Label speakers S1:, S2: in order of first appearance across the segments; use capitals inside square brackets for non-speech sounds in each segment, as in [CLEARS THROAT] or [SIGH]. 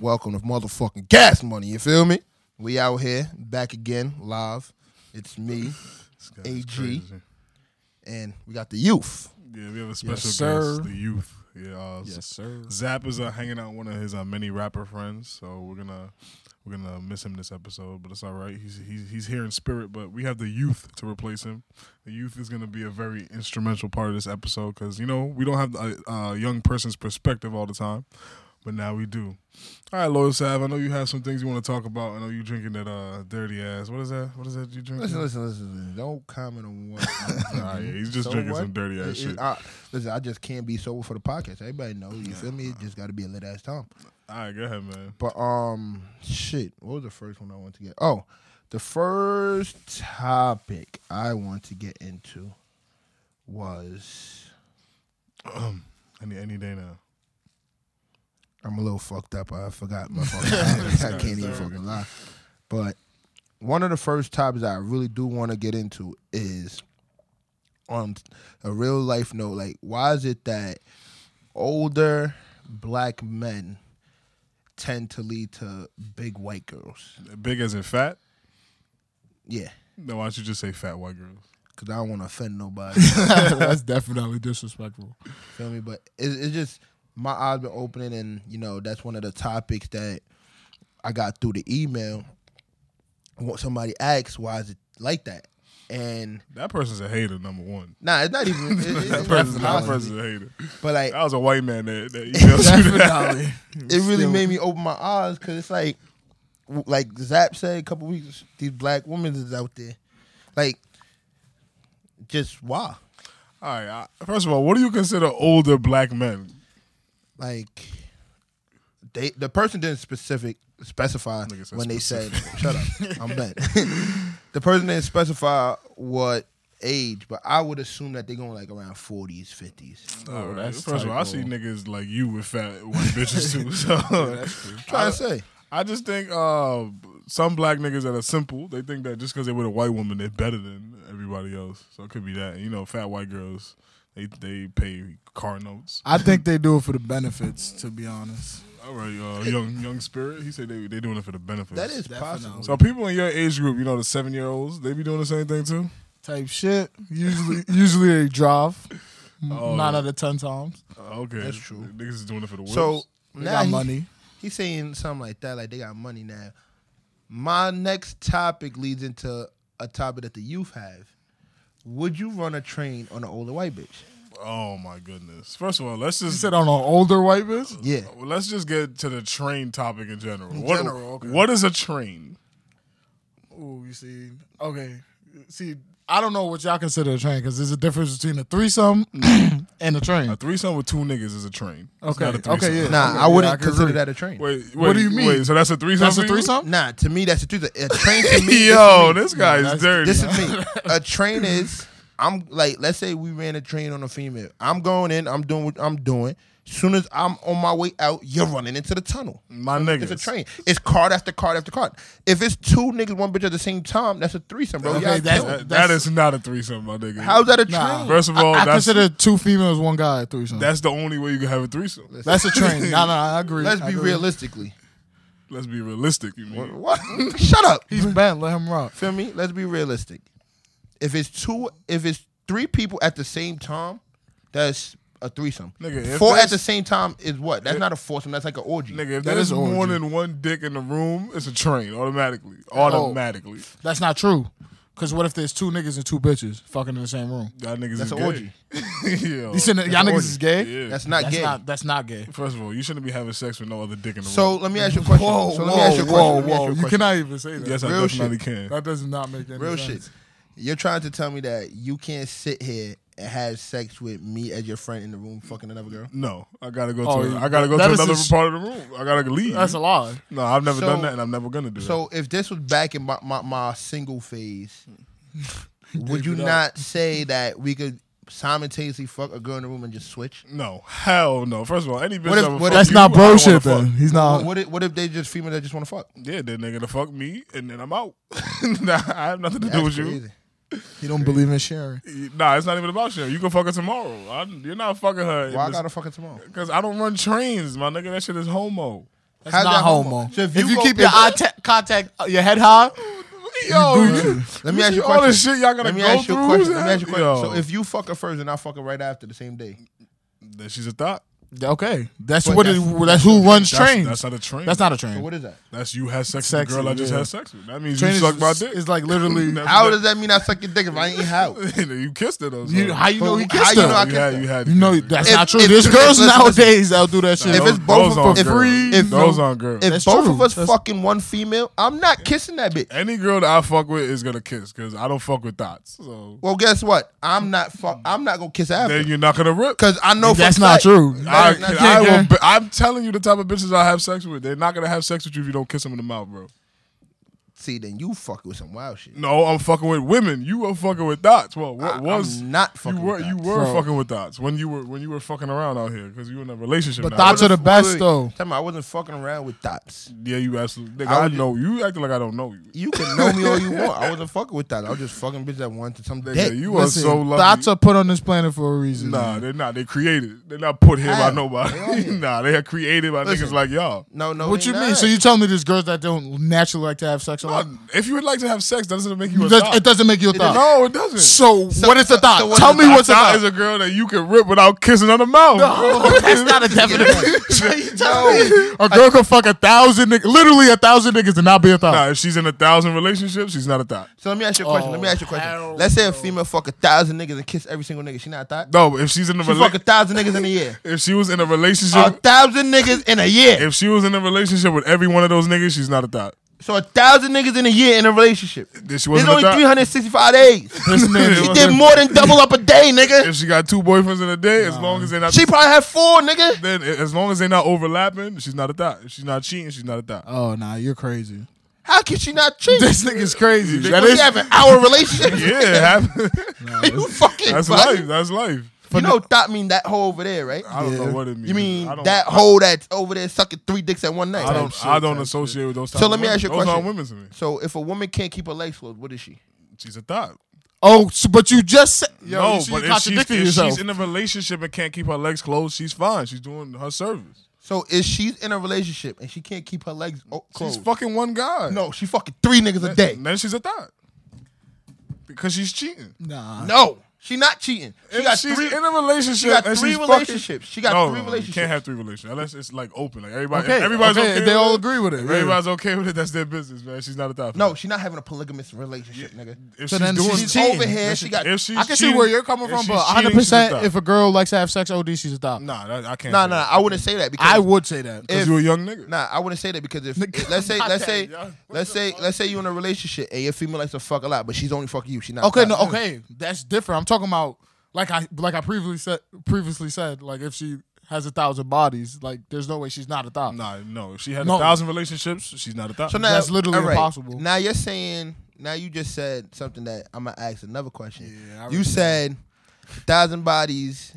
S1: welcome to motherfucking gas money. You feel me? We out here back again live. It's me,
S2: This guy's
S1: AG.
S2: crazy.
S1: and we got the youth.
S2: Yeah, we have a special
S3: sir.
S2: guest, the youth. Yeah, uh,
S3: Yes, sir.
S2: Zap is uh, hanging out with one of his uh, many rapper friends, so we're gonna we're gonna miss him this episode, but it's all right. He's he's he's here in spirit, but we have the youth to replace him. The youth is gonna be a very instrumental part of this episode because you know we don't have a, a young person's perspective all the time, but now we do. All right, Loyal Sav, I know you have some things you want to talk about. I know you drinking that uh, dirty ass. What is that? What is that you drinking?
S1: Listen, listen, listen, listen. Don't comment on what. I'm [LAUGHS]
S2: All right,
S1: drinking.
S2: he's just
S1: So
S2: drinking
S1: what?
S2: some dirty ass
S1: It-
S2: shit.
S1: it- I, listen, I just can't be sober for the podcast. Everybody know. You feel me? It just got to be a lit ass time.
S2: All right, go ahead, man.
S1: But um, shit. What was the first one I want to get? Oh, the first topic I want to get into was
S2: [CLEARS THROAT] Any any day now.
S1: I'm a little fucked up. I forgot my fucking. topics. [LAUGHS] I can't even fucking lie. But one of the first topics I really do want to get into is on a real life note. Like, why is it that older black men tend to lead to big white girls?
S2: Big as in fat?
S1: Yeah,
S2: No, why don't you just say fat white girls?
S1: because I don't want to offend nobody.
S3: [LAUGHS] That's definitely disrespectful.
S1: Feel me? But it, it's just my eyes been opening, and you know that's one of the topics that I got through the email. What somebody asked, why is it like that? And
S2: That person's a hater, number one.
S1: nah, it's not
S2: [LAUGHS]
S1: even. It, it, it's not
S2: That, person's, that
S1: policy.
S2: person's a hater.
S1: but
S2: [LAUGHS]
S1: like,
S2: That was a white man that, that emailed you that.
S1: it really made me open my eyes because it's like, w- like Zap said a couple weeks, these black women is out there, like, just why?
S2: [LAUGHS] All right. I, first of all, what do you consider older black men?
S1: like they the person didn't specific specify
S2: Nigga said
S1: when they said shut
S3: [LAUGHS]
S1: up i'm done [LAUGHS] the person didn't specify what age but i would assume that they're going like around 40s 50s
S2: All right,
S3: Oh, that's
S2: First of all, I
S3: typo.
S2: see niggas like you with fat white bitches too. [LAUGHS] So
S1: trying to say
S2: I just think uh, some black niggas that are simple, they think that just because they with a white woman, they're better than everybody else. So it could be that. You know, fat white girls, they they pay car notes.
S3: I think they do it for the benefits, to be honest.
S2: All right, uh, young young spirit. He said they they doing it for the benefits.
S1: that is
S3: Definitely.
S1: possible
S2: So people in your age group, you know, the seven year olds, they be doing the same thing too.
S3: Type shit. Usually, usually they drive
S2: Oh.
S3: nine out of ten times.
S2: Uh, okay,
S1: That's true.
S2: Niggas is doing it for the whips.
S1: so
S3: They
S1: now
S3: got
S1: he-
S3: money.
S1: he's saying something like that like they got money now my next topic leads into a topic that the youth have would you run a train on an older white bitch
S2: oh my goodness. First of all, let's just
S3: Sit on an older white bitch.
S1: yeah
S2: Well, let's just get to the train topic in general. what,
S3: general, okay.
S2: what is a train?
S3: Ooh, you see. Okay, see. I don't know what y'all consider a train because there's a difference between a threesome and a train.
S2: A threesome with two niggas is a train. It's
S3: Okay,
S2: not a threesome.
S3: okay, yeah.
S1: nah
S3: Okay,
S1: i wouldn't
S3: yeah, I can
S1: consider
S3: agree.
S1: that a train
S2: Wait, wait,
S3: What do you mean?
S2: Wait, so that's a threesome.
S3: That's
S2: for
S3: a
S2: you?
S3: threesome.
S1: Nah, to me that's the truth. A train to me,
S2: [LAUGHS] Yo, this guy is
S3: that's-
S2: dirty.
S1: this is me. A train is I'm like, let's say we ran a train on a female. I'm going in. I'm doing what I'm doing. Soon as I'm on my way out, you're running into the tunnel.
S2: My niggas.
S1: It's a train. It's card after card after card. If it's two niggas, one bitch at the same time, that's a threesome, bro.
S3: Okay,
S1: Y'all
S3: that's-
S1: killing.
S2: That- that is not a threesome, my nigga.
S1: how's that a train?
S3: Nah.
S2: First of
S3: I,
S2: all,
S3: I
S2: that's
S3: consider two females, one guy, a threesome.
S2: that's the only way you can have a threesome. Let's,
S3: That's
S2: [LAUGHS]
S3: a train. No, no, I agree.
S1: Let's
S3: I
S1: be
S3: agree.
S1: realistically.
S2: be realistic. You mean?
S1: What? [LAUGHS] Shut up.
S3: He's bent. Let him rock.
S1: Feel me? Let's be realistic. If it's two, if it's three people at the same time, that's a threesome.
S2: Nigga, if
S1: Four at
S2: that's-
S1: the same time is what? That's not a foursome. That's like an orgy.
S2: Nigga, if
S3: That
S2: there's
S3: is
S2: more
S3: orgy.
S2: than one dick in the room, it's a train automatically.
S3: Oh.
S2: Automatically,
S3: That's not true. Cause what if there's two niggas and two bitches fucking in the same room?
S2: y'all niggas
S1: That's
S2: is
S1: an
S2: gay.
S1: orgy.
S2: [LAUGHS] Yo,
S3: You said that y'all niggas
S1: orgy.
S3: is gay.
S2: yeah.
S1: That's not
S3: that's
S1: gay.
S3: not that's not gay.
S2: First of all, you shouldn't be having sex with no other dick in the
S1: so
S2: room.
S1: let me ask you a question. so let me ask you a question. Let me ask you a
S3: You
S1: question.
S3: cannot even say that.
S2: yes, I
S1: real
S2: definitely can.
S3: That does not make any
S1: Real
S3: sense.
S1: shit. You're trying to tell me that you can't sit here and have sex with me as your friend in the room fucking another girl?
S2: No, I gotta go
S3: Oh,
S2: to.
S3: yeah.
S2: I gotta go
S3: That
S2: to
S3: is
S2: another
S3: a sh-
S2: part of the room. I gotta leave.
S3: That's a lie.
S2: no, I've never
S1: So-
S2: done that, and I'm never gonna do that.
S1: So if this was back in my, my, my single phase, would you
S3: it up.
S1: not say that we could simultaneously fuck a girl in the room and just switch?
S2: No, hell no. First of all, any bitch
S1: if-
S2: that would
S1: what if-
S2: fuck
S3: That's
S2: you,
S3: not
S2: I
S3: bro
S2: don't
S3: shit
S2: wanna
S3: then.
S2: fuck.
S3: He's not.
S1: what, if, what if they just female that just want to fuck?
S2: Yeah, then they're gonna fuck me, and then I'm out. [LAUGHS] nah, I have nothing to do with
S1: That's crazy.
S3: He don't believe in sharing.
S2: you. Nah, it's not even about you. You can fuck her tomorrow. I, you're not fucking her.
S1: Why I gotta fuck it tomorrow?
S2: Because I don't run trains, my nigga. That shit is homo.
S3: That's
S1: How's
S3: not
S1: that homo?
S3: homo.
S1: So if
S3: if,
S1: you
S3: you
S1: go-
S3: keep your eye ta- contact, uh, your head high,
S2: Yo,
S3: You do
S2: you-
S1: Let me ask
S2: see
S1: you a
S2: All
S1: question.
S2: this shit y'all gotta
S1: Let me
S2: go
S1: ask you
S2: through.
S1: a question. Let me ask you a question.
S2: Yo.
S1: So if you fuck her first and I fuck her right after the same day,
S2: That she's a thought.
S3: okay, that's
S1: But
S3: what.
S1: that's-
S3: That's, it, that's who runs
S2: That's,
S3: trains.
S2: that's
S3: That's,
S2: not a train.
S3: not a
S1: so
S3: train.
S1: what is that?
S2: That's you had sex with
S3: Sexy,
S2: the girl I just
S3: yeah.
S2: had sex with. That means
S3: train
S2: you
S3: is-
S2: sucked my dick. [LAUGHS]
S3: Is like literally.
S2: That's
S1: How
S2: what
S1: does that mean I suck your dick if I ain't eat how?
S2: you kissed her though. so-
S3: you, how you know he
S1: How
S3: kissed
S1: you
S3: her?
S1: know I
S2: you
S1: kissed
S2: had,
S1: her?
S2: you had
S3: You know that's
S1: If-
S3: not true.
S1: if-
S3: There's
S1: if-
S3: girls
S1: listen, listen.
S3: nowadays that'll do that shit.
S1: If it's
S2: Those-
S1: both
S2: those
S1: of-
S2: aren't
S1: if-
S2: girls.
S1: if-
S2: those aren't girls.
S1: If
S3: [LAUGHS] That's
S1: both
S3: true.
S1: of us
S3: That's-
S1: fucking one female, I'm not kissing that bitch.
S2: Any girl that I fuck with is gonna kiss because I don't fuck with dots. So
S1: Well, guess what? I'm not fuck. I'm not gonna kiss after
S2: then you're not gonna rip.
S1: because I know for
S3: that's
S1: a
S3: not
S1: fact-
S3: true.
S2: I,
S1: That is not
S2: I
S3: true.
S2: will, be- I'm telling you the type of bitches I have sex with. They're not gonna have sex with you if you don't kiss them in the mouth, bro.
S1: See, then you fuck with some wild shit.
S2: No, I'm fucking with women. You were fucking with dots. Well, what
S1: I-
S2: was
S1: I'm not fucking
S2: you were
S1: with
S2: you
S1: dots.
S2: were
S3: Bro.
S2: fucking with dots when you were when you were fucking around out here because you were in a relationship.
S3: But
S2: now.
S3: dots are the best
S1: Wait, wait,
S3: though.
S1: Tell me, I wasn't fucking around with dots.
S2: yeah, you absolutely. Nigga,
S1: I
S2: I,
S1: was-
S2: know you acting like I don't know you.
S1: You can know me all
S3: [LAUGHS]
S1: you want. I wasn't fucking with that. I was just fucking bitches that wanted some dick.
S2: Nigga, you are
S3: Listen,
S2: so lucky.
S3: Thoughts are put on this planet for a reason.
S2: Nah, they're not. They created. They're not put here
S1: How?
S2: by nobody.
S1: They are here.
S2: [LAUGHS] nah, they are created by
S1: Listen.
S2: niggas like y'all.
S1: No, no.
S3: What
S1: they
S3: you mean?
S1: not.
S3: So you telling me there's girls that don't naturally like to have sex a
S2: Uh,
S3: lot?
S2: If you would like to have sex, doesn't it make you a
S3: It does-
S2: thot?
S3: it doesn't make you a thought.
S2: No, it doesn't.
S3: So, what is a
S1: so-
S3: thought?
S1: so what's
S3: Tell
S1: a
S3: me
S1: thot?
S3: what's a
S2: thot
S3: thought.
S2: is a girl that you can rip without kissing on the mouth.
S3: No, that's not a definite.
S1: no.
S3: a girl can fuck a thousand, nigg- literally a thousand niggas and not be a thought.
S2: [LAUGHS] Nah, if she's in a thousand relationships, she's not a thought.
S1: So let me ask you a question. let me ask you a
S3: Oh, hell
S1: question. Let's say a female fuck a thousand niggas and kiss every single nigga. She not a thot?
S2: No, but if she's in a
S1: She Uh, fuck a
S2: rela-
S1: thousand niggas in a
S2: [LAUGHS]
S1: year.
S2: if she was in a
S1: A
S2: relationship,
S1: thousand niggas in a year.
S2: if she was in a relationship with every one of those niggas, she's not a thought.
S1: So a thousand niggas in a year in a relationship.
S2: Then she
S1: There's
S2: wasn't a
S1: only
S2: [LAUGHS] thought.
S1: 365
S2: [LAUGHS]
S1: days.
S3: This nigga-
S1: She did more than double up a day, nigga.
S2: If she got two boyfriends in a day, as long as they're not
S1: She probably had four, nigga.
S2: then as long as they're not overlapping, she's not a thought. If she's not cheating, she's not a thought.
S3: oh, nah, you're crazy.
S1: How can she not cheat?
S3: This nigga's crazy.
S1: That
S3: That
S1: we
S3: is
S1: have an hour relationship.
S2: [LAUGHS] Yeah, it happens.
S1: [LAUGHS] you fucking.
S2: [LAUGHS] that's
S1: funny.
S2: life. That's life.
S1: You know, thought mean that hole over there, right?
S2: I don't know
S3: Yeah.
S2: what it means.
S1: You mean
S2: I don't-
S1: that hole that's over there sucking three dicks at one night?
S2: I
S1: Type
S2: don't.
S1: shit.
S2: I don't associate with those. Type
S1: So
S2: of
S1: let me
S2: women.
S1: ask you a
S2: those
S1: question.
S2: aren't women to me.
S1: So if a woman can't keep her legs closed, what is she?
S2: She's a thought.
S3: oh, so, but you just said. Yo,
S2: no,
S3: you see,
S2: but
S3: you
S2: if she's,
S3: contradicting
S2: if
S3: yourself.
S2: she's in a relationship and can't keep her legs closed, she's fine. She's doing her service.
S1: So if she's in a relationship and she can't keep her legs o- closed,
S2: She's fucking one guy.
S1: no, she fucking three niggas a day.
S2: Then, then she's a thought. Because she's cheating.
S3: nah.
S1: No, she not cheating. She
S2: If
S1: got
S2: she's
S1: three.
S2: in a relationship.
S1: She got
S2: and
S1: three
S2: she's fucking-
S1: relationships. She got
S2: no,
S1: three
S2: no,
S1: relationships.
S2: You can't have three relationships unless it's like open. Like everybody,
S3: Okay,
S2: if everybody's
S3: okay,
S2: okay.
S3: if they
S2: with
S3: all
S2: it,
S3: agree with it.
S2: if everybody's okay with it. That's their business, man. She's not a thought.
S1: No, she not having a polygamous relationship, nigga.
S2: if
S3: So
S2: she's
S3: then
S2: doing,
S1: She's
S3: cheating.
S1: over here.
S3: That's-
S1: She got.
S2: if she's
S3: I can see
S2: cheating-
S3: where you're coming
S2: if
S3: from,
S2: she's
S3: but
S2: cheating,
S3: 100
S2: she's a
S3: percent
S2: thot.
S3: if a girl likes to have sex, OD, she's a thot.
S2: nah, that, I can't.
S1: Nah,
S2: say
S1: nah,
S2: that.
S1: I wouldn't say that because
S3: I would say that.
S1: if-
S2: Cause you a young nigga.
S1: Nah, I wouldn't say that because
S3: [LAUGHS]
S1: if let's say let's say let's say let's say you're in a relationship and your female likes to fuck a lot, but she's only fucking you. She not
S3: Okay,
S1: that.
S3: no, okay, that's different. I'm talking about like I like I previously said previously said like if she has a thousand bodies, like there's no way she's not a thousand.
S2: Nah, no. If she had
S3: No.
S2: a thousand relationships, she's not a thought.
S1: So now
S3: That's literally
S1: all
S3: impossible.
S1: Now you're saying now you just said something that I'm gonna ask another question.
S3: Yeah, I already
S1: you said thousand bodies,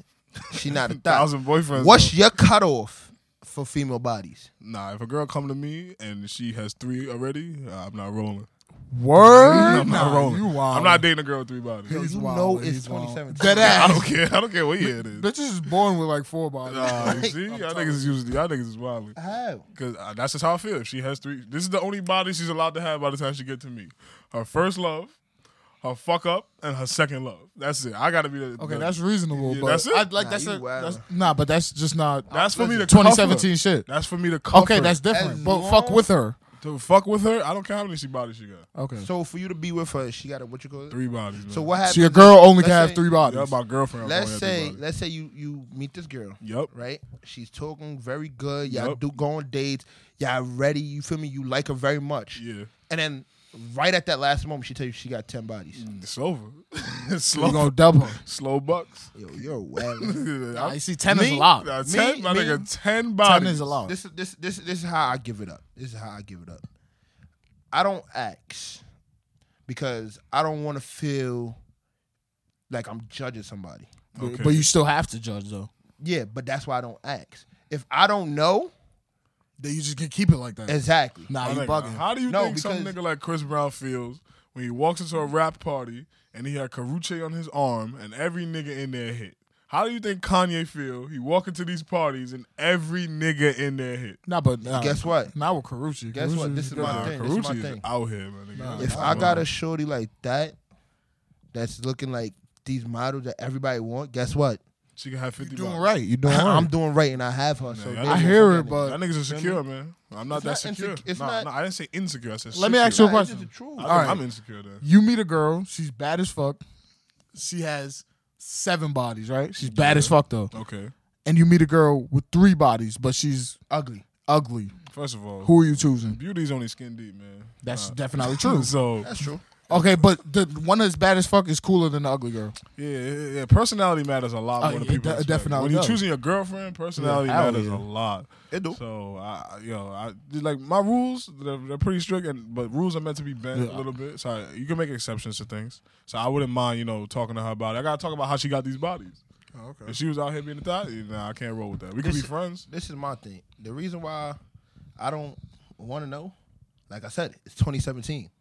S1: she
S3: [LAUGHS]
S1: not a thousand.
S2: thousand boyfriends.
S1: What's
S2: though.
S1: your cutoff for female bodies?
S2: nah? If a girl come to me and she has three already, uh, I'm not rolling. [LAUGHS]
S3: Word,
S2: I'm not rolling.
S3: You wild.
S2: I'm not dating a girl with three bodies.
S1: Yo,
S3: He's
S1: you
S3: wild,
S1: know
S3: he's
S1: it's
S3: wild.
S1: 27.
S3: Dead
S2: I
S3: ass.
S2: don't care. I don't care what year it [LAUGHS] is.
S3: Bitches is born with like four bodies.
S2: Nah, you see, y'all niggas is usually y'all niggas is wild.
S1: How?
S2: Cause uh, that's just how I feel. She has three. This is the only body she's allowed to have by the time she get to me. Her first love, her fuck up, and her second love. That's it. I gotta be the.
S3: Okay,
S2: the-
S3: that's reasonable,
S2: Yeah,
S3: but
S2: that's it.
S3: I'd like
S1: Nah,
S3: that's,
S1: you
S3: a,
S1: wild.
S3: that's nah, but that's just not
S2: That's for me to cuff her.
S3: 2017 shit.
S2: That's for me to. Cuff
S3: Okay,
S2: her.
S3: that's
S1: As
S3: different. But fuck
S1: long-
S3: with her.
S2: to fuck with her. I don't care how many she bodies she got.
S3: Okay, so,
S1: So for you to be with her, she got a what you call it?
S2: Three bodies. Man.
S1: So what happens?
S3: your girl only can
S1: let's
S3: have
S1: say-
S3: three bodies.
S2: Yeah, my girlfriend.
S1: Let's
S2: was
S1: say
S2: going at
S1: let's say you you meet this girl.
S2: three bodies. Yep.
S1: right? She's talking very good. Y'all
S2: Yup.
S1: do go on dates. Y'all ready? You feel me? You like her very much.
S2: Yeah.
S1: And then right at that last moment, she tell you she got ten bodies.
S2: It's over. [LAUGHS]
S3: you
S2: slow, [LAUGHS]
S3: gonna double her.
S2: slow bucks. [LAUGHS]
S1: Yo, you're wild.
S3: Nah,
S2: I,
S3: you see, ten is
S1: me?
S3: a lot.
S2: nah,
S1: me-
S2: ten, my
S1: me-
S2: nigga, ten
S3: Ten
S2: bodies.
S3: is a lot.
S1: Oh, this is this this this is how I give it up. This is how I give it up. I don't ask because I don't want to feel like I'm judging somebody.
S2: Okay.
S3: But you still have to judge though.
S1: Yeah, but that's why I don't ask. If I don't know
S3: That you just can keep it like that.
S1: exactly,
S3: nah,
S2: My
S3: you
S2: nigga,
S3: bugging.
S2: How do you
S1: No,
S2: think some
S1: because-
S2: nigga like Chris Brown feels when he walks into a rap party and he had Caruche on his arm and every nigga in there hit? How do you think Kanye feel? He walk into these parties and every nigga in there hit.
S3: Nah, but nah,
S1: Guess what?
S3: Now with Carucci.
S1: Guess what?
S3: Carucci
S1: This is
S3: good.
S1: my
S2: Nah,
S1: thing. This is my
S2: Karuchi is
S1: thing.
S2: out here, man.
S3: Nah.
S1: If I got a shorty like that, that's looking like these models that everybody want, guess what?
S2: she can have
S3: You
S2: fifty.
S3: doing
S2: bucks.
S3: right. You doing
S2: [LAUGHS]
S3: right.
S1: I'm doing right and I have her. So
S2: Yeah, I
S1: therefore,
S3: hear it,
S1: fucking-
S3: but-
S2: That nigga's insecure, man. I'm not that
S1: not
S2: secure.
S1: insec- it's
S2: nah,
S1: not-
S2: nah, I didn't say insecure. I said
S3: Let me
S2: secure.
S3: ask you a
S1: Nah, it's just
S3: question.
S1: the truth.
S2: I,
S3: All right.
S2: am insecure then.
S3: you meet a girl. She's bad as fuck. She has seven bodies, right? She's bad as fuck though.
S2: Okay.
S3: And you meet a girl with three bodies, but she's
S1: Ugly.
S3: ugly.
S2: First of all,
S3: Who are you choosing?
S2: beauty's only skin deep, man.
S3: That's
S2: Nah.
S3: [LAUGHS] definitely
S2: [LAUGHS]
S3: true.
S2: so
S1: That's true.
S3: Okay, but the one that's bad as fuck is cooler than the ugly girl.
S2: yeah, yeah, yeah, personality matters a lot
S3: Oh,
S2: more than
S3: it
S2: people.
S3: de-
S2: expect.
S3: definitely
S2: When you're
S3: does.
S2: choosing your girlfriend, personality
S3: Yeah, hell
S2: matters
S3: yeah.
S2: a lot.
S1: It do.
S2: So I, I- yo, I like my rules. They're, they're pretty strict, and but rules are meant to be bent
S3: Yeah.
S2: a little bit. So I, you can make exceptions to things. So I wouldn't mind, you know, talking to her about. it. I gotta talk about how she got these bodies.
S3: okay.
S2: If she was out here being a thought, nah, I can't roll with that. We can be
S1: This-
S2: friends.
S1: This is my thing. The reason why I don't want to know, like I said, it's 2017.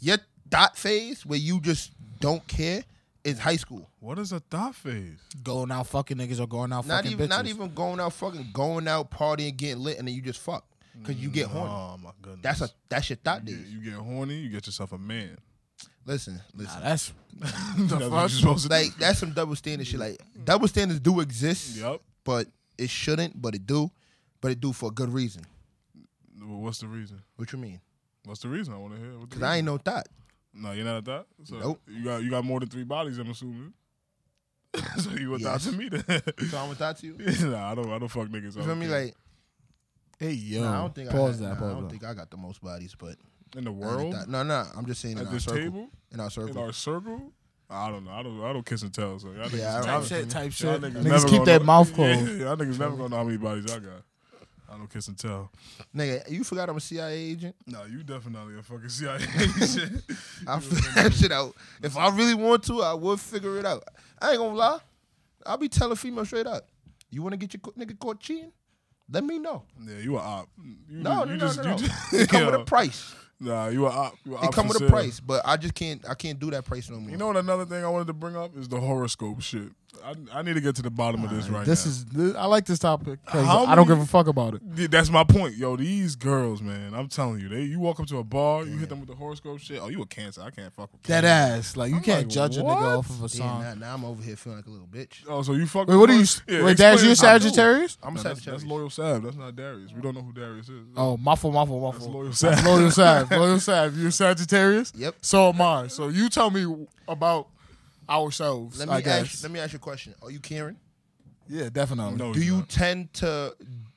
S1: Your dot phase where you just don't care is high school.
S2: What is a thought phase?
S3: Going out fucking niggas or going out
S1: Not
S3: fucking
S1: even
S3: bitches.
S1: not even going out fucking going out partying getting lit and then you just fuck cuz you get horny.
S2: Oh my goodness.
S1: That's a that's your thought
S2: you
S1: days.
S2: get, you get horny, you get yourself a
S3: [LAUGHS]
S2: man.
S1: Listen,
S3: Nah,
S1: listen.
S3: that's
S2: That's what you're supposed to do.
S1: Like that's some double standard shit like
S3: Mm.
S1: double standards do exist,
S2: Yep.
S1: but it shouldn't, but it do. But it do for a good reason.
S2: Well, What's the reason?
S1: What you mean?
S2: What's the reason? I want to hear. What the
S1: Cuz I ain't
S2: reason?
S1: no thought.
S2: No, you're not a thought. So
S1: Nope.
S2: You got you got more than three bodies. I'm assuming. [LAUGHS] so you a thought
S1: Yes.
S2: to me then? [LAUGHS]
S1: So I'm a thought to you. You
S2: nah, I don't. I don't fuck niggas. I
S1: feel
S2: don't
S1: me
S2: care.
S1: like
S3: hey yo.
S1: Nah, I don't think I
S3: pause
S1: had-
S3: that.
S1: nah, I
S3: Pause
S1: don't
S3: that.
S1: think I got the most bodies, but
S2: in the world,
S1: No, no, I'm just saying in
S2: at
S1: our
S2: this
S1: circle.
S2: table,
S1: In our circle.
S2: in our circle. I don't know. I don't. I don't kiss and tell. So y'all niggas,
S1: Yeah, I don't-
S2: y'all
S3: Type shit. Type
S2: y'all
S3: shit.
S2: niggas
S3: Niggas,
S2: never
S3: keep
S2: gonna
S3: that
S2: know-
S3: mouth
S2: [LAUGHS]
S3: closed.
S2: Yeah, y'all niggas never gonna know how many bodies I got. I don't kiss and tell.
S1: Nigga, you forgot I'm a CIA
S3: [LAUGHS]
S1: agent.
S2: No, you definitely a [LAUGHS] fucking CIA shit.
S1: I figure that shit out. If I really want to, I would figure it out. I ain't gonna lie. I'll be telling female straight up. You wanna get your co- nigga caught cheating? Let me know.
S2: Yeah, you a op. You,
S1: No,
S2: ju-
S1: no, no,
S2: you just,
S1: no, no.
S2: You just,
S1: It come
S2: yo, [LAUGHS]
S1: with a price.
S2: Nah, you a op. You a
S1: It
S2: op
S1: come
S2: for
S1: with a
S2: sale.
S1: price, but I just can't. I can't do that price no more.
S2: You know what? Another thing I wanted to bring up is the horoscope shit. I, I need to get to the bottom of this right
S3: This
S2: now.
S3: is. This, I like this topic. 'cause
S2: How
S3: I don't
S2: many-
S3: give a fuck about it.
S2: Th- That's my point, yo. These girls, man, I'm telling you, they you walk up to a bar, you hit them with the horoscope shit. Oh, you a cancer? I can't fuck with
S3: That
S2: cancer.
S3: ass. Like you
S2: I'm
S3: can't
S2: like,
S3: judge a
S2: what?
S3: nigga off of a
S1: Damn,
S3: song.
S1: now, now I'm over here feeling like a little bitch.
S2: Oh, so you fuck?
S3: Wait, what are you?
S2: with- [LAUGHS] Yeah,
S3: wait, Daz,
S2: explain-
S3: you a
S2: I do.
S3: Sagittarius?
S1: I'm a
S2: No, that's, that's
S1: Sagittarius.
S2: loyal Sav. That's not Darius. We don't know who Darius is.
S3: Oh, muffle, muffle,
S2: that's
S3: muffle.
S2: loyal
S3: That's
S2: Sav.
S3: loyal
S2: [LAUGHS]
S3: Sav. Loyal Sav. You a Sagittarius?
S1: Yep.
S3: So am I. So you tell me about ourselves.
S1: Let
S3: I
S1: me
S3: guess.
S1: ask. Let me ask you a question. Are you Karen?
S3: yeah, definitely.
S2: No,
S1: do
S2: he's
S1: you
S2: not.
S1: tend to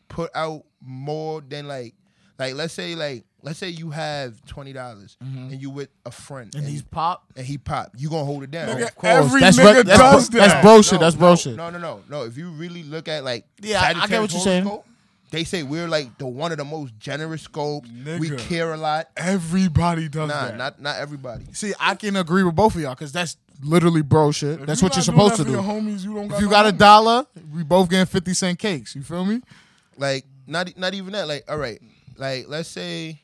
S1: put out more than like like let's say like let's say you have twenty dollars and you with a friend
S3: And he's pop.
S1: Mm-hmm. and he pop you gonna hold it down
S2: Nigga,
S1: Of course.
S2: every
S3: That's
S2: nigga
S3: bro- that's bro-
S2: does that.
S3: that's bro shit.
S1: No,
S3: That's bro
S1: no,
S3: shit.
S1: no no no no if you really look at like
S3: Yeah, I- I get what
S1: Sagittarius
S3: you're saying.
S1: horoscope, they say we're like the one of the most generous scopes we
S2: Nigga.
S1: care a lot
S2: Everybody does
S1: nah
S2: that.
S1: not not everybody
S3: See, I can agree with both of y'all because that's literally bro shit.
S2: If
S3: that's
S2: you
S3: what you're
S2: not doing
S3: supposed to
S2: that for
S3: do.
S2: Your homies, you don't.
S3: If you
S2: no
S3: got a
S2: homies.
S3: dollar, we both getting fifty cent cakes. You feel me?
S1: like not e- not even that like all right like let's say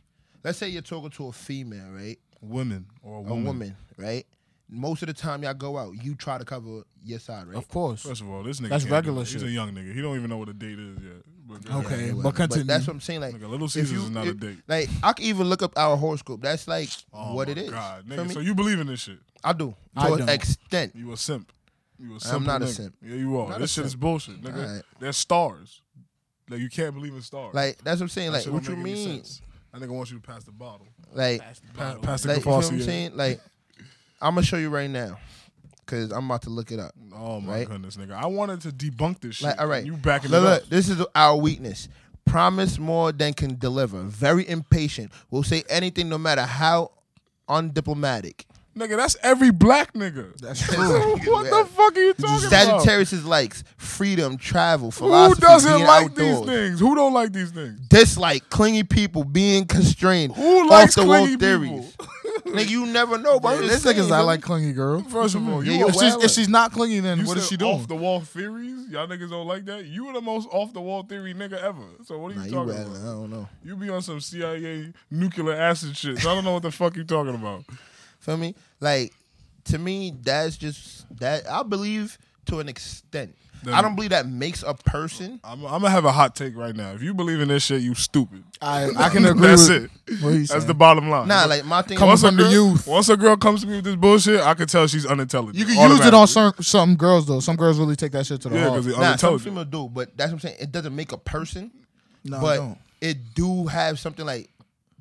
S1: let's say you're talking to a female right
S2: women or a
S1: a
S2: woman.
S1: woman, right? Most of the time y'all go out, you try to cover your side, right?
S3: Of course.
S2: First of all, this nigga
S3: That's
S2: can't do
S3: regular
S2: that. He's
S3: shit.
S2: a young nigga. He don't even know what a date is yet. But go
S3: Okay,
S2: ahead.
S3: but continue.
S1: that's what I'm saying. Like,
S2: Nigga, Little
S1: if
S2: Caesars
S1: you-
S2: is not a
S1: if-
S2: date.
S1: Like, I can even look up our horoscope. That's like
S2: Oh
S1: what
S2: my
S1: it is.
S2: God,
S1: Feel
S2: nigga.
S1: me?
S2: So you believe in this shit?
S1: I do to
S3: I
S1: an
S3: don't.
S1: extent.
S2: You a simp. You a simp.
S1: not a
S2: nigga.
S1: simp.
S2: Yeah, you are.
S1: Not
S2: this
S1: a
S2: shit
S1: simp.
S2: is bullshit, nigga.
S1: Alright.
S2: They're stars. Like you can't believe in stars.
S1: Like that's what I'm saying.
S2: That
S1: Like
S2: shit
S1: what you
S2: don't make any
S1: mean?
S2: sense. That nigga wants you to pass the bottle.
S1: Like,
S2: Pa- pass the
S1: like you feel what I'm
S2: Kvarsky.
S1: saying? Like I'm gonna show you right now because I'm about to look it up.
S2: Oh my
S1: Right?
S2: goodness, nigga. I wanted to debunk this shit.
S1: Like all right,
S2: You backing
S1: look,
S2: it
S1: look,
S2: up.
S1: This is our weakness. Promise more than can deliver. Very impatient. Will say anything no matter how undiplomatic.
S2: Nigga, that's every black nigga.
S3: That's
S2: [LAUGHS] what the fuck are you talking about?
S1: Sagittarius likes freedom, travel,
S2: Who
S1: philosophy.
S2: doesn't
S1: being
S2: like
S1: outdoors.
S2: these things? Who don't like these things?
S1: Dislike clingy people, being constrained.
S2: Who
S1: off
S2: likes
S1: the wall
S2: clingy
S1: theories.
S2: [LAUGHS]
S1: Nigga, you never know, bro. I'm
S3: this
S1: just
S3: nigga's
S1: saying,
S3: not
S1: yo.
S3: like clingy girl.
S2: First of all,
S1: Yeah,
S2: you
S1: you're
S3: Mm-hmm. if, she's,
S1: wildin'.
S3: if she's not clingy, then
S2: You
S3: what is
S2: said
S3: she doing?
S2: Off the wall theories? Y'all niggas don't like that? You were the most off the wall theory nigga ever. So what are
S1: Nah,
S2: you
S1: you
S2: talking
S1: wildin',
S2: about?
S1: I don't know.
S2: You be on some CIA nuclear acid shit. So I don't know what the fuck you talking about.
S1: Feel me? Like, to me, that's just that. I believe to an extent.
S2: Then-
S1: I don't believe that makes a person.
S2: I'm, I'm gonna have a hot take right now. If you believe in this shit, you stupid.
S3: I
S2: [LAUGHS]
S3: I can agree.
S2: That's
S3: with
S2: it.
S3: What
S2: That's
S3: he's saying.
S2: the bottom line.
S1: Nah, like my thing.
S3: Come
S1: was-
S2: once a
S3: from the
S2: girl,
S3: youth.
S2: Once a girl comes to me with this bullshit, I can tell she's unintelligent.
S3: You can use it on
S2: automatically.
S3: some some girls though. Some girls really take that shit to the
S2: Yeah,
S3: heart.
S2: because it's
S1: Nah, some
S2: unintelligent.
S1: female do, but that's what I'm saying. It doesn't make a person,
S3: No,
S1: but
S3: no.
S1: it do have something like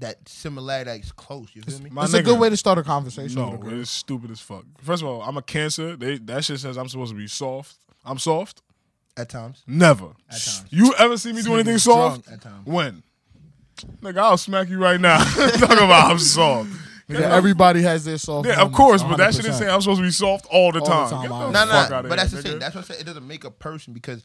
S1: that similarity that's close. You feel me?
S2: My
S3: it's a good
S2: nigga.
S3: way to start a conversation.
S2: No,
S3: with a girl.
S2: it's stupid as fuck. First of all, I'm a cancer. They, that shit says I'm supposed to be soft. I'm soft.
S1: At times.
S2: Never.
S1: times.
S2: You ever see me do anything
S1: nigga's
S2: soft?
S1: drunk at times.
S2: When? Nigga, I'll smack you right now. [LAUGHS] Talk about I'm soft.
S3: Nigga, everybody has their soft.
S2: Yeah, of
S3: moments,
S2: course, but that shit
S3: 100%.
S2: is saying I'm supposed to be soft all the
S3: All the
S2: time.
S3: time,
S2: Get
S3: I
S2: the
S3: am.
S1: No,
S2: fuck
S1: no, but
S2: outta here,
S1: that's the
S2: nigga.
S1: thing. That's what I said. It doesn't make a person because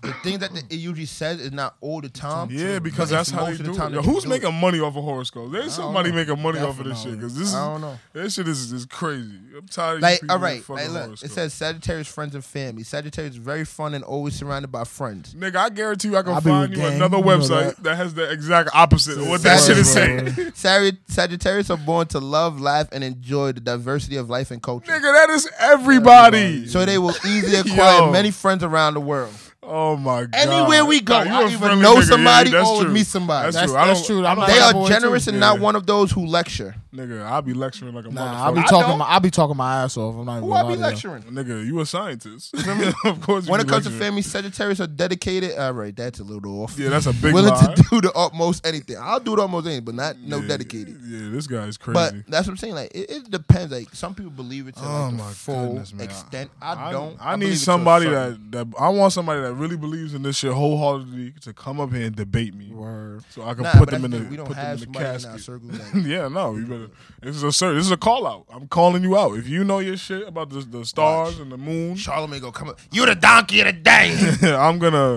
S1: the thing that the, it usually says is not all the time.
S2: Yeah, because
S1: but
S2: that's
S1: it's
S2: how
S1: most
S2: they
S1: of the
S2: do
S1: time
S2: it.
S1: they
S2: Yo,
S1: can
S2: who's
S1: do
S2: making money off of horoscopes? There's somebody making money off of this shit
S3: Definitely.
S2: because this is
S1: I don't know.
S2: this shit is is crazy. I'm tired. Of
S1: Like,
S2: you
S1: all right, like, look,
S2: look,
S1: it says Sagittarius friends and family. Sagittarius is very fun and always surrounded by friends. [LAUGHS]
S2: Nigga, I guarantee you, I can
S3: I be
S2: find
S3: with
S2: you
S3: gang,
S2: another
S3: you know
S2: website that.
S3: that.
S2: has the exact opposite of what that
S3: Word,
S2: shit is
S3: word,
S1: [LAUGHS]
S2: saying.
S3: word.
S1: Sag- Sagittarius are born to love, laugh, and enjoy the diversity of life and culture.
S2: Nigga, that is everybody.
S1: So they will easily
S2: [LAUGHS] Yo.
S1: acquire many friends around the world.
S2: oh my god.
S1: Anywhere we go,
S2: you
S1: I
S2: a
S1: either
S2: friendly
S1: know
S2: nigga. Yeah,
S1: somebody
S2: that's
S1: or
S2: true.
S1: meet somebody.
S2: That's,
S3: That's,
S2: true. I
S3: that's
S2: don't,
S3: true. I'm not
S1: They
S3: that
S1: are
S3: boy,
S1: generous
S3: too.
S1: and
S2: Yeah.
S1: not one of those who lecture.
S2: Nigga, I'll be lecturing like a
S3: Nah,
S2: motherfucker.
S3: I be
S1: don't.
S3: talking my I be talking my ass off. I'm not.
S1: Who
S3: even
S1: I be
S3: gonna lie to you.
S1: lecturing?
S2: [LAUGHS] Nigga, you a scientist. [LAUGHS]
S1: [LAUGHS]
S2: of course. you
S1: When
S2: be
S1: it comes to
S2: lecturing.
S1: family, Sagittarius are dedicated. All right, that's a little off.
S2: yeah, that's a
S1: [LAUGHS]
S2: big
S1: willing
S2: lie.
S1: to do the utmost anything. I'll do the utmost anything, but not no
S2: yeah,
S1: dedicated.
S2: Yeah, this guy is crazy.
S1: But that's what I'm saying. Like it, it depends. Like some people believe it to like,
S2: Oh
S1: the
S2: my
S1: full
S2: goodness, man.
S1: extent. I, don't.
S2: I,
S1: believe
S2: need
S1: it to a
S2: somebody
S1: certain-
S2: that, that I want somebody that really believes in this shit wholeheartedly to come up here and debate me,
S3: Word.
S2: so I can
S1: Nah, but
S2: put them in
S1: that's
S2: the
S1: the thing. we don't
S2: put them
S1: have
S2: in the
S1: somebody in our
S2: casket.
S1: circle. Like, [LAUGHS]
S2: [LAUGHS] yeah, no, you better. This is a sir. This is a call out. I'm calling you out. If you know your shit about the, the stars and the moon, [LAUGHS]
S1: Charlamagne gonna come up. You the donkey of the day.
S2: I'm gonna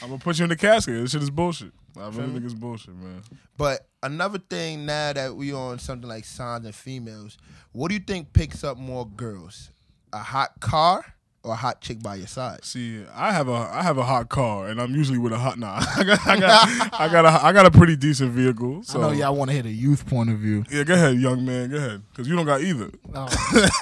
S2: I'm gonna put you in the casket. This shit is bullshit. I really think it's bullshit, man.
S1: but another thing now that we on something like signs and females, what do you think picks up more girls? A hot car or a hot chick by your side?
S2: See, I have a I have a hot car, and I'm usually with a hot. Nah, [LAUGHS] I got I got I got a, I got a pretty decent vehicle.
S3: I
S2: So
S3: know y'all want to hear the youth point of view.
S2: yeah, go ahead, young man, go ahead, because you don't got either.
S3: [LAUGHS]
S2: [LAUGHS]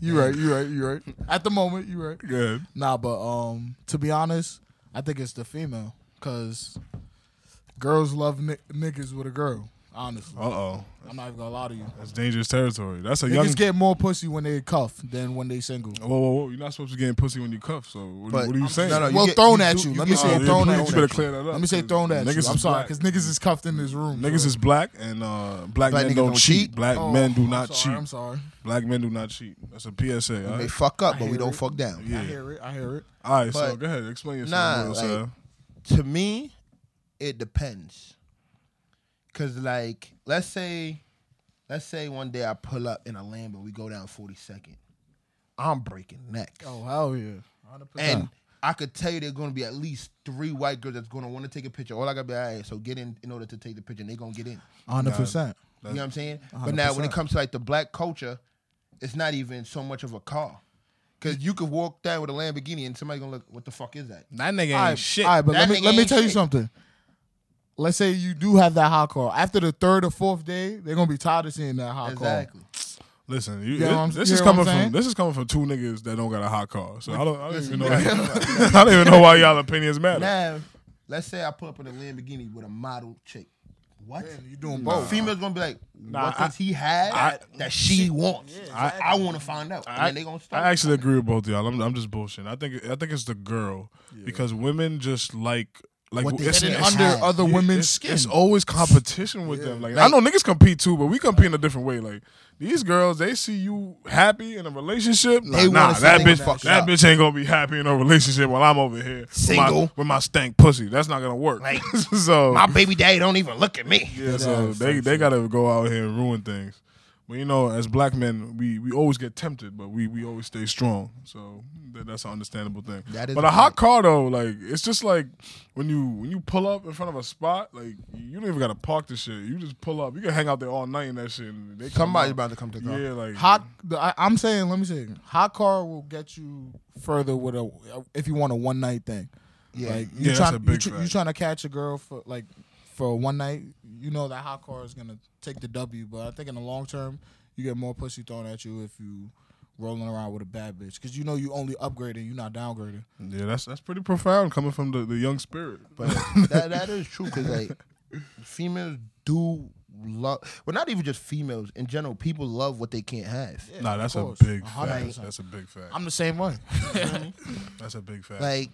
S3: you right. You right. You right. At the moment, you right.
S2: Go ahead.
S3: Nah, but um, to be honest, I think it's the female because girls love ni- niggas with a girl. Honestly,
S2: Uh oh,
S3: I'm not even gonna lie to you.
S2: that's dangerous territory. That's a young.
S3: Niggas get more pussy when they cuff than when they single.
S2: whoa, whoa, whoa! You're not supposed to be getting pussy when you cuff. So what,
S1: But-
S2: what are you
S1: I'm-
S2: saying?
S1: no, no, you
S3: well,
S1: get-
S3: thrown
S1: you
S3: at
S1: do-
S3: you.
S1: you
S3: Let
S1: get-
S3: me
S1: oh,
S3: say
S1: yeah,
S3: thrown
S2: you
S3: at
S2: better
S3: you.
S2: clear that up.
S3: Let me say thrown at
S2: Niggas
S3: you.
S2: is
S3: I'm sorry,
S2: black.
S3: because niggas is cuffed in this room.
S2: Niggas
S3: so-
S2: is black and uh, black,
S1: Black
S2: men
S1: niggas
S2: don't
S1: don't
S2: cheat.
S1: cheat.
S2: Black
S3: Oh,
S2: men do
S3: I'm
S2: not
S3: sorry, I'm
S2: cheat.
S3: sorry.
S2: Black men do not cheat. That's a PSA. All
S1: We
S2: right,
S1: fuck up,
S3: Uh, I
S1: but we
S3: hear
S1: don't
S3: it.
S1: fuck down.
S2: Yeah.
S3: I hear it. I hear it.
S2: All right so
S1: But-
S2: go ahead. Explain yourself.
S1: Nah,
S2: Will,
S1: like-
S2: sir.
S1: to me, it depends. Cause like, let's say, let's say one day I pull up in a Lambo, we go down Forty Second. I'm breaking necks,
S3: Oh hell yeah. 100%.
S1: and I could tell you there's gonna be at least three white girls that's gonna want to take a picture. All I gotta be, all right, so get in in order to take the picture, and they gonna get in.
S3: hundred percent.
S1: You know what I'm saying? But now when it
S3: 100%.
S1: comes to like the black culture, it's not even so much of a car. Cause you could walk down with a Lamborghini and somebody gonna look, what the fuck is that?
S2: That nigga ain't
S3: All right, all right, but
S1: That
S3: let me
S1: nigga
S3: let me
S1: ain't
S3: tell you
S1: shit.
S3: something. Let's say you do have that hot car. After the third or fourth day, they're gonna be tired of seeing that hot car.
S1: Exactly.
S2: Listen, you,
S3: You know what I'm-
S2: this
S3: you
S2: is
S3: hear what
S2: coming
S3: I'm
S2: from
S3: saying?
S2: this is coming from two niggas that don't got a hot car. So I don't, I don't even know.
S3: [LAUGHS]
S2: I don't even know why y'all opinions matter.
S1: Now, let's say I pull up in a Lamborghini with a model chick. What?
S3: You doing both?
S1: Female's gonna be like, what
S2: I-
S1: does he have
S2: I-
S1: that she wants?
S2: exactly.
S1: I, I want to find out. and then they gonna start.
S2: I actually agree with both of y'all. I'm, I'm just bullshitting. I think I think it's the girl because women just like like
S1: What they
S2: it's,
S1: get it
S2: it's,
S3: Under
S1: Yeah.
S3: other
S2: yeah,
S3: women's
S2: it's,
S3: skin.
S2: it's always competition with them. Like, I know niggas compete too, but we compete in a different way. Like these girls, they see you happy in a relationship. Like,
S1: They
S2: nah,
S1: wanna see
S2: that
S1: you
S2: bitch,
S1: fucked
S2: that
S1: up.
S2: bitch ain't gonna be happy in a relationship while I'm over here with my,
S1: Single.
S2: with my stank pussy. That's not gonna work.
S1: Like,
S2: [LAUGHS] so
S1: My baby daddy don't even look at me.
S2: yeah, so they they gotta go out here and ruin things. But you know, as black men, we, we always get tempted, but we, we always stay strong. So that, that's an understandable thing.
S1: That is
S2: but
S1: a
S2: a hot car though, like it's just like when you when you pull up in front of a spot, like you don't even gotta park the shit. You just pull up. You can hang out there all night in that shit. And they come
S1: Somebody's
S2: out.
S1: about to come to the car.
S2: Yeah, like
S3: Hot. The, I, I'm saying. Let me say. Hot car will get you further with a if you want a one night thing.
S1: Yeah.
S3: Like
S2: Yeah,
S3: you
S2: that's
S3: trying
S2: a
S3: you,
S2: big
S3: tr- you
S2: fact.
S3: trying to catch a girl for like for one night. You know that hot car is gonna take the W, but I think in the long term you get more pussy thrown at you if you rolling around with a bad bitch because you know you only upgrading, you not downgrading.
S2: Yeah, that's that's pretty profound coming from the, the young spirit.
S1: But that that is true because like females do love. Well, not even just females in general. People love what they can't have.
S2: nah, that's a
S3: course.
S2: big
S3: A hundred
S2: fact.
S3: percent.
S2: That's a big fact.
S3: I'm the same way.
S2: That's a big fact.
S1: Like,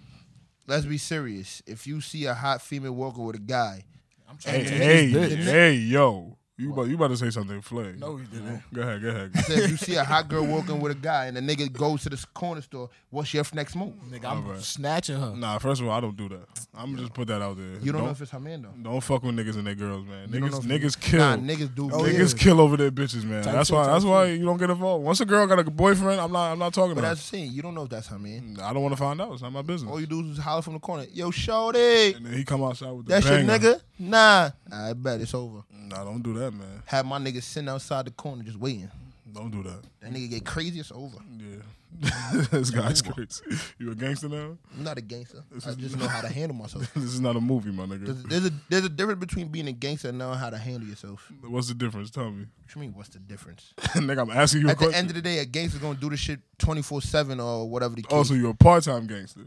S1: let's be serious. If you see a hot female walking with a guy,
S3: I'm
S2: hey,
S3: trying to take
S2: hey,
S3: this
S2: hey,
S3: bitch.
S2: yo, you about you about to say something, Flay?
S3: No, you didn't.
S2: Go ahead, go ahead.
S1: so if you see a hot girl walking with a guy, and the nigga goes to the corner store, what's your next move?
S3: Nigga, I'm
S2: Alright.
S3: snatching her.
S2: nah, first of all, I don't do that. I'm just put that out there.
S1: You don't, know if it's her man though.
S2: Don't fuck with niggas and their girls, man.
S1: You don't
S2: Niggas,
S1: know if-
S2: niggas kill.
S1: Nah, niggas do.
S3: Oh,
S1: kill.
S2: niggas kill over their bitches, man.
S3: Type
S2: that's
S3: shit,
S2: why.
S3: type
S2: That's why
S3: shit.
S2: you don't get involved. Once a girl got a boyfriend, I'm not. I'm not talking
S1: But
S2: about.
S1: that's the thing. You don't know if that's her man.
S2: it. I don't want to find out. It's not my business.
S1: All you do is holler from the corner, "Yo, shorty,
S2: and then he come outside with the
S1: that's your
S2: banger.
S1: nigga." Nah, I bet it's over.
S2: Nah, don't do that, man.
S1: Have my niggas sitting outside the corner just waiting.
S2: Don't do that.
S1: That nigga get crazy, it's over.
S2: Yeah, [LAUGHS] this guy's crazy. [LAUGHS] You a gangster now?
S1: I'm not a gangster. I just
S2: [LAUGHS]
S1: know how to handle myself.
S2: This is not a movie, my nigga.
S1: There's, there's a there's a difference between being a gangster and knowing how to handle yourself.
S2: What's the difference? Tell me.
S1: What you mean? What's the difference?
S2: [LAUGHS] nigga, I'm asking you a
S1: At the
S2: question.
S1: end of the day, a gangster's gonna do the shit twenty four seven or whatever the case.
S2: oh, so you're a part-time gangster.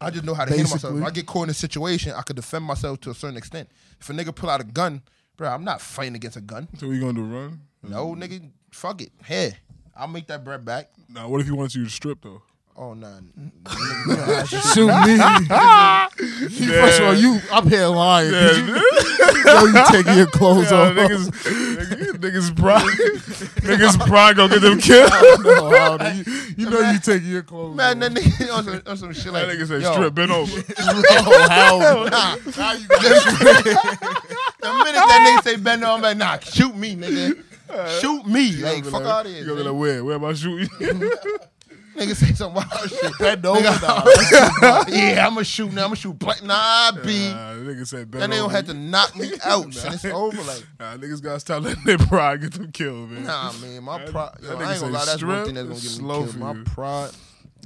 S1: I just know how to handle myself. If
S3: Basically.
S1: I get caught in a situation, I could defend myself to a certain extent. If a nigga pull out a gun, bro, I'm not fighting against a gun.
S2: So we gonna do run?
S1: No, nigga, fuck it. Hey, I'll make that bread back.
S2: Now, what if he wants you to strip though?
S1: Oh nah.
S2: Mm-hmm.
S3: Shoot
S2: [LAUGHS]
S3: me. First of all, you up here lying.
S2: Yeah,
S3: Did you know you taking your clothes
S2: Yeah, [LAUGHS]
S3: off?
S2: niggas, niggas,
S1: [LAUGHS]
S2: niggas pride, niggas pride gonna get them killed.
S3: [LAUGHS] No, how do you, you know you taking your clothes
S1: Man,
S3: off.
S1: that nigga [LAUGHS] on some, on some shit like
S2: [LAUGHS] That nigga said
S1: yo,
S2: strip,
S1: [LAUGHS]
S2: bend over. [LAUGHS]
S3: Oh, how?
S1: Nah,
S3: Now you got
S1: The minute that nigga say bend over, I'm
S2: [LAUGHS]
S1: like, nah, shoot me, nigga. Shoot me. Like, fuck out of
S2: You
S1: here.
S2: gonna be like,
S1: nigga.
S2: where? Where am I
S1: [LAUGHS]
S2: shooting?
S1: Nigga say some
S2: [LAUGHS]
S1: wild shit.
S3: bend over now.
S1: [LAUGHS] yeah, I'ma shoot now. I'ma shoot black. Nah, B.
S2: Nah, nigga said bend
S1: That nigga
S2: over.
S1: had to knock me
S2: [LAUGHS]
S1: out, son. It's over. Like,
S2: Nah, niggas gotta stop [LAUGHS] letting their pride get them killed, man.
S1: nah, man. My
S2: That-
S1: pride.
S2: that
S1: Yo,
S2: nigga
S1: I ain't gonna
S2: say
S1: lie. That's one
S2: strip
S1: thing that's gonna
S2: is
S1: get me
S2: slow
S1: killed.
S2: for
S1: My
S2: you.
S1: pride.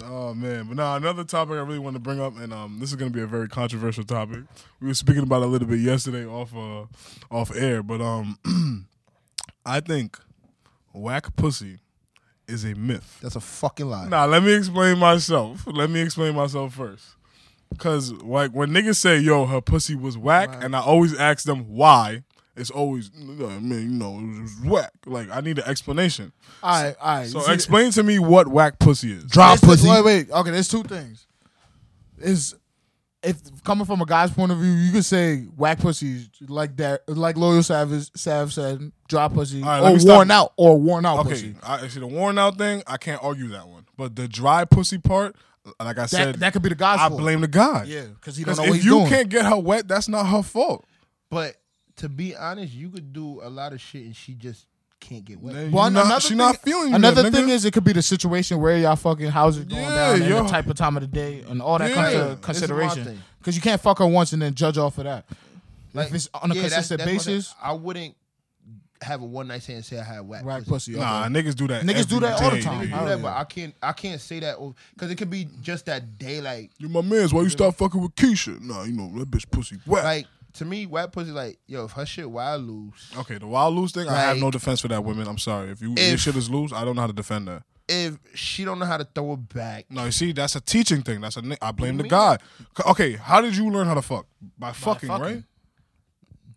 S2: Oh man, but now another topic I really want to bring up, and um, this is going to be a very controversial topic. We were speaking about it a little bit yesterday off uh, off air, but um, [CLEARS THROAT] I think whack pussy is a myth.
S1: That's a fucking lie.
S2: Now let me explain myself. Let me explain myself first, because like when niggas say yo her pussy was whack, and I always ask them why. It's always "No, I mean you know it was whack. Like I need an explanation.
S3: All right, all right.
S2: So
S3: You see-
S2: explain to me what whack pussy is.
S1: Drop
S3: It's the-
S1: pussy.
S3: Wait, wait. Okay, there's two things. Is if coming from a guy's point of view, you could say whack pussy like that, like Loyal Savage Sav said, dry pussy,
S2: right, let
S3: or
S2: me stop
S3: worn
S2: you.
S3: out, or worn out
S2: Okay,
S3: pussy.
S2: I, see the worn out thing. I can't argue that one, but the dry pussy part, like I
S3: That
S2: said,
S3: that could be the guy's
S2: I
S3: fault.
S2: blame the guy.
S3: yeah, because he don't
S2: because
S3: know what
S2: if
S3: he's
S2: you
S3: doing.
S2: can't get her wet, that's not her fault.
S1: But to be honest, you could do a lot of shit and she just can't get wet.
S2: Then
S3: Well,
S2: you not-
S3: another
S2: she
S3: thing-
S2: not feeling you.
S3: Another
S2: then,
S3: thing
S2: nigga.
S3: is, it could be the situation where y'all fucking how's it going
S2: Yeah,
S3: down, and
S2: yo.
S3: the type of time of the day, and all that
S2: Yeah,
S3: comes to
S2: it's my
S1: thing.
S3: consideration. Because you can't fuck her once and then judge off of that. Like, if it's on a
S1: yeah, that's-
S3: consistent
S1: that's my thing.
S3: basis,
S1: I wouldn't have a one night stand and say I had whack.
S3: whack
S1: pussy.
S3: pussy. okay.
S2: nah, niggas do that.
S3: Niggas do
S2: every
S3: that all the
S2: day,
S3: time.
S2: nigga.
S1: You
S3: Oh,
S1: do that,
S3: yeah.
S1: but I can't. I can't say that because it could be just that day. Like,
S2: You my man's. Why you stop fucking with Keisha? Nah, you know that bitch pussy wet.
S1: like to me, wet pussy. Like, yo, if her shit wild loose,
S2: okay, the wild loose thing. I have
S1: Like-
S2: no defense for that, women. I'm sorry. If you your
S1: If-
S2: shit is loose, I don't know how to defend that.
S1: if she don't know how to throw it back,
S2: No, you see, that's a teaching thing. That's a ni- I blame the
S1: mean?
S2: guy. C- Okay, how did you learn how to fuck? By, fucking,
S3: fucking.
S2: right?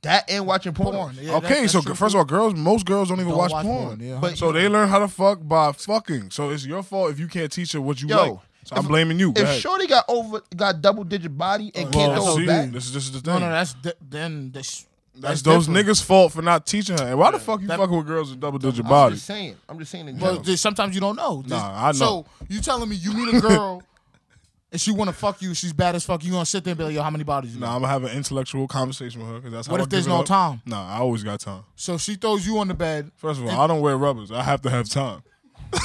S1: that ain't watching porn.
S3: Porn, yeah, that-
S2: okay,
S3: that's
S2: so
S3: true.
S2: first of all, girls, most girls don't even
S3: Don't
S2: watch,
S3: watch
S2: porn.
S3: porn, yeah.
S1: But-
S2: so they learn how to fuck by fucking. So it's your fault if you can't teach her what you
S1: Yo,
S2: like. So I'm blaming you. Go
S1: If
S2: ahead.
S1: Shorty got over, got double digit body and
S2: Well,
S1: can't throw
S2: see,
S1: it back,
S2: this is this is the
S3: No,
S2: thing.
S3: no, that's di- then that's,
S2: that's, those
S3: different.
S2: niggas' fault for not teaching her. And why the fuck you
S3: That-
S2: fucking with girls with double digit
S1: I'm
S2: bodies?
S1: just saying. I'm just saying. In
S3: But
S1: general.
S3: just sometimes you don't know. Just-
S2: Nah, I know.
S3: So you telling me you meet a girl and she want to fuck you? She's bad as fuck. You gonna sit there and be like, yo, how many bodies? You know?
S2: Nah, I'm gonna have an intellectual conversation with her because that's how
S3: What
S2: I
S3: if there's
S2: give it
S3: no
S2: up.
S3: time?
S2: Nah, I always got time.
S3: So she throws you on the bed.
S2: First of all, I don't wear rubbers. I have to have time.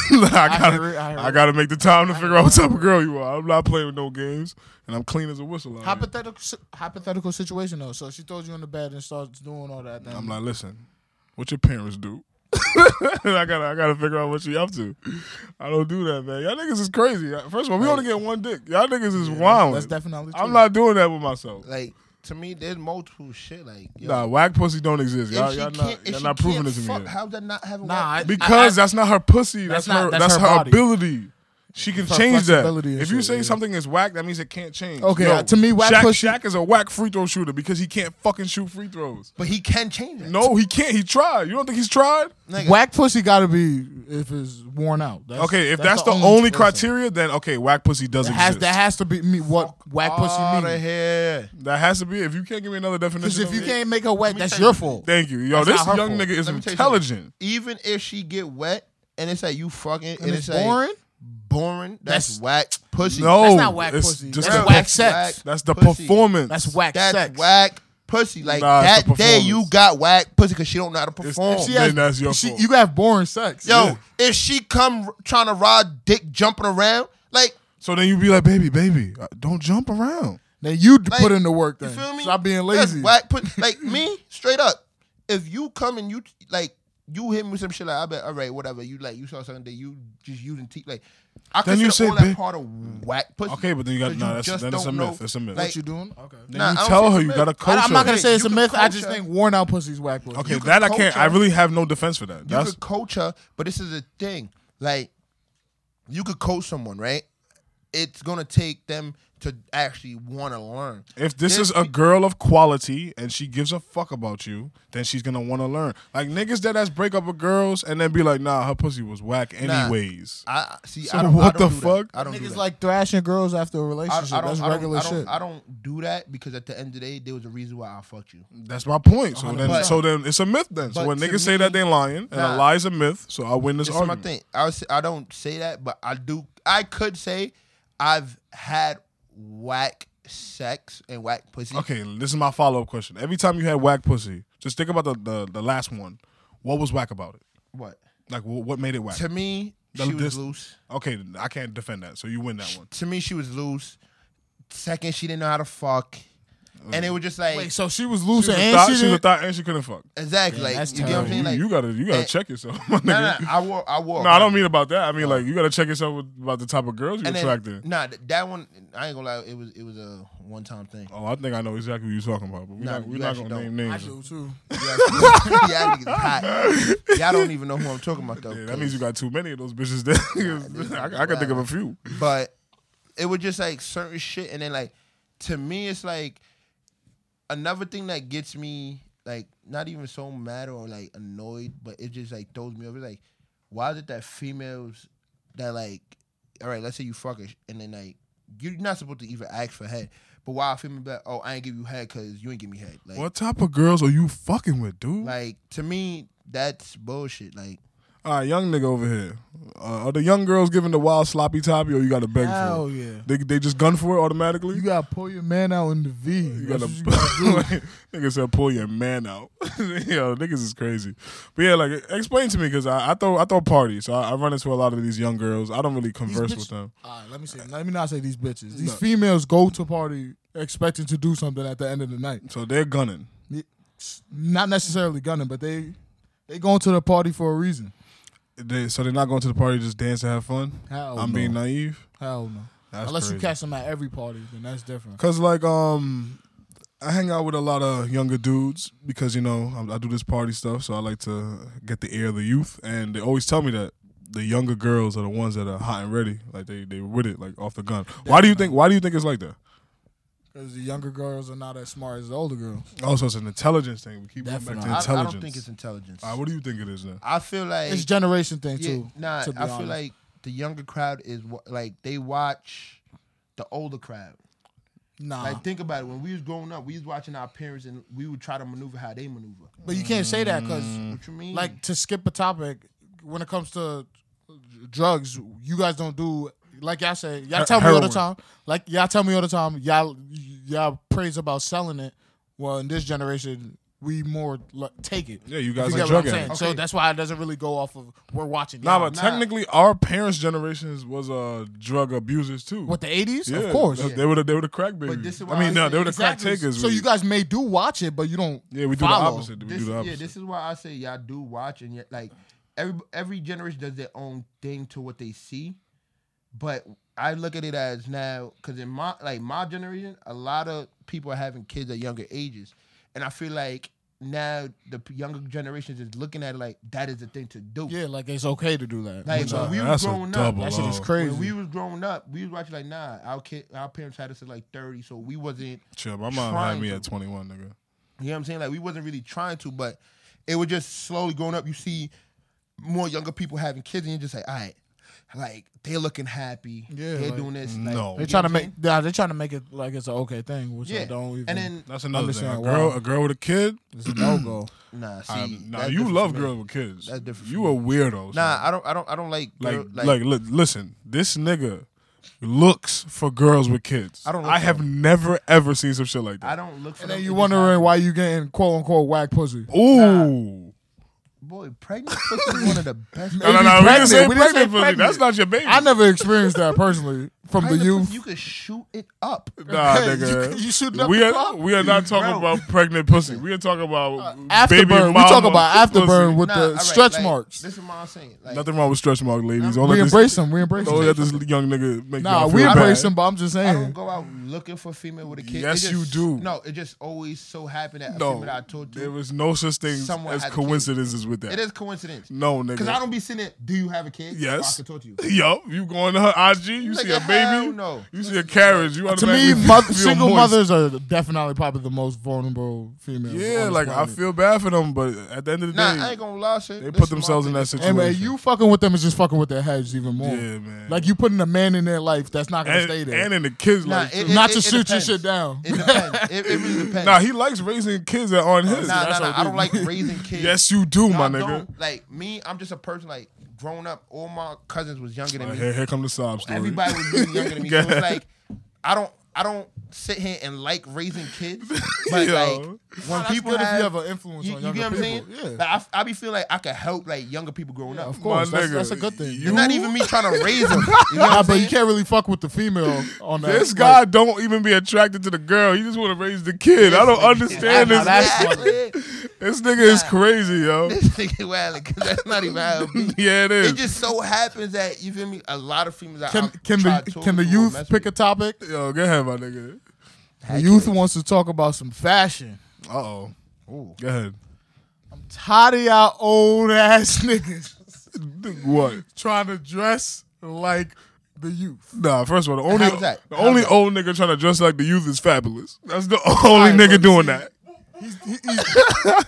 S2: [LAUGHS] I gotta,
S3: it, I
S2: I,
S3: hear it.
S2: gotta make the time to figure out what type of girl you are. I'm not playing with no games, and I'm clean as a whistle. out here.
S3: Hypothetical, si- hypothetical situation though. So she throws you on the bed and starts doing all that. Then
S2: I'm like, listen, what your parents do? [LAUGHS] I gotta, I gotta figure out what you up to. I don't do that, man. Y'all niggas is crazy. First of all, we only get one dick. Y'all niggas is wild.
S3: that's definitely true.
S2: I'm not doing that with myself.
S1: like to me, there's multiple shit like yo,
S2: Nah, whack pussy don't exist.
S1: if
S2: Y'all,
S1: she
S2: y'all
S1: can't-
S2: not,
S1: if
S2: y'all
S1: she
S2: not proving
S1: can't
S2: it to me.
S1: fuck,
S2: yet.
S1: How's that not having?
S3: Nah,
S1: whack?
S3: I-
S2: Because that's not her pussy. That's,
S3: That's not-
S2: her.
S3: that's
S2: That's,
S3: her
S2: her,
S3: body.
S2: ability. She can
S3: It's her
S2: change that.
S3: flexibility and
S2: If you
S3: shit,
S2: say
S3: yeah.
S2: something is whack, that means it can't change.
S3: Okay,
S2: No,
S3: uh, to me, whack
S2: Shaq,
S3: pussy-
S2: Shaq is a whack free throw shooter because he can't fucking shoot free throws.
S1: but he can change it.
S2: No, he can't. He tried. You don't think he's tried?
S1: Nigga,
S3: Whack pussy gotta be if it's worn out. That's,
S2: Okay, if that's, the, only,
S3: person.
S2: criteria, then okay, whack pussy does
S3: That
S2: exist.
S3: has, that has to be me, what whack pussy
S1: outta
S3: means.
S1: here.
S2: That has to be. it. If you can't give me another definition,
S3: Because if
S2: of
S3: you
S2: it-
S3: can't make her wet,
S1: me
S3: that's
S1: tell you
S3: your fault.
S2: thank you, yo,
S3: That's
S2: this
S3: not her
S2: young
S3: fault.
S2: nigga is
S1: Let me tell you
S2: intelligent.
S1: Even if she get wet and it's like you fucking and,
S3: And
S1: it's,
S3: it's
S1: like
S3: boring?
S1: boring. That's,
S3: That's-
S1: whack pussy.
S2: No,
S3: That's not whack
S2: Oh, it's
S3: pussy.
S2: just
S3: That's
S2: the-
S3: whack sex.
S2: That's the
S1: pussy.
S2: performance.
S3: That's whack
S1: That's
S3: [LAUGHS] sex.
S1: whack pussy. Like
S2: Nah, it's
S1: that
S2: the
S1: day you
S2: performance.
S1: got whack pussy because she don't know how to perform.
S3: She
S2: Then
S3: has-
S2: that's your
S3: she-
S2: fault.
S3: You have boring sex.
S1: Yo,
S2: Yeah.
S1: if she come trying to ride dick jumping around, like
S2: So then you be like, baby, baby, uh, don't jump around.
S3: Now you d-
S1: Like,
S3: put in the work. Then.
S1: you feel me?
S3: Stop being
S1: That's
S3: lazy.
S1: whack
S2: [LAUGHS]
S1: put like me straight up. If you come and you like you hit me with some shit like I bet all right whatever you like you saw something that you just using teeth like I
S2: Then you
S1: consider
S2: say,
S1: all that
S2: "Babe."
S1: part of whack pussy.
S2: Okay, but then you got
S1: 'Cause
S2: no.
S1: you
S2: That's
S1: just
S2: then it's a
S1: don't
S2: myth.
S1: know,
S2: It's a myth.
S1: like-
S3: you doing? Okay.
S2: then
S1: Nah, I
S2: you
S1: don't
S2: tell
S1: think
S2: her
S1: it's
S2: you
S1: a
S2: got to
S1: myth.
S2: coach
S3: I, am not
S2: her.
S3: gonna say it's
S1: You
S3: a
S1: could
S3: myth. I
S1: coach
S3: just
S1: her.
S3: think worn out pussy's whack pussy.
S2: Okay,
S1: you could
S2: that I
S1: coach
S2: can't. I
S1: her.
S2: really have no defense for that.
S1: you
S2: That's
S1: could coach her, but this is the thing. Like, you could coach someone, right? It's gonna take them to actually want to learn.
S2: If this
S1: There's
S2: is a
S1: pe-
S2: girl of quality and she gives a fuck about you, then she's gonna want to learn. Like niggas that ass break up with girls and then be like, nah, her pussy was whack
S1: Nah.
S2: anyways.
S1: I I- see.
S2: So
S1: I don't,
S2: what
S1: I don't
S2: the
S1: do that.
S2: fuck?
S1: I don't do
S3: Niggas
S1: that.
S3: like thrashing girls after a
S1: I, I
S3: relationship.
S1: don't,
S3: That's
S1: I don't-
S3: regular
S1: I don't,
S3: shit.
S1: I don't do that because at the end of the day, there was a reason why I fucked you.
S2: That's my point. So then,
S1: 100%.
S2: so then it's a myth. Then so
S1: But
S2: when
S1: to
S2: niggas say that they lying and
S1: nah.
S2: a lie's a myth, so I win this,
S1: This is my
S2: argument.
S1: thing. I was, I don't say that, but I do. I could say I've had whack sex and whack pussy.
S2: Okay, this is my follow up question. Every time you had whack pussy, just think about the, the the last one. What was whack about it?
S1: What
S2: Like wh- what made it whack?
S1: to me?
S2: The-
S1: she was
S2: this-
S1: loose.
S2: Okay, I can't defend that. So you win that one.
S1: To me, she was loose. Second, she didn't know how to fuck,
S2: Oh,
S1: and it was just like
S3: Wait, so she was
S2: She was,
S3: loose
S2: a
S3: and
S2: thought, she
S3: she
S2: was a
S3: didn't-
S2: thought and she couldn't fuck.
S1: exactly
S3: Yeah,
S1: like
S3: that's
S1: you get what I'm
S3: terrible.
S1: saying.
S2: You,
S1: Like,
S2: you gotta you gotta
S1: eh,
S2: check yourself, [LAUGHS] my nigga.
S1: Nah, nah, I wore, I wore.
S2: No, I don't mean about that. I mean like you gotta check yourself with, about the type of girls you're
S1: And then-
S2: attracting.
S1: Nah, th- that one, I ain't gonna lie. It was, it was a one time thing.
S2: Oh, I think I know exactly who you're talking about, but we're
S1: Nah,
S2: not, we're
S1: you
S2: not
S1: actually
S2: gonna
S1: don't.
S2: name
S3: I
S2: names.
S3: do too.
S1: Yeah, [LAUGHS] yeah, niggas hot. Y'all don't even know who I'm talking about though.
S2: Yeah, that means you got too many of those bitches. [LAUGHS] There, I, I, can think of a
S3: [LAUGHS]
S2: few.
S1: But it was just like certain shit, and then like to me, it's like another thing that gets me like not even so mad or like annoyed, but it just like throws me over. Like, why is it that females that like, all right, let's say you fuck her, sh- and then like you're not supposed to even ask for head, but why a female be like, oh, I ain't give you head because you ain't give me head. Like,
S2: What type of girls are you fucking with, dude?
S1: like to me, that's bullshit. Like.
S2: All right, young nigga over here. Uh, are the young girls giving the wild sloppy toppy, or you gotta beg
S3: Hell
S2: for it?
S3: yeah.
S2: They they just gun for it automatically.
S3: You gotta pull your man out in the V.
S2: You
S3: That's
S2: gotta,
S3: what you gotta
S2: [LAUGHS]
S3: do.
S2: nigga said, pull your man out. [LAUGHS] Yo, niggas is crazy. But yeah, like explain to me because I, I throw I throw parties, so I, I run into a lot of these young girls. I don't really converse
S3: bitch-
S2: with them.
S3: All right, let me say. Let me not say these bitches. These females go to party expecting to do something at the end of the night.
S2: So they're gunning.
S3: Not necessarily gunning, but they they going to the party for a reason.
S2: They, so they're not going to the party just dance and have fun.
S3: Hell
S2: I'm
S3: no.
S2: being naive.
S3: Hell no.
S2: That's
S3: Unless you
S2: crazy.
S3: catch them at every party, then that's different.
S2: Cause like um, I hang out with a lot of younger dudes because you know I, I do this party stuff, so I like to get the ear of the youth, and they always tell me that the younger girls are the ones that are hot and ready, like they they with it, like off the gun. Why do you think? Why do you think it's like that?
S3: Because the younger girls are not as smart as the older girls.
S2: Oh, so it's an intelligence thing. We keep going back
S3: Definitely.
S2: to
S1: I, I
S2: intelligence.
S1: don't think it's intelligence.
S2: All right, what do you think it is then?
S1: I feel like
S3: It's generation thing
S1: yeah,
S3: too.
S1: nah.
S3: to be
S1: I feel
S3: honest.
S1: like the younger crowd is wa- like they watch the older crowd.
S3: nah.
S1: Like think about it. When we was growing up, we was watching our parents and we would try to maneuver how they maneuver.
S3: but you can't say that because
S2: Mm.
S1: What you mean?
S3: like to skip a topic when it comes to drugs, you guys don't do like y'all say. Y'all
S2: Her-
S3: tell me all the
S2: heroin.
S3: time. Like y'all tell me all the time. Y'all y'all praise about selling it. Well, in this generation, we more like, take it.
S2: Yeah, you
S3: You
S2: guys
S3: get
S2: are
S3: what I'm
S2: drug
S3: saying?
S2: addicts.
S3: So
S1: Okay.
S3: that's why it doesn't really go off of we're watching.
S2: Nah,
S3: y'all.
S2: but technically, our parents' generations was uh, drug abusers too.
S3: what the '80s?
S2: Yeah,
S3: of course.
S2: They were the, they were the crack babies.
S1: this is why
S2: I mean,
S1: I
S2: no,
S1: say-
S2: they were the
S3: Exactly.
S2: crack takers.
S3: So
S2: We-
S3: you guys may do watch it, but you don't.
S2: yeah, we do
S3: follow.
S2: the opposite. We
S1: this,
S2: do the
S1: yeah,
S2: opposite.
S1: this is why I say y'all do watch and yet like every every generation does their own thing to what they see. But I look at it as now because in my like my generation, a lot of people are having kids at younger ages, and I feel like now the p- younger generations is looking at it like that is the thing to do.
S3: Yeah, like it's okay to do that.
S1: Like
S2: Nah,
S1: when we was
S2: that's a
S1: growing up,
S2: double
S3: that shit is
S2: O.
S3: crazy.
S1: when we was growing up, we was watching like nah, our kid, our parents had us at like thirty, so we wasn't.
S2: Chill, my mom had
S1: Trying
S2: me
S1: to.
S2: at 21, nigga.
S1: You know what I'm saying? Like we wasn't really trying to, but it was just slowly growing up. You see more younger people having kids, and you're just like, all right, like they're looking happy.
S3: Yeah,
S1: they're
S3: like,
S1: doing this.
S2: Mm, no.
S1: Like, you know
S3: they
S1: what
S3: trying to
S1: I'm
S3: make
S1: saying?
S3: nah, they trying to make it like it's an okay thing, which I
S1: Yeah,
S3: don't even.
S1: and then
S2: That's another thing. A
S3: Understand
S2: girl,
S3: why.
S2: a girl with a kid.
S3: it's a no
S2: [CLEARS THROAT]
S3: go.
S1: nah, see,
S2: I'm- nah,
S1: that's
S2: you
S1: different
S2: love
S1: for me.
S2: girls with kids.
S1: That's different
S2: You
S1: for
S2: a weirdo. son.
S1: Nah, I don't, I don't, I don't like
S2: like,
S1: girl-
S2: like, look, listen. This nigga looks for girls with kids.
S1: I don't look
S2: I
S1: for
S2: have never ever seen some shit like
S1: I
S2: that.
S1: don't look for.
S3: And
S1: them.
S3: then you
S1: It just
S3: wondering
S1: happens.
S3: why you getting quote unquote whack pussy.
S1: Oh,
S2: Ooh.
S1: boy, pregnant pussy is one of the best.
S2: [LAUGHS] No, no, no.
S3: If you
S2: We didn't
S3: pregnant-
S2: say
S3: we didn't say
S2: pregnant pussy. That's
S3: pregnant.
S2: not your baby.
S3: I never experienced that personally from the
S1: Pregnant
S3: youth.
S1: pussy, You could shoot it up.
S2: Nah,
S3: Hey,
S2: nigga.
S3: you- you shooting up
S2: we
S3: the
S2: are
S3: clock?
S2: we are not talking
S1: Bro.
S2: about pregnant pussy. We are talking about baby
S3: afterburn. We
S2: mama
S3: talk about
S2: pussy.
S3: afterburn with
S1: Nah, all
S3: the
S1: right,
S3: stretch
S1: like,
S3: marks.
S1: This is what I'm saying. Like,
S2: Nothing wrong with stretch mark, ladies. Don't
S3: We
S2: let this,
S3: embrace them. We embrace
S2: don't
S3: them.
S2: let this young nigga make
S3: Nah,
S2: y'all
S3: we
S2: feel
S3: embrace
S2: bad.
S3: them. But I'm just
S1: I don't
S3: saying.
S1: go out looking for female with a kid. It
S2: Yes,
S1: just-
S2: you do.
S1: No, it just always so happened that a
S2: No,
S1: female that I told
S2: there
S1: you.
S2: is no such thing
S1: Someone
S2: as
S1: had a kid.
S2: coincidences with that.
S1: It is coincidence.
S2: No, nigga.
S1: Because I don't be seeing it. Do you have a kid?
S2: Yes.
S1: So I can talk to you.
S2: [LAUGHS] Yup, you going to her IG, you see
S1: Nigga,
S2: a baby,
S1: hell no.
S2: you see a carriage, you
S3: To me,
S2: automatically
S3: moth-
S2: feel
S3: single
S2: moist.
S3: mothers are definitely probably the most vulnerable females. on
S2: Yeah,
S3: this
S2: like I
S3: planet.
S2: feel bad for them, but at the end of the
S1: Nah,
S2: day,
S1: I ain't gonna lie, shit.
S2: they
S1: This
S2: put
S1: is my
S2: themselves in
S1: thing.
S2: that
S3: And
S2: situation.
S3: man, you fucking with them is just fucking with their heads even more.
S2: yeah, man.
S3: Like you putting a man in there life that's not gonna
S2: and,
S3: stay there.
S2: and in the kids,
S1: Nah,
S2: like,
S1: it-
S2: too.
S3: not to shoot
S1: depends.
S3: your shit down.
S1: It depends. It, it
S3: [LAUGHS]
S1: really depends.
S2: nah, he likes raising kids that aren't his.
S1: Nah, nah,
S2: That's
S1: nah,
S2: what
S1: I don't like
S2: [LAUGHS]
S1: raising kids.
S2: Yes, you do,
S1: Y'all
S2: my nigga.
S1: don't- Like me, I'm just a person. Like growing up, all my cousins was younger than
S2: Uh,
S1: me.
S2: here, here come the sob story.
S1: Everybody was really younger
S3: [LAUGHS]
S1: than me. So
S2: Yeah.
S1: it's like I don't, I don't sit here and like raising
S3: [LAUGHS]
S1: kids. But like
S2: Yo.
S3: Nah,
S1: when
S3: that's
S1: people
S3: good if you
S1: have,
S3: have an influence
S1: you,
S3: on
S1: you
S3: younger
S1: get what I'm saying?
S3: people. Yeah.
S1: Like, I, f- I be feeling like I could help like younger people growing up.
S3: Of course,
S2: My
S3: that's,
S2: nigga,
S3: that's a good thing.
S2: you-
S1: And not even me trying to
S3: [LAUGHS]
S1: raise them. You know what
S3: nah,
S1: I'm
S3: but you
S1: saying?
S3: can't really fuck with the female on that.
S2: This
S3: Like,
S2: guy don't even be attracted to the girl. He just want to raise the kid. I don't understand
S3: Nah,
S2: this.
S3: that's
S2: nigga.
S3: funny.
S2: This nigga is crazy,
S1: [LAUGHS]
S2: yo.
S1: This nigga wildin' because that's not even how it be.
S2: [LAUGHS] yeah, it is.
S1: It just so happens that you feel me. A lot of females
S3: Can
S1: out
S3: can
S1: try
S3: the
S1: to
S3: can the
S1: who will
S3: youth
S1: mess
S3: pick a
S1: with
S3: topic?
S2: yo, go ahead, my nigga.
S3: The youth wants to talk about some fashion.
S2: Uh oh.
S1: Ooh.
S2: Go ahead.
S3: Tired of y'all old ass [LAUGHS] niggas
S2: What?
S3: trying to dress like the youth.
S2: Nah, first of all, the only
S1: How's that?
S2: the only
S1: How's that?
S2: old nigga trying to dress like the youth is fabulous. That's the [LAUGHS] only nigga doing that.
S3: He's, he, he's,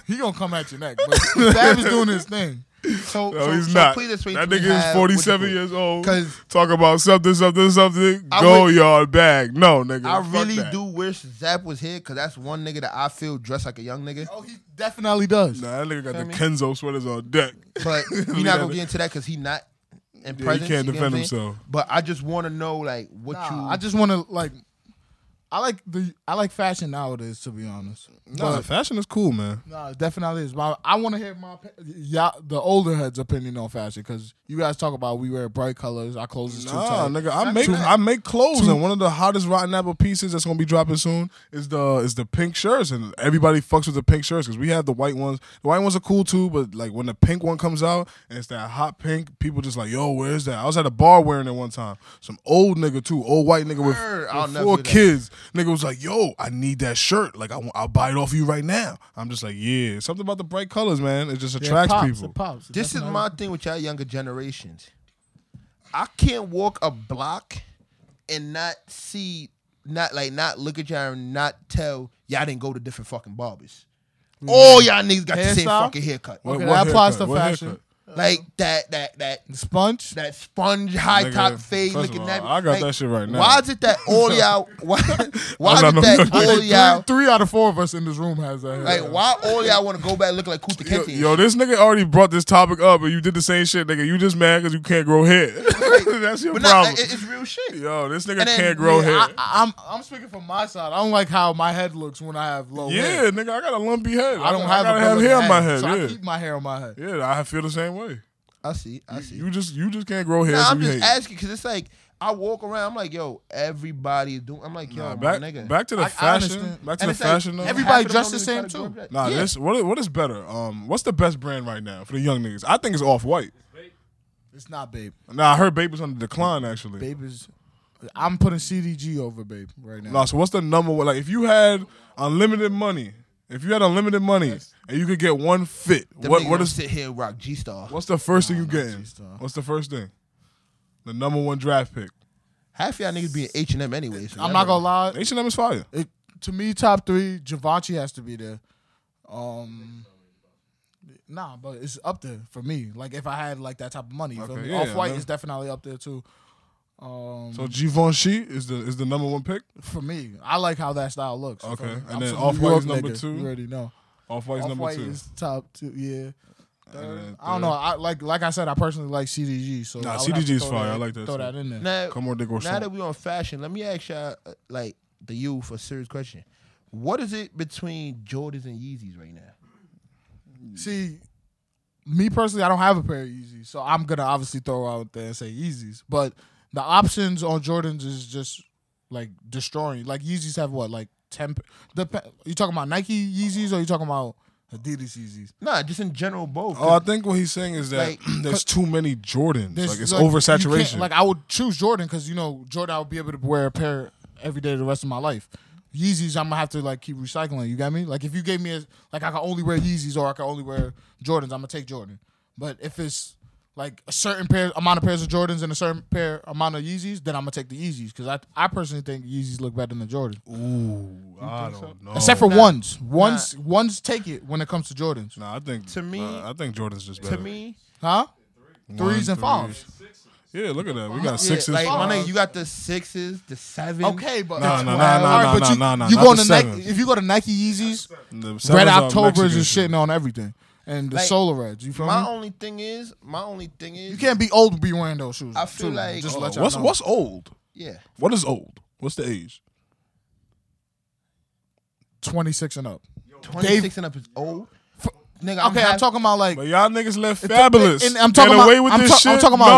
S3: he gonna come at your neck. [LAUGHS] But Fab is doing his thing.
S1: So,
S2: No,
S1: so,
S2: he's
S1: so
S2: not.
S1: Please explain
S2: That
S1: to me
S2: nigga
S1: how-
S2: is 47
S1: what the-
S2: years old.
S1: 'Cause-
S2: Talk about something, something, something.
S1: I
S2: Go
S1: would-
S2: yard bag. No, nigga.
S1: I
S2: fuck
S1: really
S2: that.
S1: do wish Zap was here because that's one nigga that I feel dressed like a young nigga.
S3: Oh, he definitely does.
S2: Nah, that nigga got the
S1: me?
S2: Kenzo sweaters on deck. [LAUGHS]
S1: But we're
S2: Leave
S1: not
S2: that
S1: gonna
S2: in-
S1: get into that because he not in
S2: he
S1: presence.
S2: can't
S1: you get what
S2: defend
S1: I'm saying?
S2: himself.
S1: But I just want to know like what
S3: Nah,
S1: you.
S3: I just want to like. I like the I like fashion nowadays. To be honest,
S2: Nah, fashion is cool, man.
S3: but, nah, it definitely is. But I want to hear my opi- y'all, the older heads' opinion on fashion because you guys talk about we wear bright colors, our clothes is too
S2: Nah,
S3: tight.
S2: nigga, I make I make clothes, and one of the hottest Rotten Apple pieces that's gonna be dropping soon is the is the pink shirts, and everybody fucks with the pink shirts because we have the white ones. The white ones are cool too, but like when the pink one comes out and it's that hot pink, people just like, yo, where's that? I was at a bar wearing it one time. Some old nigga too, old white nigga with,
S1: Word,
S2: with
S1: I'll never
S2: four
S1: do that.
S2: kids. Nigga was like, yo, I need that shirt. Like I want, I'll buy it off you right now. I'm just like, yeah, something about the bright colors, man. It just
S3: Yeah, it
S2: attracts
S3: pops,
S2: people.
S3: It pops. It
S1: this is
S3: definitely-
S1: my thing with y'all younger generations. I can't walk a block and not see, not like not look at y'all and not tell y'all didn't go to different fucking barbers.
S2: Mm.
S1: All y'all niggas got the same
S3: Hairstyle?
S1: fucking haircut.
S2: What-
S3: Okay,
S2: what
S3: that applies
S2: haircut?
S3: to
S2: What
S3: fashion.
S2: haircut?
S1: Like that, that, that
S3: sponge.
S1: that sponge high
S2: Nigga,
S1: top fade
S2: first
S1: looking
S2: of all,
S1: nappy.
S2: I got
S1: Like,
S2: that shit right now.
S1: Why is it that
S2: [LAUGHS]
S1: all y'all? Why, why is
S2: I'm
S1: it
S2: not-
S1: that
S2: I'm not-
S1: all
S2: Three-
S1: y'all?
S3: Three out of four of us in this room has that.
S1: Like why all y'all want to go back looking like Kuta
S2: Yo,
S1: Kente?
S2: yo, this nigga already brought this topic up, and you did the same shit, nigga. You just mad because you can't grow
S3: [LAUGHS]
S2: hair. [LAUGHS] That's your
S1: but nah,
S2: problem.
S1: it, it's real shit.
S2: yo, this nigga
S1: and then
S2: can't grow
S1: me,
S2: hair.
S3: I, I'm I'm speaking from my side. I don't like how my head looks when I have low
S2: yeah,
S3: hair.
S2: nigga, I got a lumpy head.
S3: I don't
S2: I
S3: have,
S2: gotta
S3: a
S2: have
S3: good
S2: hair on my
S3: head,
S2: head.
S3: so
S2: yeah,
S3: I keep my hair on my head.
S2: yeah, I feel the same way.
S1: I see, I see.
S2: You just, you just can't grow hair.
S1: Nah,
S2: so
S1: I'm
S2: you
S1: just
S2: hate it.
S1: asking because it's like I walk around. I'm like, yo, everybody is doing. I'm like, yo,
S2: Nah,
S1: my
S2: back,
S1: nigga.
S2: back to the
S3: I- I
S2: fashion.
S3: understand.
S2: back to
S1: And
S2: the
S1: it's like,
S2: fashion. though.
S3: every-
S1: half
S3: Everybody
S1: of them don't
S3: dressed the
S1: even
S3: same
S1: try to
S3: too.
S1: grow up.
S2: nah,
S1: Yeah.
S2: this what, what is better? Um, what's the best brand right now for the young niggas? I think it's off white.
S3: It's not Babe.
S2: Nah, I heard Babe was on the decline actually.
S3: Babe is. I'm putting CDG over Babe right now.
S2: Nah, so what's the number? one- Like, if you had unlimited money, if you had unlimited money and you could get one fit, what what is
S1: sit here and rock G Star?
S2: what's the first thing you getting?
S3: G-Star.
S2: What's the first thing? The number one draft pick.
S1: Half y'all niggas be in H and M anyway. So
S3: I'm not gonna lie.
S2: H and M is fire.
S3: It, to me, top three, Givenchy has to be there. Um, nah, but it's up there for me. Like if I had like that type of money, you feel
S2: Okay,
S3: me?
S2: yeah,
S3: Off White
S2: I
S3: is definitely up there too. Um,
S2: So
S1: Mm-hmm.
S2: Givenchy is the is the number one pick.
S3: for me, I like how that style looks. you feel
S2: Okay,
S3: me?
S2: and
S3: I'm
S2: then
S3: from
S2: Off
S3: New
S2: White is
S3: York,
S2: number
S3: nigga.
S2: two?
S3: You already know.
S2: Off White is
S3: Off
S2: number
S3: White
S2: two.
S3: is top two. Yeah.
S2: And then
S3: I don't
S2: third.
S3: know. I like like I said, I personally like CDG. So
S2: Nah,
S3: I would have to
S2: CDG is
S3: throw
S2: fire. I like that
S3: Throw
S2: too.
S3: that in there.
S1: Now,
S2: Come on, Dick or
S1: now that we on fashion, let me ask y'all uh, like the youth a serious question. What is it between Jordans and Yeezys right now?
S3: See, me personally, I don't have a pair of Yeezys, so I'm gonna obviously throw out there and say Yeezys. But the options on Jordans is just like destroying. Like Yeezys have what, like ten? Dep- you talking about Nike Yeezys or you talking about Adidas Yeezys?
S1: Nah, just in general both.
S2: Oh, I think what he's saying is that
S1: Like,
S2: [CLEARS THROAT] there's too many Jordans.
S3: There's,
S2: Like it's
S3: you can't-
S2: oversaturation.
S3: Like I would choose Jordan because you know Jordan, I would be able to wear a pair every day the rest of my life. Yeezys, I'm gonna have to like keep recycling. You got me? Like if you gave me a like I can only wear Yeezys or I can only wear Jordans, I'm gonna take Jordan. But if it's like a certain pair amount of pairs of Jordans and a certain pair amount of Yeezys, then I'm gonna take the Yeezys because I I personally think Yeezys look better than Jordans,
S2: Ooh, I don't know.
S3: except for ones. Ones ones take it when it comes to Jordans,
S2: Nah, I think
S1: To me-
S2: uh, I think Jordan's just better.
S1: to me,
S3: huh?
S2: One,
S3: Threes and fives.
S2: Yeah, look at that. We got
S1: yeah,
S2: sixes.
S1: like my
S2: fives.
S1: nigga, you got the sixes, the sevens.
S3: Okay, but
S2: Nah, nah, nah,
S3: Alright,
S2: nah,
S3: alright,
S2: nah,
S3: but you-
S2: nah, nah,
S3: You
S2: not
S3: go
S2: the
S3: to Nike
S2: sevens.
S3: if you go to Nike Yeezys,
S2: The
S3: Red
S2: sevens are
S3: Octobers
S2: uh, Mexican
S3: is
S2: shit.
S3: shitting on everything, and the
S1: Like,
S3: Solar Reds. You feel
S1: My
S3: me?
S1: only thing is, my only thing is,
S3: you can't be old to be wearing those shoes.
S1: I feel
S3: too,
S1: like-
S3: just to
S2: Oh,
S3: let y'all
S2: what's
S3: know.
S2: what's old?
S1: Yeah,
S2: What is old? What's the age?
S3: twenty six and up.
S1: twenty six and up is old. Nigga, I'm
S3: Okay, I'm
S1: half-
S3: talking about like
S2: But y'all niggas left fabulous.
S3: And I'm talking
S2: Get
S3: about
S2: away with
S3: I'm,
S2: this
S3: ta-
S2: shit.
S3: I'm talking about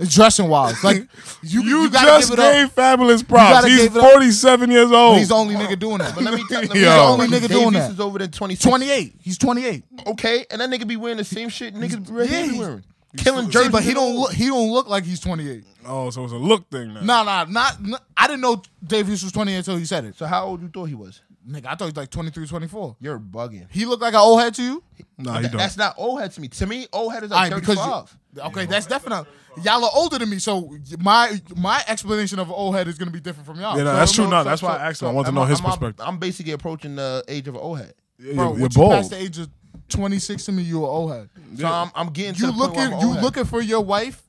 S2: no.
S3: dressing
S2: [LAUGHS]
S3: wise. Like you,
S2: You,
S3: you, gotta
S2: just
S3: give it up.
S2: gave fabulous props.
S3: gotta
S2: He's
S3: give it up.
S2: 47 years old.
S3: He's the only nigga doing that.
S1: But let
S3: [LAUGHS]
S1: me
S2: [LAUGHS]
S1: tell you,
S2: Yo.
S1: the only
S3: Only
S1: nigga
S3: nigga
S1: Davis
S3: doing that.
S1: is over there twenty six.
S3: Twenty eight. He's twenty eight.
S1: Okay, and that nigga be wearing the same shit niggas be
S3: yeah,
S1: yeah,
S3: he's-
S1: wearing. Killing
S3: See,
S1: jerseys.
S3: but he
S1: and
S3: don't
S1: all.
S3: look. He don't look like he's twenty eight.
S2: oh, so it's a look thing now.
S3: Nah, nah, not. n I didn't know Davies was twenty eight until he said it.
S1: So how old you thought he was?
S3: Nigga, I thought he was like 23, 24.
S1: You're bugging.
S3: He looked like an old head to you?
S2: nah, he
S1: Th-
S2: don't.
S1: That's not old head to me. To me, old head is
S3: All
S1: like
S3: right,
S1: thirty
S3: because you-
S1: five.
S3: okay, that's definitely y'all are older than me, so my my explanation of an old head is gonna be different from y'all.
S2: Yeah, nah,
S3: So,
S2: that's true.
S3: no,
S2: Nah,
S3: so-
S2: that's why
S3: so-
S2: I asked him. I wanted to know his perspective.
S1: I'm basically approaching the age of an old head.
S2: Yeah,
S3: Bro,
S2: you're-
S3: once
S2: you're
S3: you past
S2: bold.
S3: the age of twenty six to me, you an old head.
S1: So I'm, I'm getting to
S3: You
S1: the point where I'm
S3: looking
S1: an
S3: you
S1: old head.
S3: looking for your wife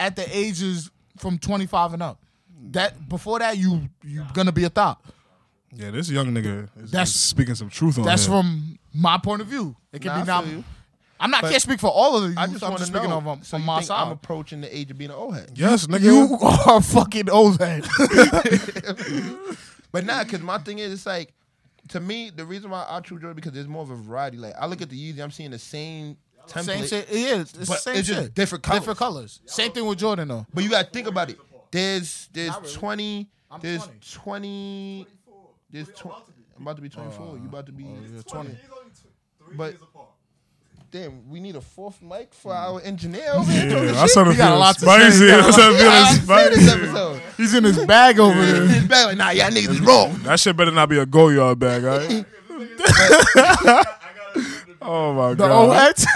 S3: at the ages from twenty five and up. That before that you you gonna be a thought.
S2: Yeah, this young nigga is,
S3: That's-
S2: that's, speaking some truth on
S3: That's
S2: here.
S3: from my point of view. It can
S1: Nah, I
S3: be not.
S1: feel you.
S3: I'm not can't speak for all of you.
S1: I just
S3: I'm
S1: want
S3: just
S1: to know.
S3: speaking of um,
S1: so
S3: from
S1: you
S3: my
S1: think I'm
S3: side.
S1: approaching the age of being an old head.
S2: Yes, nigga.
S3: You [LAUGHS] are fucking old head.
S1: But nah, because my thing is, it's like, to me, the reason why I choose Jordan because there's more of a variety. Like, I look at the Yeezy, I'm seeing the same template.
S3: Same shit. It is. It's the
S1: But
S3: same
S1: it's just
S3: shit.
S1: different colours.
S3: Different colors. Same thing with
S2: [LAUGHS]
S3: Jordan though.
S1: But you gotta think about it. There's there's twenty.
S3: I'm
S1: there's
S3: 20.
S1: twenty. There's twenty. I'm about to
S3: Uh,
S1: be 24. you about to
S3: oh,
S1: be 20. But damn, we need a fourth mic for
S3: Hmm.
S1: our engineer. Over here talking
S2: [LAUGHS] Yeah,
S1: shit.
S2: I started
S3: We got a
S2: feeling
S3: lot to say.
S2: spicy.
S3: We got
S2: [LAUGHS]
S3: a
S2: I
S3: [LAUGHS]
S2: started
S1: Yeah, I
S2: feeling
S1: see this
S2: spicy.
S1: episode.
S3: He's in his bag over there.
S1: It's bad. Like, nah, y'all niggas is wrong.
S2: That shit better not be a go yard bag, all right?
S3: [LAUGHS]
S2: oh my
S3: [LAUGHS] The old
S2: god.
S3: heads.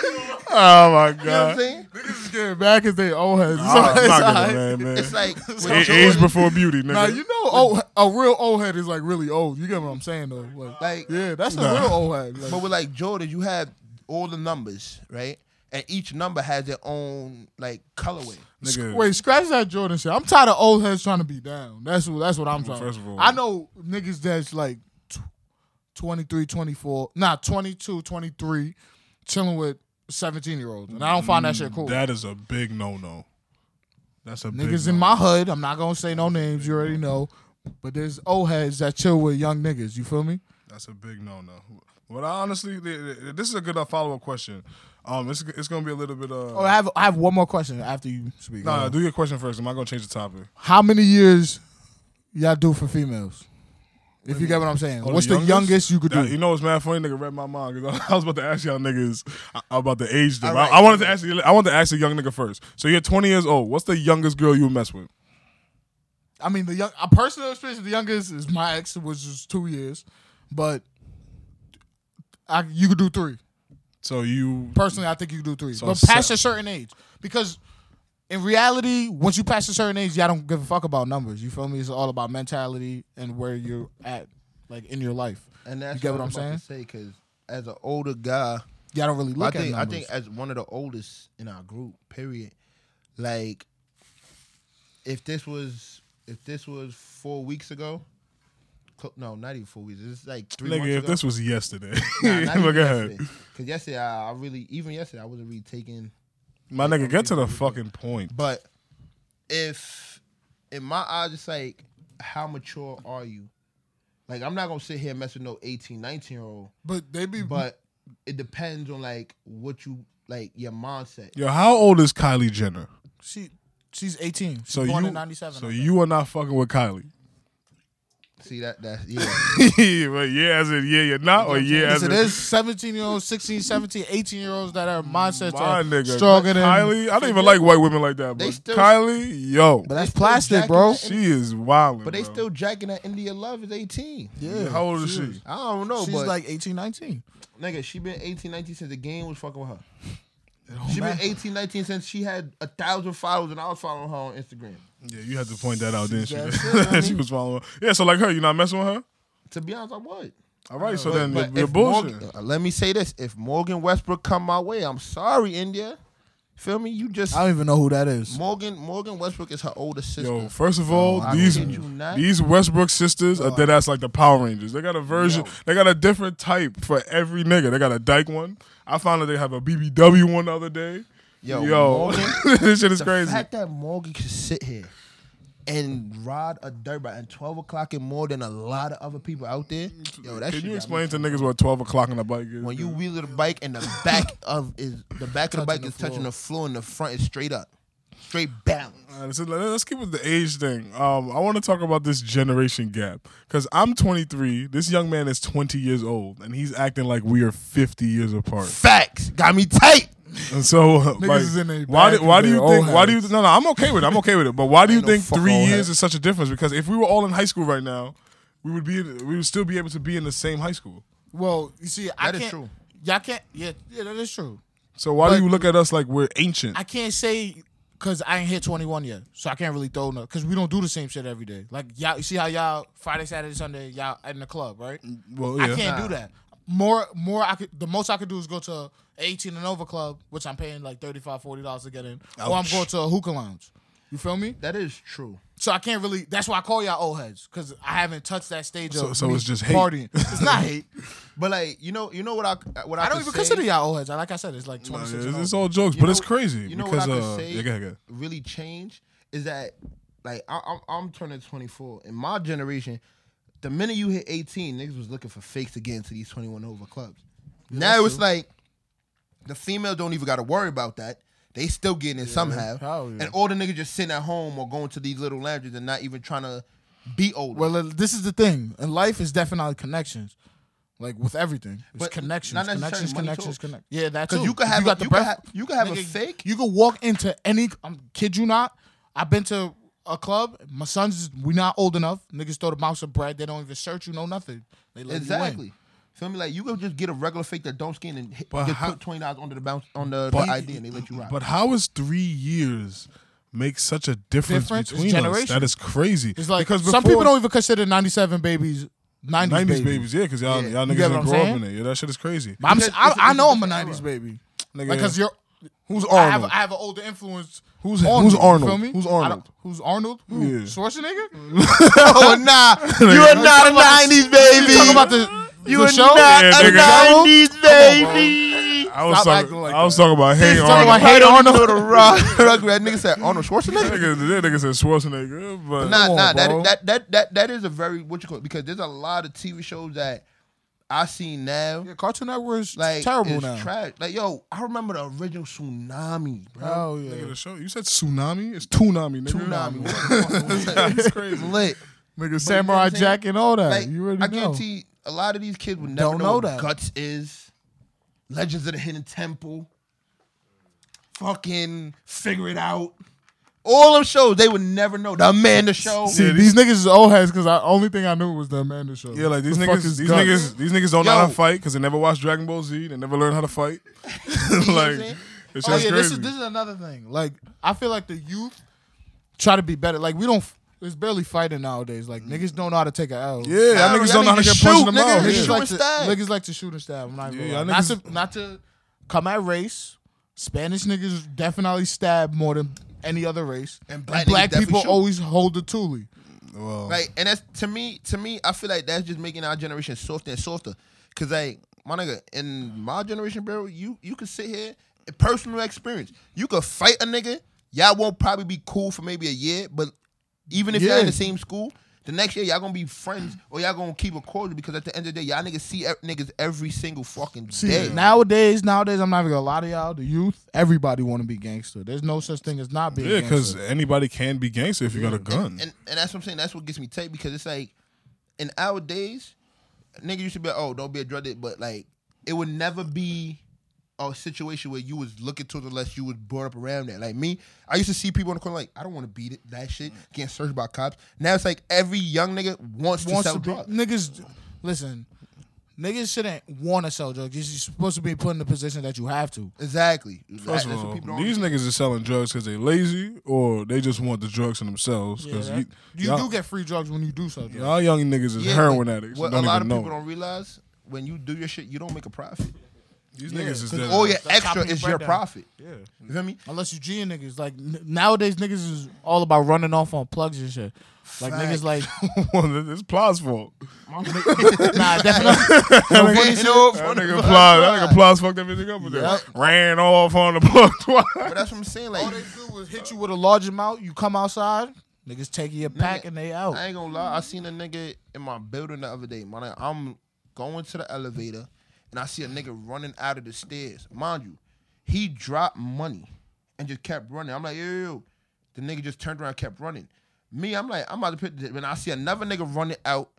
S3: [LAUGHS] you know
S2: Oh my
S1: You know what I'm
S2: god.
S1: saying?
S3: what I'm saying? back is they old heads. [LAUGHS]
S2: I'm not
S3: So it's
S2: gonna,
S3: alright.
S2: man, man.
S1: It's like with
S2: A- Age
S1: Jordan,
S2: before beauty, nigga.
S3: Nah, you know, old, a real old head is like really old. You get what I'm saying though. Like,
S1: Like-
S3: yeah, that's a
S2: Nah.
S3: real old head. Like,
S1: but with like Jordan, you have all the numbers, right? And each number has their own like colorway.
S2: nigga.
S3: Wait, scratch that Jordan shit. I'm tired of old heads trying to be down. That's what that's what I'm trying.
S2: first of all-
S3: I know niggas that's like tw- 23, 24, nah, 22, 23 chilling with 17 year olds. And I don't find that shit cool.
S2: That is a big no no. That's a big
S3: niggas
S2: no.
S3: in my hood, I'm not going to say no names, you already know, but there's old heads that chill with young niggas, you feel me?
S2: That's a big no no. But I honestly, th- th- this is a good follow up question. Um, it's it's gonna be a little bit uh.
S3: Oh, I have I have one more question after you speak.
S2: nah, do your question first. I'm not gonna change the topic.
S3: How many years y'all do for females? If you get what I'm saying,
S2: Oh,
S3: what's the youngest, you could
S2: That-
S3: do?
S2: You know what's mad funny? Nigga read my mind because I, [LAUGHS] was about to ask y'all niggas uh, about the age. Them.
S1: All right.
S2: I, I wanted to ask you. I wanted to ask a young nigga first. So you're 20 years old. What's the youngest girl you would mess with?
S3: I mean, the young, a personal experience. The youngest is my ex, which is two years, but I, you could do three.
S2: So you
S3: Personally, I think you could do three,
S2: So
S3: but
S2: se-
S3: past a certain age, because in reality, once you pass a certain age, y'all don't give a fuck about numbers. You feel me? It's all about mentality and where you're at, like in your life.
S1: And that's
S3: You get what
S1: I'm
S3: I'm
S1: about to say because as an older guy,
S3: Y'all don't really
S1: I
S3: look
S1: think
S3: at
S1: I
S3: numbers.
S1: think as one of the oldest in our group, period. Like, if this was if this was four weeks ago, cl- no, not even four weeks. This is like three months
S2: nigga, if
S1: ago.
S2: this was yesterday, [LAUGHS]
S1: Nah, not even
S2: look
S1: yesterday.
S2: ahead.
S1: Because yesterday, I, I really even yesterday I wasn't really taking.
S2: My nigga, get to the fucking point.
S1: But if in my eyes, it's like, how mature are you? Like, I'm not gonna sit here and mess with no 18, 19 year old.
S3: but they be
S1: But it depends on like what you like your mindset.
S2: Yo, how old is Kylie Jenner?
S3: she she's 18. She's
S2: So
S3: born
S2: you,
S3: in 97.
S2: so
S3: I think.
S2: you are not fucking with Kylie. [LAUGHS]
S1: See that? That's
S3: [LAUGHS]
S1: yeah.
S2: but yeah, as in yeah, you're not, or yeah, as
S3: Listen,
S2: in
S3: there's 17 year olds, 16, 17, 18 year olds that are mindsets
S2: my
S3: are
S2: nigga.
S3: stronger than
S2: Kylie, I don't even like white women like that,
S1: They
S2: bro.
S1: still-
S2: Kylie, yo,
S3: But
S1: They
S3: that's
S1: still
S3: plastic,
S1: jacking
S3: bro.
S1: that-
S2: she is wild.
S1: But they still jacking that India Love is 18.
S3: Yeah,
S2: How old is she?
S1: I don't know,
S3: She's
S1: but
S3: like 18, 19.
S1: nigga, she been 18, 19 since the game was fucking with her.
S3: don't
S1: She been
S3: matter.
S1: 18, 19 since she had a thousand followers and I was following her on Instagram.
S2: Yeah, you had to point that out, didn't [LAUGHS]
S3: got
S2: you? she was following. Yeah, so like her, you're not messing with her.
S1: To be honest, I would.
S2: All right, so
S1: But-
S2: then
S1: but
S2: you're, you're
S1: if
S2: bullshit.
S1: Morgan- uh, let me say this: If Morgan Westbrook come my way, I'm sorry, India. Feel me? You just
S3: I don't even know who that is.
S1: Morgan. Morgan Westbrook is her older sister.
S2: Yo, first of all,
S1: Oh, I
S2: these
S1: kid you not.
S2: these Westbrook sisters are dead ass like the Power Rangers. They got a version. They got a different type for every nigga. They got a Dyke one. I found that they have a BBW one the other day.
S1: Yo,
S2: Yo,
S1: Morgan,
S2: [LAUGHS] this shit is
S1: the
S2: crazy.
S1: fact that Morgan can sit here and ride a dirt bike at 12 o'clock and more than a lot of other people out there. Yo, that shit
S2: Can
S1: got
S2: you
S1: me
S2: explain Mm. to niggas what twelve o'clock on the bike is?
S1: when you wheel the bike and the back [LAUGHS] of is the back of the bike
S3: Touching
S1: is
S3: the
S1: touching
S3: floor.
S1: the floor and the front is straight up, straight balance.
S2: All right, so let- let's keep with the age thing. Um, I want to talk about this generation gap because I'm 23. This young man is 20 years old, and he's acting like we are 50 years
S1: [LAUGHS]
S2: apart.
S1: Facts got me tight.
S2: And so, [LAUGHS] like,
S3: is in they
S2: why
S3: bag
S2: do, why do you
S3: with their
S2: think?
S3: old
S2: Why do you? No, no, I'm okay with it. I'm okay with it. But
S1: [LAUGHS]
S2: why do you
S1: Ain't no
S2: think
S1: fuck
S2: three
S1: old
S2: years
S1: head.
S2: is such a difference? Because if we were all in high school right now, we would be in, we would still be able to be in the same high school.
S3: Well, you see, I
S1: That is
S3: can't.
S1: true.
S3: Y'all can't. Yeah, yeah, that is true.
S2: So why
S3: But-
S2: do you look at us like we're ancient? Uh,
S3: I can't say because I ain't hit 21 yet, so I can't really throw no. Because we don't do the same shit every day. Like y'all, you see how y'all Friday, Saturday, Sunday, y'all in the club, right?
S2: Mm, well,
S3: I can't do that. More, more. I could. The most I could do is go to a 18 and over club, which I'm paying like 35 dollars to get in, or I'm
S2: Ouch.
S3: going to a hookah lounge. You feel me?
S1: That is true.
S3: So I can't really. That's why I call y'all old heads because I haven't touched that stage
S2: So-
S3: of
S2: so
S3: me
S2: it's just hate.
S3: partying.
S1: [LAUGHS]
S2: [LAUGHS]
S3: It's not hate.
S1: But like you know, you know what I what I,
S3: I don't
S1: could
S3: even
S1: say?
S3: consider y'all old heads. Like I said, it's like 26.
S2: It's,
S3: and
S2: it's
S3: over.
S2: all jokes,
S1: You
S2: but
S1: know-
S2: it's crazy
S1: You know
S2: because
S1: what I could
S2: uh,
S1: say
S2: yeah, go ahead, go ahead.
S1: really change is that like I, I'm I'm turning 24 in my generation. The minute you hit 18, niggas was looking for fakes to get into these 21 over clubs. now it's like the females don't even got to worry about that. They still getting it somehow,
S3: hell yeah.
S1: and all the niggas just sitting at home or going to these little lounges and not even trying to be older.
S3: Well, uh, this is the thing. In life, is definitely connections. Like with everything, it's
S1: But
S3: connections,
S1: not necessarily
S3: connections,
S1: money talks.
S3: connections, connect. Yeah, that's
S1: 'Cause you could have a- you could have- you could have a fake.
S3: You could walk into any. I'm kid you not. I've been to a club. My sons, we not old enough. Niggas throw the bounce of bread. They don't even search you. No nothing. They let You in.
S1: exactly. Feel me? Like you could just get a regular fake that don't skin and hit,
S2: But
S1: just
S2: how-
S1: put twenty dollars under the bounce on the,
S2: But-
S1: the ID and they let you rock.
S2: But [LAUGHS] how is three years make such a difference,
S3: Difference? It's
S2: between us?
S3: generation.
S2: That is crazy.
S3: It's like
S2: because before-
S3: some people don't even consider '97 babies '90s,
S2: nineties
S3: babies.
S2: babies. yeah, because y'all
S1: Yeah.
S2: y'all
S3: You
S2: niggas
S3: get what
S2: didn't
S3: I'm
S2: grow up
S3: saying?
S2: in it. Yeah, that shit is crazy.
S3: But I'm,
S1: Because
S3: I,
S1: it's a-
S3: I know
S1: it's
S3: I'm a
S1: a
S3: '90s
S1: different
S3: baby.
S2: Nigga,
S3: Like, cause you're,
S2: who's
S3: I have,
S2: Arnold?
S3: I have an older influence.
S2: Who's-
S3: on
S2: who's
S3: me, you
S2: Arnold?
S3: feel me?
S2: Who's
S3: I don't-
S2: Arnold?
S3: Who's Arnold? Who?
S2: Yeah.
S3: Schwarzenegger?
S1: Oh nah, [LAUGHS] you are not a nineties baby.
S3: You talking about the
S1: You
S3: the
S1: are
S3: show?
S1: not
S2: Yeah,
S1: a
S2: nigga.
S1: nineties baby.
S2: I was
S3: Stop
S2: talking.
S3: acting like
S2: I was
S3: that.
S2: talking about hey
S3: talking
S2: Arnold.
S3: about
S1: I
S3: Hey,
S1: don't
S3: Arnold.
S1: know the rock. rock that nigga said Arnold Schwarzenegger.
S2: Nigga, that nigga said Schwarzenegger, but
S1: Nah,
S3: Come on,
S1: nah, that,
S3: bro.
S1: that that that that is a very what you call it, because there's a lot of TV shows that I see now.
S3: Yeah, Cartoon Network is
S1: Like
S3: terrible
S1: it's
S3: now.
S1: Trash. Like yo, I remember the original tsunami, bro.
S3: oh yeah.
S2: nigga, the show. You said tsunami. It's tsunami, nigga.
S1: Tsunami. What the fuck was that?
S2: It's crazy.
S1: lit.
S3: nigga, samurai
S1: what I'm saying?
S3: jack and all that.
S1: Like,
S3: you already
S1: I
S3: know.
S1: guarantee a lot of these kids would never
S3: Don't
S1: know,
S3: know
S1: what
S3: that.
S1: Guts is, Legends of the Hidden Temple, fucking Figure It Out. All them shows they would never know. The Amanda Show.
S3: See,
S2: Yeah,
S3: these niggas is old heads because the only thing I knew was the Amanda show.
S2: Yeah, like these
S3: The fuck
S2: niggas,
S3: is
S2: these
S3: Guts?
S2: niggas, these niggas don't know how
S1: Yo.
S2: to fight because they never watched Dragon Ball Z. They never learned how to fight. [LAUGHS]
S1: what I'm
S2: like,
S1: saying?
S2: it's just
S3: Oh yeah,
S2: crazy.
S3: this is this is another thing. Like I feel like the youth try to be better. Like we don't. f- It's barely fighting nowadays. Like niggas don't know how to take an L.
S2: yeah, y'all
S1: Nah,
S2: niggas
S1: y'all
S2: don't know how to
S1: niggas
S2: get
S1: shoot,
S2: punched in the
S1: nigga. Niggas
S2: mouth. Oh, yeah.
S3: Niggas
S1: shoot
S3: like,
S1: and
S3: to,
S1: stab.
S3: niggas like to shoot and stab. I'm not,
S2: Yeah,
S3: even
S2: y'all
S3: gonna lie.
S2: niggas-
S3: not to not to come at race. Spanish niggas definitely stab more than any other race.
S1: And black niggas definitely
S3: people
S1: shoot.
S3: always hold the tule.
S2: Well,
S1: Like, and that's to me, to me, I feel like that's just making our generation softer and softer. Cause like, my nigga, in my generation, bro, you you could sit here, personal experience. You could fight a nigga, y'all won't probably be cool for maybe a year, but even if y'all in
S3: Yeah.
S1: the same school, the next year y'all gonna be friends or y'all gonna keep a cordial because at the end of the day, y'all niggas see e- niggas every single fucking
S3: See,
S1: day.
S3: nowadays, nowadays, I'm not even gonna lie to y'all. The youth, everybody want to be gangster. There's no such thing as not being.
S2: yeah, because
S3: because
S2: anybody can be gangster if you got a gun.
S1: and and that's what I'm saying. That's what gets me tight because it's like in our days, nigga used to be like, oh, don't be a drug addict, but like it would never be a situation where you was looking to it unless you was brought up around that. Like me, I used to see people in the corner like, I don't want to beat it, that shit,
S3: Mm.
S1: getting searched by cops. Now it's like every young nigga wants,
S3: wants
S1: to
S3: to
S1: sell
S3: be,
S1: drugs.
S3: niggas. Listen, niggas shouldn't want to sell drugs. You're supposed to be put in the position that you have to.
S1: Exactly.
S2: First
S1: That-
S2: of
S1: that's what
S2: all,
S1: people don't
S2: these niggas are selling drugs because they lazy or they just want the drugs for themselves. Because
S3: you,
S2: you, all
S3: do get free drugs when you do sell drugs.
S2: y'all young niggas is
S1: Yeah,
S2: heroin
S1: but
S2: addicts.
S1: What
S2: don't
S1: a lot of
S2: even know.
S1: people don't realize when you do your shit, you don't make a profit.
S2: These niggas is
S3: Yeah.
S2: dead.
S1: All
S2: [LAUGHS]
S1: your
S3: That's
S1: extra
S3: copy and
S1: is your
S3: breakdown.
S1: profit.
S2: yeah.
S1: You feel me?
S3: Unless you G niggas. Like n- nowadays, niggas is all about running off on plugs and shit. Like niggas, [LAUGHS] like
S2: well, it's Plow's fault.
S3: [LAUGHS] nah, definitely.
S2: [LAUGHS]
S1: Ain't no
S2: That
S1: funny
S2: nigga
S1: about
S2: Plow, that
S1: that.
S2: nigga Plow's fucked everything up with
S3: Yup.
S2: that. Ran off on the plug [LAUGHS] twice.
S1: But that's what I'm saying. Like
S3: all they do was hit you with a large amount. You come outside, niggas take your pack and they out.
S1: I ain't gonna lie. I seen a nigga in my building the other day. Man, I- I'm going to the elevator and I see a nigga running out of the stairs. Mind you, he dropped money and just kept running. I'm like, yo, yo, yo. The nigga just turned around, and kept running. Me, I'm like, I'm about to pick. This. When I see another nigga running out,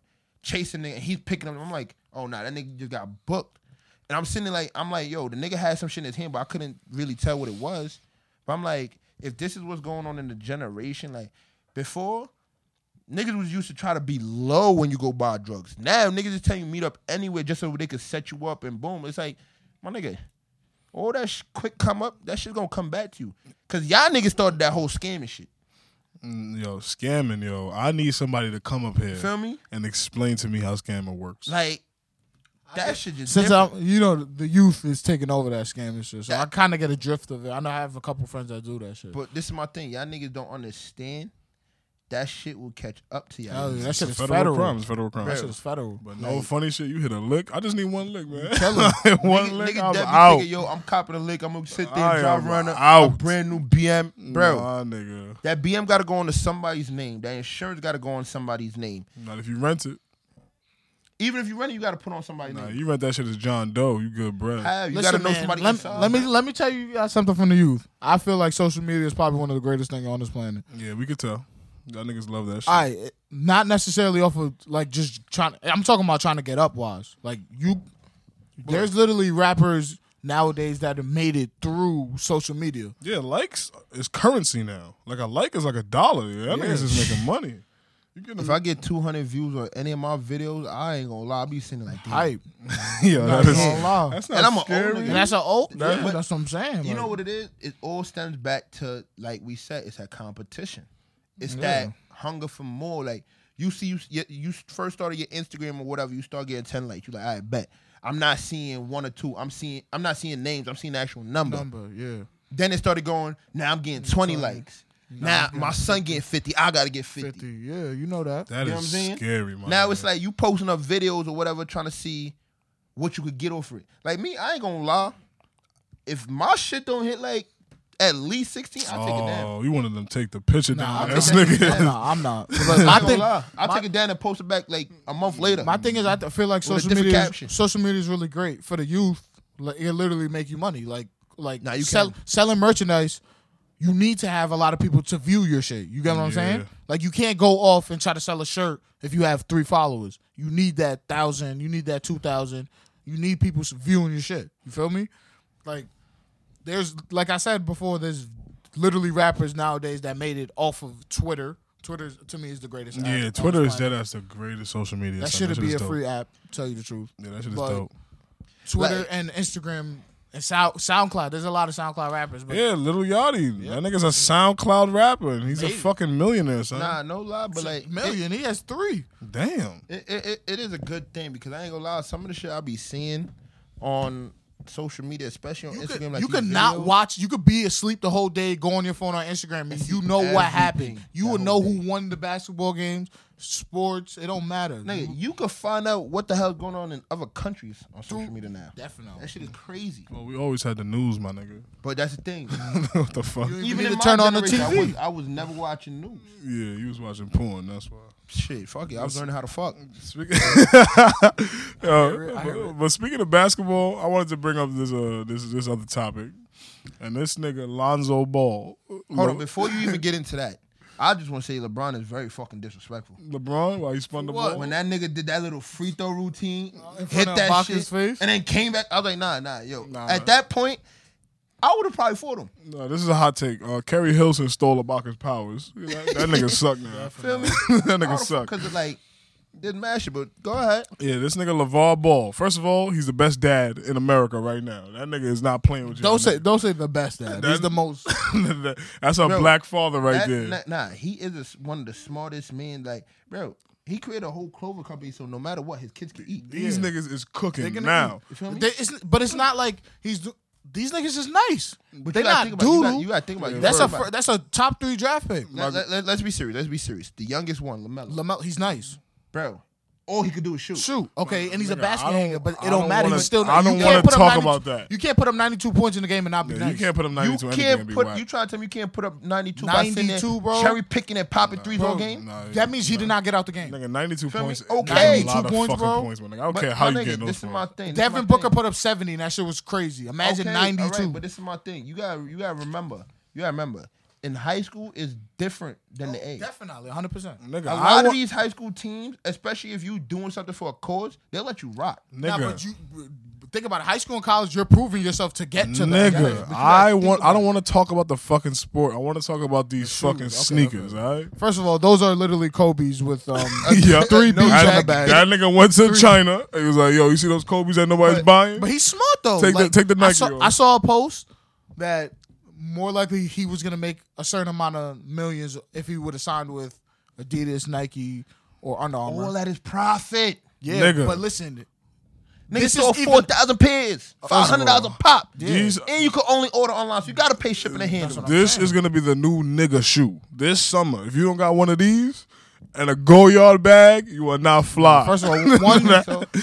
S1: chasing nigga, and he's picking up. I'm like, oh nah, that nigga just got booked. And I'm sitting there like, I'm like, yo, the nigga had some shit in his hand, but I couldn't really tell what it was. But I'm like, if this is what's going on in the generation, like before, Niggas was used to try to be low when you go buy drugs. Now niggas is telling you meet up anywhere just so they could set you up and boom. It's like, my nigga, all that sh- quick come up, that shit gonna come back to you. Cause y'all niggas started that whole scamming shit.
S2: Mm, Yo, scamming, yo. I need somebody to come up here
S1: Feel me?
S2: and explain to me how scamming works.
S1: Like, that shit just
S3: Since
S1: different.
S3: I'm, you know, the youth is taking over that scam and shit, so I kind of get a drift of it. I know I have a couple friends that do that shit.
S1: But this is my thing. Y'all niggas don't understand. That shit will catch up to y'all.
S3: Hell yeah, that
S2: It's a
S3: shit is
S2: federal,
S3: federal.
S2: crime. It's federal crime.
S3: That shit is federal.
S2: But no funny shit. You hit a lick. I just need one lick, man. [LAUGHS] one
S1: Niggas,
S2: lick.
S1: niggas that
S2: I'm
S1: be
S2: out.
S1: thinking, yo, I'm copping a lick. I'm gonna sit there
S2: I
S1: and drive
S2: am
S1: around a, a
S2: out.
S1: brand new BM, bro.
S2: Nah, nigga.
S1: That BM gotta go into somebody's name. That insurance gotta go on somebody's name.
S2: Not if you rent it.
S1: Even if you rent it, you gotta put on somebody's
S2: Nah,
S1: name.
S2: you rent that shit as John Doe. You good, bread.
S1: How? You
S3: Listen,
S1: gotta know
S3: man,
S1: somebody
S3: Let,
S1: inside.
S3: let me let me tell you guys something from the youth. I feel like social media is probably one of the greatest things on this planet.
S2: Yeah, we could tell. Y'all niggas love that shit.
S3: I eh, not necessarily off of like just trying. I'm talking about trying to get up wise. Like you, there's literally rappers nowadays that have made it through social media.
S2: Yeah, likes is currency now. Like a like is like a dollar. Yeah, that
S3: Yeah.
S2: niggas is making money. You getting
S1: If I get 200 views on any of my videos, I ain't gonna lie. I be sitting like, damn. [LAUGHS]
S3: Hype.
S2: [LAUGHS] yeah, that is,
S3: gonna lie.
S2: that's not
S1: And I'm a old
S2: scary.
S1: nigga.
S3: And that's an old.
S1: Yeah.
S3: yeah, that's what I'm saying.
S1: You
S3: like-
S1: know what it is? It all stems back to like we said. It's that competition. It's that hunger for more. Like you see, you you- you first started your Instagram or whatever. You start getting 10 likes. You like, I bet. I'm not seeing one or two. I'm seeing. I'm not seeing names. I'm seeing the actual number.
S3: number. Yeah.
S1: Then it started going. Now I'm getting 20 likes. Now my son getting 50. I gotta get 50.
S3: 50. Yeah, you know that.
S2: That
S1: You know
S2: is
S1: what I'm saying?
S2: scary, my
S1: Now
S2: nigga.
S1: it's like you posting up videos or whatever, trying to see what you could get off it. Like me, I ain't gonna lie. If my shit don't hit like at least sixteen, I take it down.
S2: Oh, you wanted them to take the picture
S3: Nah,
S2: down.
S3: I
S2: That's
S1: think that's-
S2: nigga.
S3: no, I'm not. But
S1: I [LAUGHS]
S3: [LAUGHS] my
S1: think
S3: thing,
S1: lie. I take it down and post it back like a month later.
S3: my thing is, I th- feel like
S1: With a
S3: social
S1: different
S3: media,
S1: caption.
S3: is, social media is really great for the youth. Like, it literally make you money. Like, like
S1: Nah, you
S3: sell, selling merchandise. you need to have a lot of people to view your shit. You get what I'm
S2: Yeah.
S3: saying? Like you can't go off and try to sell a shirt if you have three followers. You need that thousand. You need that two thousand. You need people s- viewing your shit. You feel me? Like there's like I said before, there's literally rappers nowadays that made it off of Twitter. Twitter to me is the greatest. app on
S2: [LAUGHS] Yeah,
S3: this
S2: Twitter is
S3: planet.
S2: dead ass the greatest social media.
S3: That
S2: son.
S3: should
S2: shit
S3: be
S2: is
S3: a
S2: dope.
S3: free app. Tell you the truth.
S2: Yeah, that shit is
S3: but-
S2: dope.
S3: Twitter
S1: Like-
S3: and Instagram and Sound, SoundCloud. There's a lot of SoundCloud rappers, but
S2: Yeah, Little Yachty. That nigga's a SoundCloud rapper and he's a
S3: Maybe.
S2: fucking millionaire, son.
S1: Nah, no lie, but like it,
S3: million. he has three.
S2: Damn.
S1: it, it, it is a good thing because I ain't gonna lie. Some of the shit I be seeing on social media, especially on
S3: You
S1: Instagram,
S3: could,
S1: like
S3: you
S1: these
S3: could not
S1: videos,
S3: watch. You could be asleep the whole day, go on your phone on Instagram, and you know what happened.
S1: everything
S3: You
S1: that
S3: will know
S1: whole
S3: who won the basketball games, sports. It don't matter.
S1: Nigga, you could find out what the hell going on in other countries on social
S3: Dude, Mm.
S1: media now.
S3: definitely.
S1: That shit is crazy.
S2: Well, we always had the news, my nigga. [LAUGHS]
S1: But that's the thing.
S2: what the fuck?
S3: You-
S1: Even
S3: need
S1: in
S3: to
S1: my
S3: turn on the
S1: generation, I
S3: TV.
S1: was, I was never watching news.
S2: Yeah, you was watching porn. That's why.
S1: Shit, fuck it. I was learning how to fuck.
S2: Speaking, [LAUGHS] but, but speaking of basketball, I wanted to bring up this uh this this other topic, and this nigga Lonzo Ball.
S1: Hold
S2: Le-
S1: on, before you even get into that, I just want to say LeBron is very fucking disrespectful.
S2: LeBron, while he spun the
S3: What?
S2: ball.
S1: When that nigga did that little free throw routine,
S3: in
S1: hit
S3: front of
S1: that
S3: Ibaka's
S1: shit,
S3: face?
S1: and then came back, I was like, nah, nah, yo.
S2: Nah.
S1: At that point, I would have probably fought him.
S2: No, this is a hot take. Uh, Kerry Hilson stole Ibaka's powers. That, that
S1: [LAUGHS]
S2: nigga suck now.
S1: Feel me?
S2: [LAUGHS] that nigga suck.
S1: Because like, didn't mash it, but go ahead.
S2: Yeah, this nigga LeVar Ball. First of all, he's the best dad in America right now. That nigga is not playing with you.
S3: Don't say don't say the best dad. He's
S2: That-
S3: the most.
S2: [LAUGHS] That's a
S1: Bro,
S2: black father right
S1: That-
S2: there.
S1: Nah, nah, he is a s one of the smartest men. Like, bro, he created a whole Clover company, so no matter what, his kids can eat.
S2: These niggas is cooking
S3: gonna
S2: now.
S1: You feel me?
S3: They- it's- but it's not like he's. do- These niggas is nice.
S1: But
S3: they
S1: you gotta
S3: not
S1: think about- you
S3: doodle.
S1: gotta- you gotta think about- you
S3: that's
S1: gotta
S3: a
S1: think about-
S3: fir- that's a top three draft pick.
S1: Let, us be serious. Let's be serious. The youngest one, Lamelo,
S3: Lamelo, he's nice.
S1: bro. All he could do is shoot.
S3: Shoot, okay, and he's a
S2: Nigga,
S3: basket
S2: I don't-
S3: hanger, but
S2: I
S3: it
S2: don't
S3: don't matter.
S2: wanna-
S3: he's still.
S2: I
S3: nice. You
S2: don't
S3: can't
S2: wanna
S3: put up
S2: talk
S3: 92
S2: about that.
S3: You can't put up ninety-two points in the game and not be
S2: Yeah,
S3: nice.
S2: You can't put him
S1: You
S2: 92 in anything and
S1: can't
S2: be
S1: put.
S2: whack.
S1: You trying to tell me you can't put up ninety two by sitting there
S3: 92, bro?
S1: cherry picking and popping threes all game?
S2: Nah,
S3: That means he did not get out the game.
S2: Nigga, 92
S1: Feel me?
S2: points.
S1: Okay.
S2: that's a lot
S3: 92
S2: of
S3: points,
S2: fucking
S3: bro.
S2: points, my nigga. I don't
S1: But
S2: care
S1: my
S2: how you
S1: nigga,
S2: get those
S1: This is my
S2: from.
S1: thing. This is
S3: Devin
S1: my
S3: Booker
S1: thing.
S3: put up 70, and that shit was crazy. Imagine
S1: Okay, all right,
S3: 92.
S1: but this is my thing. You gotta, you gotta remember. You gotta remember. In high school is different than the A.
S3: Definitely, 100%.
S2: Nigga,
S1: A
S2: I
S1: lot of
S2: want,
S1: these high school teams, especially if you doing something for a cause, they'll let you rock.
S3: Nah,
S2: nigga,
S3: but you but think about it. High school and college, you're proving yourself to get to that.
S2: nigga,
S3: But you
S2: I
S3: gotta think
S2: want.
S3: about
S2: I don't want to talk about the fucking sport. I want to talk about these fucking
S3: okay,
S2: sneakers. All right.
S3: it. First of all, those are literally Kobe's with um,
S2: [LAUGHS] Yeah,
S3: three
S2: no,
S3: beats
S2: that,
S3: on the back.
S2: that nigga went to China. He was like, "Yo, you see those Kobe's that nobody's
S1: But-
S2: buying?"
S3: But he's smart though.
S2: Take the-
S3: Like,
S2: take the
S3: I
S2: Nike
S3: saw,
S2: off.
S3: I saw a post that more likely he was gonna make a certain amount of millions if he would have signed with Adidas, Nike, or Under Armour.
S1: All that is profit.
S3: yeah,
S2: Nigga.
S3: but listen,
S1: Niggas
S3: This is
S1: sold
S3: even- Oh,
S1: four thousand pairs, five hundred dollars a pop,
S2: These-
S1: and you can only order online, so you gotta pay shipping and handling.
S2: This is gonna be the new nigga shoe this summer. If you don't got one of these and a go yard bag, you are not fly. [LAUGHS]
S3: first of all, one,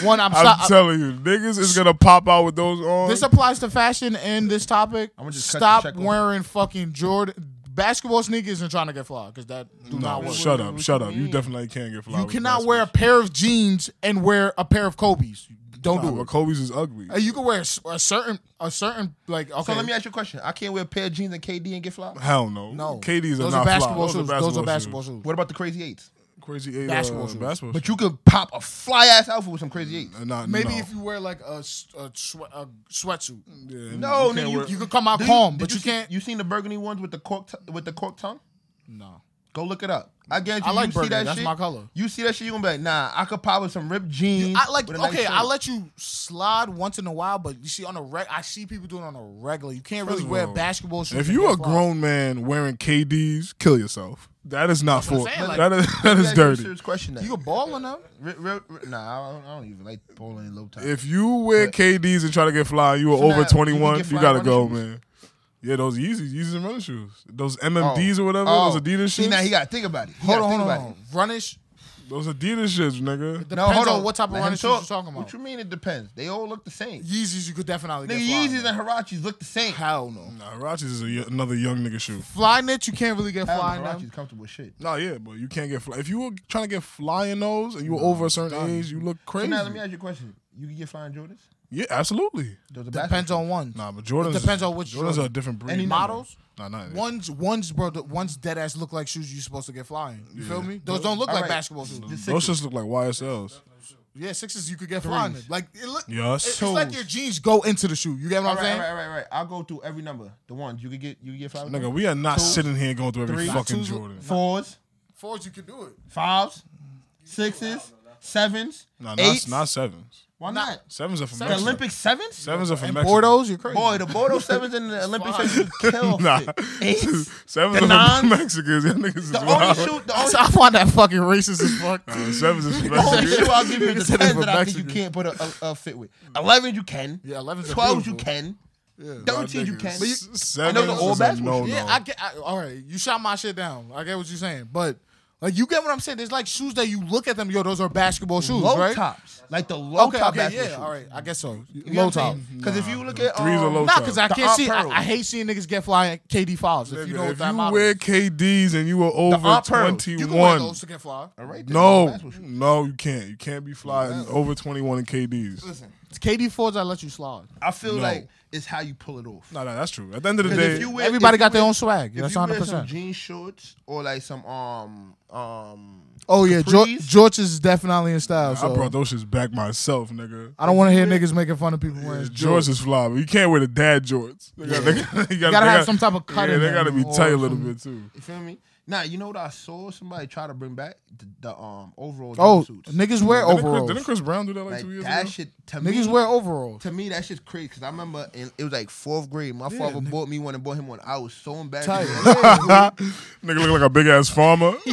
S3: one.
S2: I'm
S3: I'm, stop.
S2: telling you, niggas is gonna pop out with those on.
S3: this applies to fashion and this topic.
S1: I'ma just cut the
S3: stop
S1: check off.
S3: wearing fucking Jordan basketball sneakers and trying to get fly because that do
S2: no,
S3: not work.
S2: shut up,
S1: What
S2: shut
S1: you
S2: up. You
S1: mean?
S2: definitely can't get fly.
S3: You
S2: with
S3: cannot
S2: basketballs.
S3: wear a pair of jeans and wear a pair of Kobe's. Don't
S2: Nah,
S3: do
S2: but
S3: it.
S2: Kobe's is ugly.
S3: Uh, You can wear a, s- a certain, a certain like. Okay,
S1: So let me ask you a question: I can't wear a pair of jeans and KD and get
S3: [SIGHS]
S1: fly.
S2: Hell no.
S3: No,
S2: KD's
S3: those
S2: are not
S3: basketball
S2: fly.
S3: shoes. Those are basketball shoes.
S1: What about the crazy eights?
S2: Crazy eight,
S3: Basketball
S2: basketball
S3: shoes.
S2: Basketball
S1: But you could pop a fly ass outfit with some crazy
S3: Mm,
S1: eights.
S2: shoes. Nah,
S3: Maybe
S2: no. Mm,
S3: if you wear like a, s- a, swe- a sweatsuit,
S2: Yeah,
S1: No,
S2: can't
S1: nigga,
S2: wear-
S3: you could come out
S1: Did
S3: calm,
S1: did
S3: but you,
S1: see-
S3: can't.
S1: You seen the burgundy ones with the cork t- with the cork tongue?
S3: no,
S1: Go look it up. I guarantee
S3: I like
S1: you see
S3: burgundy.
S1: that
S3: That's
S1: shit.
S3: my color.
S1: You see that shit, you gonna be like, nah, I could pop with some ripped jeans.
S3: I like
S1: with a nice
S3: okay.
S1: shirt.
S3: I let you slide once in a while, but you see on a reg, I see people doing it on a regular. You can't really
S2: First of
S3: wear
S2: all,
S3: basketball shoes.
S2: If
S3: and
S2: you
S3: get
S2: a
S3: fly.
S2: grown man wearing KDs, kill yourself. That is not
S3: what
S2: for.
S3: I'm saying, like-
S2: that is, that
S1: Let me
S2: is
S1: ask you a
S2: dirty.
S1: Serious question. Then.
S3: you a ball in them.
S1: Re- re- re- nah, I don't, I don't even like bowling in low top.
S2: If you wear KDs and try to get fly, you are
S1: So now
S2: over
S1: you can
S2: 21. You,
S1: get fly
S2: gotta go,
S1: running shoes.
S2: man. Yeah, those Yeezys, Yeezys and running shoes. Those MMDs or whatever, those Adidas
S1: Oh. See,
S2: shoes.
S1: now he gotta think about it. He
S3: Hold
S1: gotta
S3: on,
S1: think
S3: hold on,
S1: about
S3: hold
S1: it.
S3: on. Runnish.
S2: those Adidas shits, nigga.
S3: Depends
S1: No, hold
S3: on,
S1: on.
S3: what type of
S1: Let him
S3: running shoes
S1: talk.
S3: you're talking about.
S1: What you mean it depends? They all look the same.
S3: Yeezys, you could definitely
S1: Nigga,
S3: get fly.
S1: Yeezys
S3: in.
S1: and Hirachis look the same.
S3: Hell no.
S2: Nah, Hirachis is a y another young nigga shoe.
S3: Fly knit, you can't really get
S1: Hell,
S3: fly in
S1: Hirachis
S3: them.
S1: comfortable as shit.
S2: Nah, yeah, but you can't get fly. If you were trying to get fly in those and you were over a certain age, you look
S1: So
S2: crazy.
S1: now let me ask you a question. You can get fine Jordans.
S2: Yeah, absolutely.
S1: Those are
S3: Depends
S1: basketball-
S3: on ones.
S2: Nah, but Jordans.
S3: It depends on which
S2: Jordans
S3: Jordan.
S2: are a different breed.
S3: Any models?
S2: Nah, not any.
S3: Ones, ones, bro. the- Ones dead ass look like shoes you supposed to get flying. You feel me? Those don't look
S1: All
S3: like
S1: right.
S3: basketball shoes.
S1: Just
S2: Those
S1: six.
S2: just look like YSLs.
S3: Yeah, sixes you could get flying. in. Like it look,
S2: Yes.
S3: it's like your jeans go into the shoe. You get what
S1: All
S3: I'm
S1: right, all
S3: saying?
S1: right, all right, all right. I'll go through every number. The ones you could get, you could get five.
S2: Nigga, we are not sitting here going through every
S1: Three.
S2: fucking
S3: Twos-
S2: Jordan.
S1: fours,
S3: Fours, you could do it.
S1: fives, sixes, sevens,
S2: Nah,
S1: eights.
S2: not, not sevens.
S1: Why not?
S2: Sevens are for
S1: The
S2: Mexico.
S1: Olympic sevens.
S2: Sevens are for
S3: And
S2: Mexico. [LAUGHS]
S3: Bordeaux, you're crazy.
S1: Boy, the Bordeaux sevens and the Olympic
S3: fine.
S1: sevens kill.
S2: Nah.
S1: shit. Eights.
S2: [LAUGHS] Sevens
S1: The
S2: are for
S1: nines.
S2: Mexicans. Y'all niggas is
S1: The only
S2: wild.
S1: shoe, the
S3: [LAUGHS] I
S1: only,
S3: said, I find that
S1: [LAUGHS]
S3: fucking racist as fuck.
S2: Nah, sevens is for
S1: the only shoe
S2: Mexicans.
S1: I'll [LAUGHS] give you is the
S3: Said it's
S1: tens
S3: for
S1: that I think you
S3: Mexicans.
S1: can't put a, a, a fit with. Elevens you can.
S3: Yeah, 11s are
S1: Twelves you
S3: beautiful.
S1: can. Thirteens you
S2: Niggas,
S1: can.
S2: Sevens
S1: I know the old
S2: is a
S1: basketball
S2: no-no.
S1: shoes.
S3: Yeah, I get. I, all right, you shot my shit down. I get what you're saying, but like you get what I'm saying. There's like shoes that you look at them. Yo, those are basketball shoes,
S1: low
S3: right?
S1: tops, like the low
S3: Okay,
S1: top
S3: okay,
S1: basketball
S3: yeah.
S1: shoes.
S3: All right, I guess so.
S1: You
S3: Low top.
S1: Because if you look at
S2: Threes are
S1: um,
S2: low
S3: Nah, because I
S1: The
S3: can't see. I,
S1: Aunt
S3: I hate seeing niggas get flying KD fives. If you know what
S2: If
S3: that
S2: you
S3: model
S2: wear
S3: is.
S2: KDs and you were over
S1: Aunt Pearls,
S3: you can wear
S2: 21,
S3: those to get fly.
S1: All right, then,
S2: no,
S1: basketball shoes.
S2: no, you can't. You can't be flying over 21 in KDs.
S1: Listen,
S3: It's KD fours. I let you slide.
S1: I feel
S2: No.
S1: like it's how you pull it off.
S2: Nah, nah, that's true. At the end of the
S1: 'Cause if
S2: day,
S1: you wear-
S3: Everybody
S1: if
S3: got
S1: you
S3: their
S1: wear-
S3: own swag.
S1: If
S3: That's
S1: you
S3: hundred
S1: wear some
S3: percent.
S1: jean shorts or like some um um
S3: Oh yeah, George,
S1: capris-
S3: George is definitely in style. So
S2: I brought those shits back myself, nigga.
S3: I don't want to hear niggas making fun of people wearing
S2: Jorts
S3: George.
S2: is fly, but you can't wear the dad jorts. They got- they got- they got-
S3: gotta
S2: they
S3: have
S2: got-
S3: some type of cut
S2: Yeah,
S3: in
S2: they
S3: them
S2: gotta be
S3: or
S2: tight a little
S3: something.
S2: bit too.
S1: You feel me? Now you know what I saw somebody try to bring back the, the um overall
S3: Oh,
S1: suits.
S3: niggas wear
S2: Didn't Chris,
S3: overalls.
S2: didn't Chris Brown do that like,
S1: like
S2: two years
S1: that
S2: ago?
S1: shit to
S3: Niggas
S1: me.
S3: wear
S1: [LAUGHS]
S3: overalls.
S1: to me, that shit's crazy because I remember in, it was like fourth grade. My father bought me one and bought him one. I was so embarrassed.
S3: Tight.
S2: Nigga look like a big ass
S3: [LAUGHS]
S2: farmer.
S1: [LAUGHS]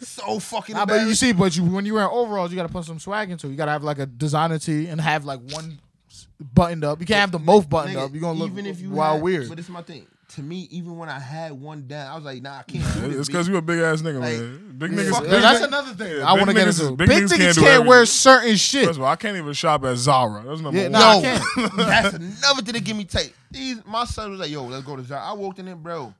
S1: so fucking
S3: Nah, but you
S1: embarrassed.
S3: see, but you when you wear overalls, you gotta put some swag into. it. You gotta have like a designer tee and have like one s- buttoned up. You can't have them both buttoned
S1: Nigga,
S3: up. You're gonna look
S1: even if you
S3: wild
S1: had-
S3: weird.
S1: But it's my thing. To me, even when I had one down, I was like, nah, I can't.
S3: [LAUGHS]
S1: do this, bitch.
S2: it's because you a big ass nigga,
S1: Like,
S2: man. Big
S1: yeah.
S2: niggas.
S1: Fuck
S2: big
S3: Yeah, that's
S2: niggas-
S3: another thing [LAUGHS]
S2: yeah,
S3: I
S2: big
S3: want to get
S2: niggas
S3: into.
S2: is-
S3: Big, niggas can't,
S2: do
S3: wear
S2: everything.
S3: certain shit.
S2: First of all, I can't even shop at Zara. That's number
S3: Yeah,
S2: one.
S3: nah, I
S1: No, [LAUGHS]
S3: can't.
S1: that's another thing that give me tight. These, my son was like, "Yo, let's go to Zara." I walked in there, bro.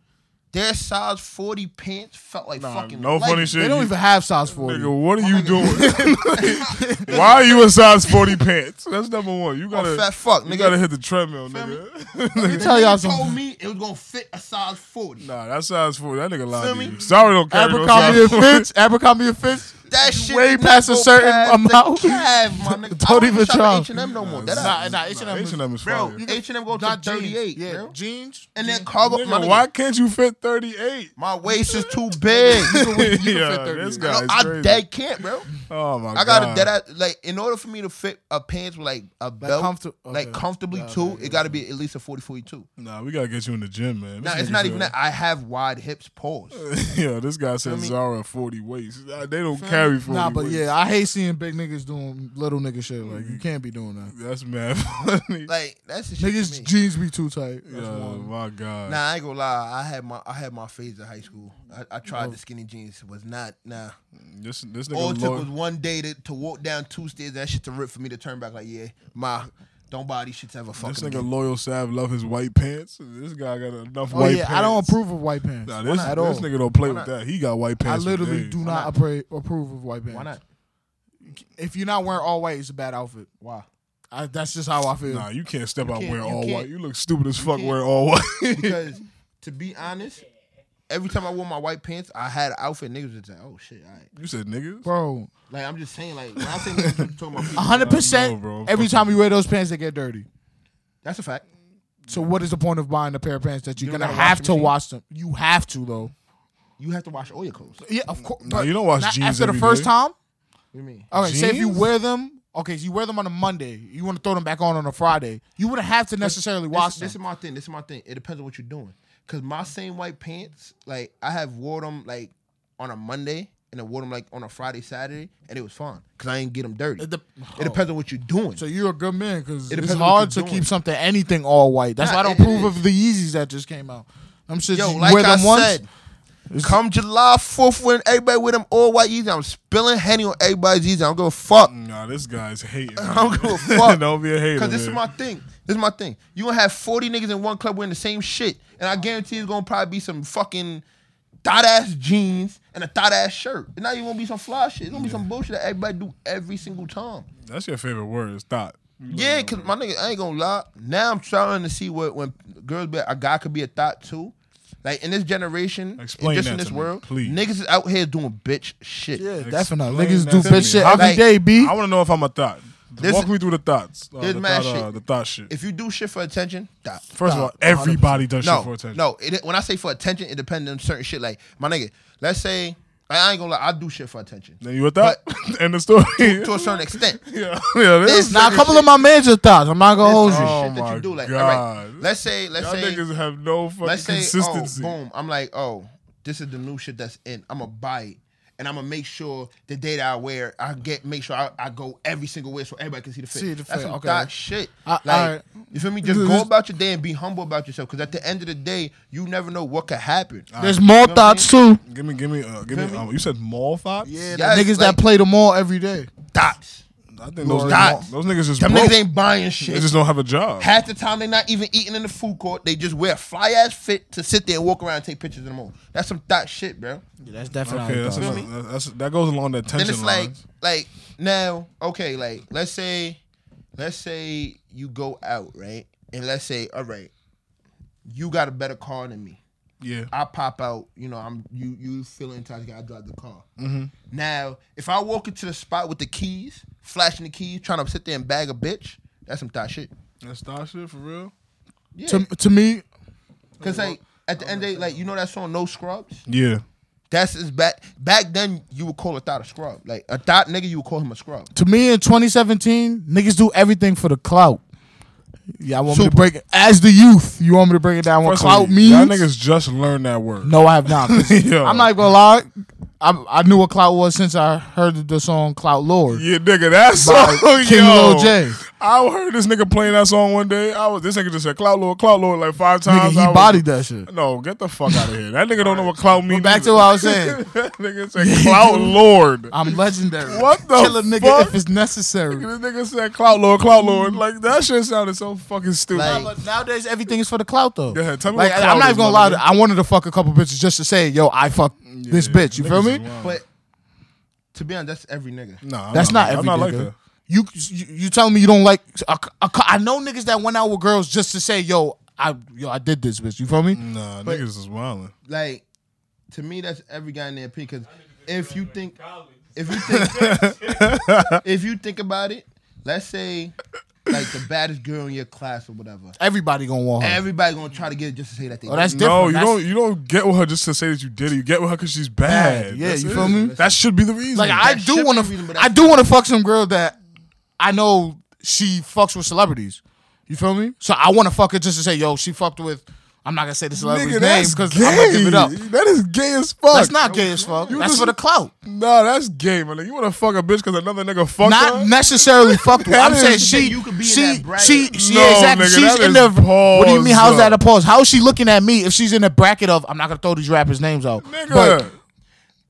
S1: Their size forty pants felt like
S2: Nah,
S1: fucking.
S2: no funny
S1: lightning.
S2: shit.
S3: They don't
S2: You-
S3: even have size forty.
S2: Nigga, what are
S1: [LAUGHS]
S2: you doing? [LAUGHS] Why are you in size 40 pants? That's number one. You gotta,
S1: I'm fat fuck,
S2: you
S1: nigga.
S2: gotta hit the treadmill,
S1: Feel me?
S2: nigga. [LAUGHS]
S3: me tell y'all
S1: They told
S3: something.
S1: me it was gonna fit a size forty.
S2: nah, that size 40. That nigga
S1: Feel
S2: lied to
S1: me?
S2: you. Sorry, don't carry no
S3: Abercrombie
S2: size
S3: and
S2: 40.
S3: Fitch. Abercrombie and Fitch.
S1: That shit
S3: way
S1: did not
S3: past a
S1: go
S3: certain
S1: past the
S3: amount. [LAUGHS]
S1: Calf, my nigga. I
S3: Don't
S1: don't
S3: even
S1: shop
S3: try.
S1: at H and M no more. That
S3: Nah,
S1: I-
S3: nah, H and M.
S2: H&M is
S1: bro,
S2: fire.
S1: H and M go to
S3: Not jeans.
S1: thirty eight,
S3: Yeah,
S1: bro.
S3: jeans.
S1: And then cargo. my
S2: Nigga,
S1: nigga,
S2: why can't you fit 38?
S1: My waist is too
S3: [LAUGHS]
S1: big.
S2: yeah,
S3: 38.
S2: this
S1: No,
S2: guy is
S1: I
S2: crazy.
S1: dead can't, bro.
S2: Oh my god.
S1: I got a dead ass, like in order for me to fit a pants with like a belt
S3: comfort-
S1: like
S3: okay.
S1: comfortably
S3: Yeah,
S1: too,
S3: okay,
S1: it got to be at least a 40 42.
S2: Nah, we gotta get you in the gym, man.
S1: Now
S2: This
S1: it's
S2: nigga
S1: not even
S2: said- [LAUGHS]
S1: that I have wide hips, pause.
S3: Uh,
S2: yeah, this guy said Zara 40 waist. Uh, They don't carry 40
S3: Nah, but
S2: waist.
S3: yeah, I hate seeing big niggas doing little nigga shit. Like you can't be doing that.
S2: That's mad [LAUGHS] funny.
S1: Like that's the Mm-hmm. shit. to
S3: Niggas
S1: me.
S3: jeans be too tight. That's
S2: oh
S3: one.
S2: my god.
S1: Nah, I ain't gonna lie. I had my I had my phase in high school. I, I
S3: Oh.
S1: tried the skinny jeans. Was not nah.
S2: This this
S1: All it
S2: nigga
S1: took was
S2: Lord,
S1: one day to, to walk down two stairs. That shit to rip for me to turn back. Like yeah, my don't buy these shits ever
S2: this
S1: fucking.
S2: [LAUGHS] nigga
S1: again.
S2: loyal Sav love his white pants. This guy got enough
S3: Oh
S2: white
S3: yeah,
S2: pants.
S3: I don't approve of white pants
S2: Nah, this,
S3: at all.
S2: this nigga don't play
S1: Why
S2: with that. He got white
S3: I
S2: pants. for
S3: literally
S2: days.
S3: do not appra- approve of white pants.
S1: Why not?
S3: If you're not wearing all white, it's a bad outfit.
S2: [LAUGHS]
S1: Why?
S3: I, that's just how I feel.
S2: Nah, you can't step out
S1: can't-
S2: wearing
S1: you
S2: all
S1: can't.
S2: white. You look stupid as fuck
S1: can't.
S2: wearing all white. [LAUGHS]
S1: Because to be honest, every time I wore my white pants, I had an outfit. Niggas was like, oh shit, all right.
S2: you said niggas.
S3: Bro,
S1: Like I'm just saying, like when I say [LAUGHS] niggas, I'm talking about people.
S3: hundred
S2: no,
S3: percent.
S2: bro.
S3: Every time you wear those pants, they get dirty.
S1: That's a fact.
S3: So what is the point of buying a pair of pants that you're
S1: You don't
S3: gonna
S1: gotta wash
S3: have
S1: them
S3: to
S1: jeans?
S3: wash them? You have to though.
S1: You have to wash all your clothes. What
S3: Yeah, of course.
S2: Nah, you don't wash jeans
S3: after the
S2: every
S3: first
S2: day.
S3: time.
S1: do you mean?
S3: All right, say if you
S2: Jeans?
S3: wear them, okay, so you wear them on a Monday, you want to throw them back on on a Friday, you wouldn't have to necessarily
S1: This,
S3: wash
S1: this is
S3: them.
S1: my thing. This is my thing. It depends on what you're doing. Cause my same white pants, like I have wore them like on a Monday and I wore them like on a Friday, Saturday, and it was fine. Cause I ain't get them dirty. It,
S3: It dep-
S1: depends on what you're doing.
S3: So you're a good man because
S1: It
S3: it's
S1: depends on what
S3: hard to
S1: you're doing.
S3: keep something anything all white. That's
S1: Nah,
S3: why I don't
S1: it
S3: approve
S1: is.
S3: of the Yeezys that just came out. Them shits
S1: Yo,
S3: you
S1: like
S3: wear them
S1: I
S3: once.
S1: said, come July 4th when everybody with them all white Yeezys, I'm spilling honey on everybody's Yeezys. I don't give a fuck.
S2: Nah, this guy's hating.
S1: I don't
S2: [LAUGHS]
S1: give a fuck.
S2: don't be a hater.
S1: Cause this is
S2: man.
S1: my thing. This is my thing. You gonna have forty niggas in one club wearing the same shit, and I guarantee it's gonna probably be some fucking thought ass jeans and a thought ass shirt. It's not even gonna be some fly shit. It's gonna be some bullshit that everybody do every single time.
S2: That's your favorite word is thought.
S1: Yeah, cause my nigga, I ain't gonna lie. Now I'm trying to see what when girls be a guy could be a thought too. Like in this generation,
S2: Explain
S1: just
S2: that
S1: in this
S2: to me,
S1: world,
S2: please.
S1: niggas is out here doing bitch shit.
S3: Yeah,
S2: Explain
S3: definitely. Niggas
S2: that
S3: do
S2: to me.
S3: bitch shit
S2: How
S3: every
S1: can-
S3: day, B.
S2: I want to know if I'm a thought.
S1: This-
S2: Walk me through the thoughts. Uh,
S1: this
S2: the,
S1: mad
S2: thought, uh,
S1: shit.
S2: the thought shit.
S1: If you do shit for attention, thought.
S2: First of all, everybody does
S1: no,
S2: shit for attention.
S1: No, it, when I say for attention, it depends on certain shit. Like my nigga, let's say I ain't gonna lie, I do shit for attention
S2: Then you a thought. [LAUGHS] End the story.
S1: to a certain extent.
S2: [LAUGHS] yeah, yeah. This,
S1: This-
S3: Now a
S1: nigga
S3: couple
S1: shit.
S3: of my major thoughts. I'm not gonna hold
S1: It's
S3: you.
S2: Oh
S1: shit that
S2: my
S1: you do. Like, all
S2: God.
S1: right, let's say, let's
S2: y'all
S1: say,
S2: niggas have no fucking
S1: let's say, oh,
S2: consistency.
S1: boom. I'm like, oh, this is the new shit that's in. I'm gonna buy it, and I'm gonna make sure the day that I wear, I get make sure I, I go every single way so everybody can see the fit.
S3: See the
S1: that's
S3: fit,
S1: some
S3: okay.
S1: thought shit.
S3: I-
S1: like,
S3: alright.
S1: you feel me? Just
S3: Dude,
S1: go
S2: [LAUGHS]
S3: this-
S1: about your day and be humble about yourself, because at the end of the day, you never know what could happen.
S3: There's more
S1: what I
S3: thoughts too.
S2: Give me, give me, uh, give
S1: Feel
S2: me.
S1: me?
S2: Um, you said mall thoughts.
S3: Yeah, the
S1: Yes,
S3: niggas
S1: like-
S3: that play the mall every day.
S1: Thoughts.
S2: I think those,
S1: Thoughts.
S2: niggas, those niggas just
S1: Them
S2: broke.
S1: niggas ain't buying shit.
S2: They just don't have a job.
S1: Half the time they're not even eating in the food court. They just wear a fly ass fit to sit there and walk around and take pictures in the mall. That's some thought shit, bro.
S3: that's definitely.
S2: Okay, that's,
S1: Feel
S2: another,
S1: me?
S2: that's that goes along the tension
S1: Then it's like,
S2: line.
S1: like now, okay, like let's say, let's say you go out, right, and let's say, all right, you got a better car than me.
S2: yeah,
S1: I pop out, you know, I'm you you feel entitled, I drive the car.
S2: Mm-hmm.
S1: Now, if I walk into the spot with the keys, flashing the keys, trying to sit there and bag a bitch, that's some thought shit.
S2: that's that shit for real.
S1: Yeah,
S3: To, to me,
S1: because like at the end of the day, like you know that song No Scrubs.
S2: Yeah,
S1: That's as back back then you would call a thought a scrub. Like a thought nigga, you would call him a scrub.
S3: to me in 2017, niggas do everything for the clout. Yeah, I want me to
S1: Super.
S3: break it as the youth. You want me to break it down what clout
S2: me.
S3: means?
S2: Y'all niggas just learned that word.
S3: No, I
S2: [LAUGHS]
S3: have not. 'Cause
S2: Yo.
S3: I'm not even gonna lie. I, I knew what clout was since I heard the song "Clout Lord."
S2: Yeah, nigga, that
S3: By
S2: song,
S3: King
S2: yo.
S3: Lil J.
S2: I heard this nigga playing that song one day. I was this nigga just said clout lord, clout lord like five
S3: Nigga,
S2: times.
S3: he
S2: I was-
S3: bodied that shit.
S2: No, get the fuck out of here. That nigga don't know what clout means.
S3: back to
S2: either. [LAUGHS]
S3: what I was saying.
S2: that nigga
S3: [LAUGHS]
S2: said clout lord.
S3: I'm legendary.
S2: What the
S3: Kill a nigga
S2: fuck?
S3: if it's necessary.
S2: This nigga said clout lord, clout lord. Like that shit sounded so fucking stupid.
S1: Like-
S3: But nowadays, everything is for the clout, though.
S2: Go ahead, tell me
S3: Like,
S2: what
S3: I- I'm
S2: clout
S3: not
S2: is,
S3: even gonna
S2: my
S3: lie.
S2: nigga.
S3: I wanted to fuck a couple bitches just to say, "Yo, I fuck this bitch." You
S2: Niggas
S3: feel
S2: is
S3: me?
S2: wild.
S1: But to be honest, that's every nigga.
S2: nah, I'm
S3: That's not
S2: like-
S3: every
S2: I'm not
S3: nigga.
S2: like that.
S3: you, you you telling me you don't like? a- a- I know niggas that went out with girls just to say, "Yo, I yo, I did this bitch." You feel me?
S2: Nah, niggas is wildin'.
S1: Like to me, that's every guy in their opinion. Because if you think, if you think, if you think about it, let's say like the baddest girl in your class or whatever.
S3: Everybody gonna want her.
S1: Everybody gonna try to get it just to say that they.
S3: oh, that's different.
S2: No, you
S3: That's-
S2: don't. You don't get with her just to say that you did it. You get with her because she's bad.
S3: Yeah,
S2: That's
S3: you
S2: it.
S3: feel me?
S2: That should be the reason.
S3: Like I
S1: That should
S3: do
S1: be
S3: want
S1: reason,
S3: to,
S1: but
S3: I do want to fuck some girl that I know she fucks with celebrities. You feel me? So I want to fuck her just to say, "Yo, she fucked with." I'm not gonna say the celebrity's
S2: Nigga,
S3: name
S2: that's
S3: because
S2: gay.
S3: I'm gonna give it up.
S2: That is gay as fuck.
S3: That's not gay as fuck.
S2: You
S3: That's
S2: just-
S3: for the clout.
S2: Nah, that's gay, man. Like, you want to fuck a bitch because another nigga fucked
S3: Not
S2: her?
S3: necessarily fucked with.
S2: That
S3: I'm saying
S2: is-
S3: she,
S1: You could be in
S3: she,
S1: that bracket.
S3: she, she,
S2: No,
S3: exactly.
S2: nigga,
S3: she's
S2: that
S3: in the.
S2: is
S3: What do you mean? How's
S2: pause
S3: that a
S2: up.
S3: pause? How is she looking at me if she's in the bracket of? I'm not gonna throw these rappers' names out.
S2: nigga.
S3: But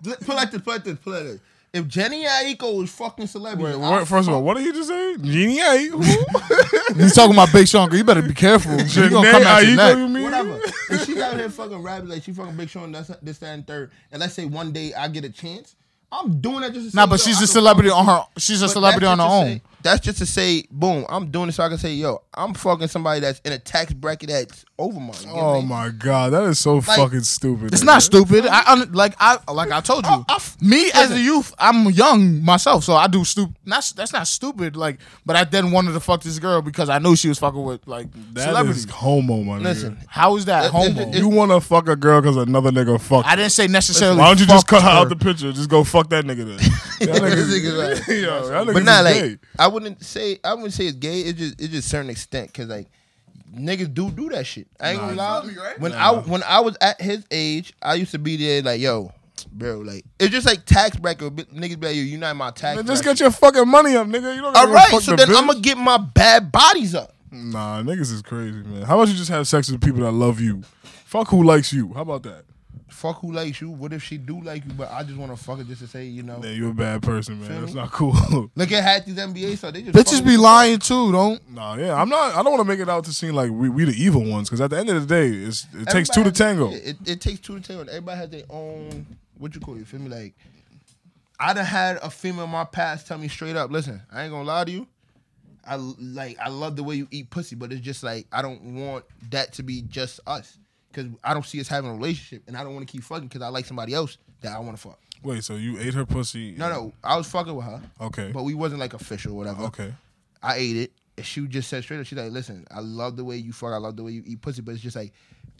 S1: Let- Put it like this, put it like this, put it like this. If Jenny Aiko is fucking celebrity,
S2: Wait,
S1: I'll
S2: what- first of all, what did he just say? Jeannie
S3: [LAUGHS]
S2: Aiko?
S3: you talking about Big Sean? You better be careful. She gonna come at you
S2: Aiko, you
S3: next.
S2: mean?
S3: [LAUGHS]
S1: Whatever. if she's out here fucking rapping like she fucking Big Sean, and that's this, that, and third, and let's say one day I get a chance, I'm doing that just to say.
S3: Nah, but
S1: yo, I
S3: she's a
S1: can
S3: celebrity
S1: fuck
S3: on
S1: with
S3: her. She's a
S1: you. But
S3: celebrity
S1: that's
S3: on her
S1: just to
S3: own.
S1: say- that's just to say, boom, I'm doing this so I can say, yo, I'm fucking somebody that's in a tax bracket that's over mine. You know what I
S2: Oh
S1: mean?
S2: my god, that is so fucking stupid.
S3: It's
S2: nigga.
S3: not stupid. I un- like I like I told
S2: Oh,
S3: you.
S1: I- I f-
S3: me as a youth, I'm young myself, so I do stupid. Not s- that's not stupid. Like, but I then wanted to fuck this girl because I knew she was fucking with like
S2: That is
S3: celebrities.
S2: homo, my nigga.
S1: Listen,
S3: How is that
S1: It-
S3: homo?
S1: it- it-
S2: you want to fuck a girl because another nigga fucked
S3: I
S2: her.
S3: didn't say necessarily.
S2: Why don't you just
S3: fucked
S2: cut her out
S3: her.
S2: the picture? Just go fuck
S1: [LAUGHS]
S2: that nigga then.
S1: This
S2: Y'all niggas- [LAUGHS]
S1: nigga's like-
S2: Yo, y'all niggas
S1: But nah,
S2: is
S1: like
S2: gay.
S1: I wouldn't say I wouldn't say it's gay. It's just it's just certain extent because like niggas do do that shit. I ain't gonna lie. When I when I was at his age, I used to be there like yo, bro, like it's just like tax bracket. bi- Niggas be like yo, you not in my tax.
S2: Man, just
S1: bracket.
S2: get your fucking money up, nigga. You don't
S1: All
S2: gotta
S1: right,
S2: fuck
S1: so
S2: the
S1: then I'm
S2: bitch.
S1: gonna get my bad bodies up.
S2: Nah, niggas is crazy, man. How about you just have sex with people that love you? Fuck who likes you. How about that?
S1: fuck who likes you. What if she do like you, but I just want to fuck her just to say, you know.
S2: Yeah, you a bad person, man.
S1: Feel
S2: That's
S1: me?
S2: not cool. [LAUGHS]
S1: Look at half these NBA stars. They just
S3: Bitches
S1: fuck
S3: be
S1: with-
S3: lying too. Don't
S2: nah, yeah, I'm not. I don't want to make it out to seem like we, we the evil ones, because at the end of the day, it's, it takes two
S1: Everybody
S2: to
S1: has-
S2: tango.
S1: yeah, It, it takes two to tango. Everybody has their own what you call it. You feel me? Like I done had a female in my past tell me straight up, listen, I ain't gonna lie to you. I l- like I love the way you eat pussy, but it's just like I don't want that to be just us because I don't see us having a relationship, and I don't want to keep fucking because I like somebody else that I want to fuck.
S2: Wait, so you ate her pussy?
S1: No, no, I was fucking with her,
S2: Okay.
S1: but we wasn't like official or whatever.
S2: Okay.
S1: I ate it. And she just said straight up, she's like, listen, I love the way you fuck. I love the way you eat pussy. But it's just like,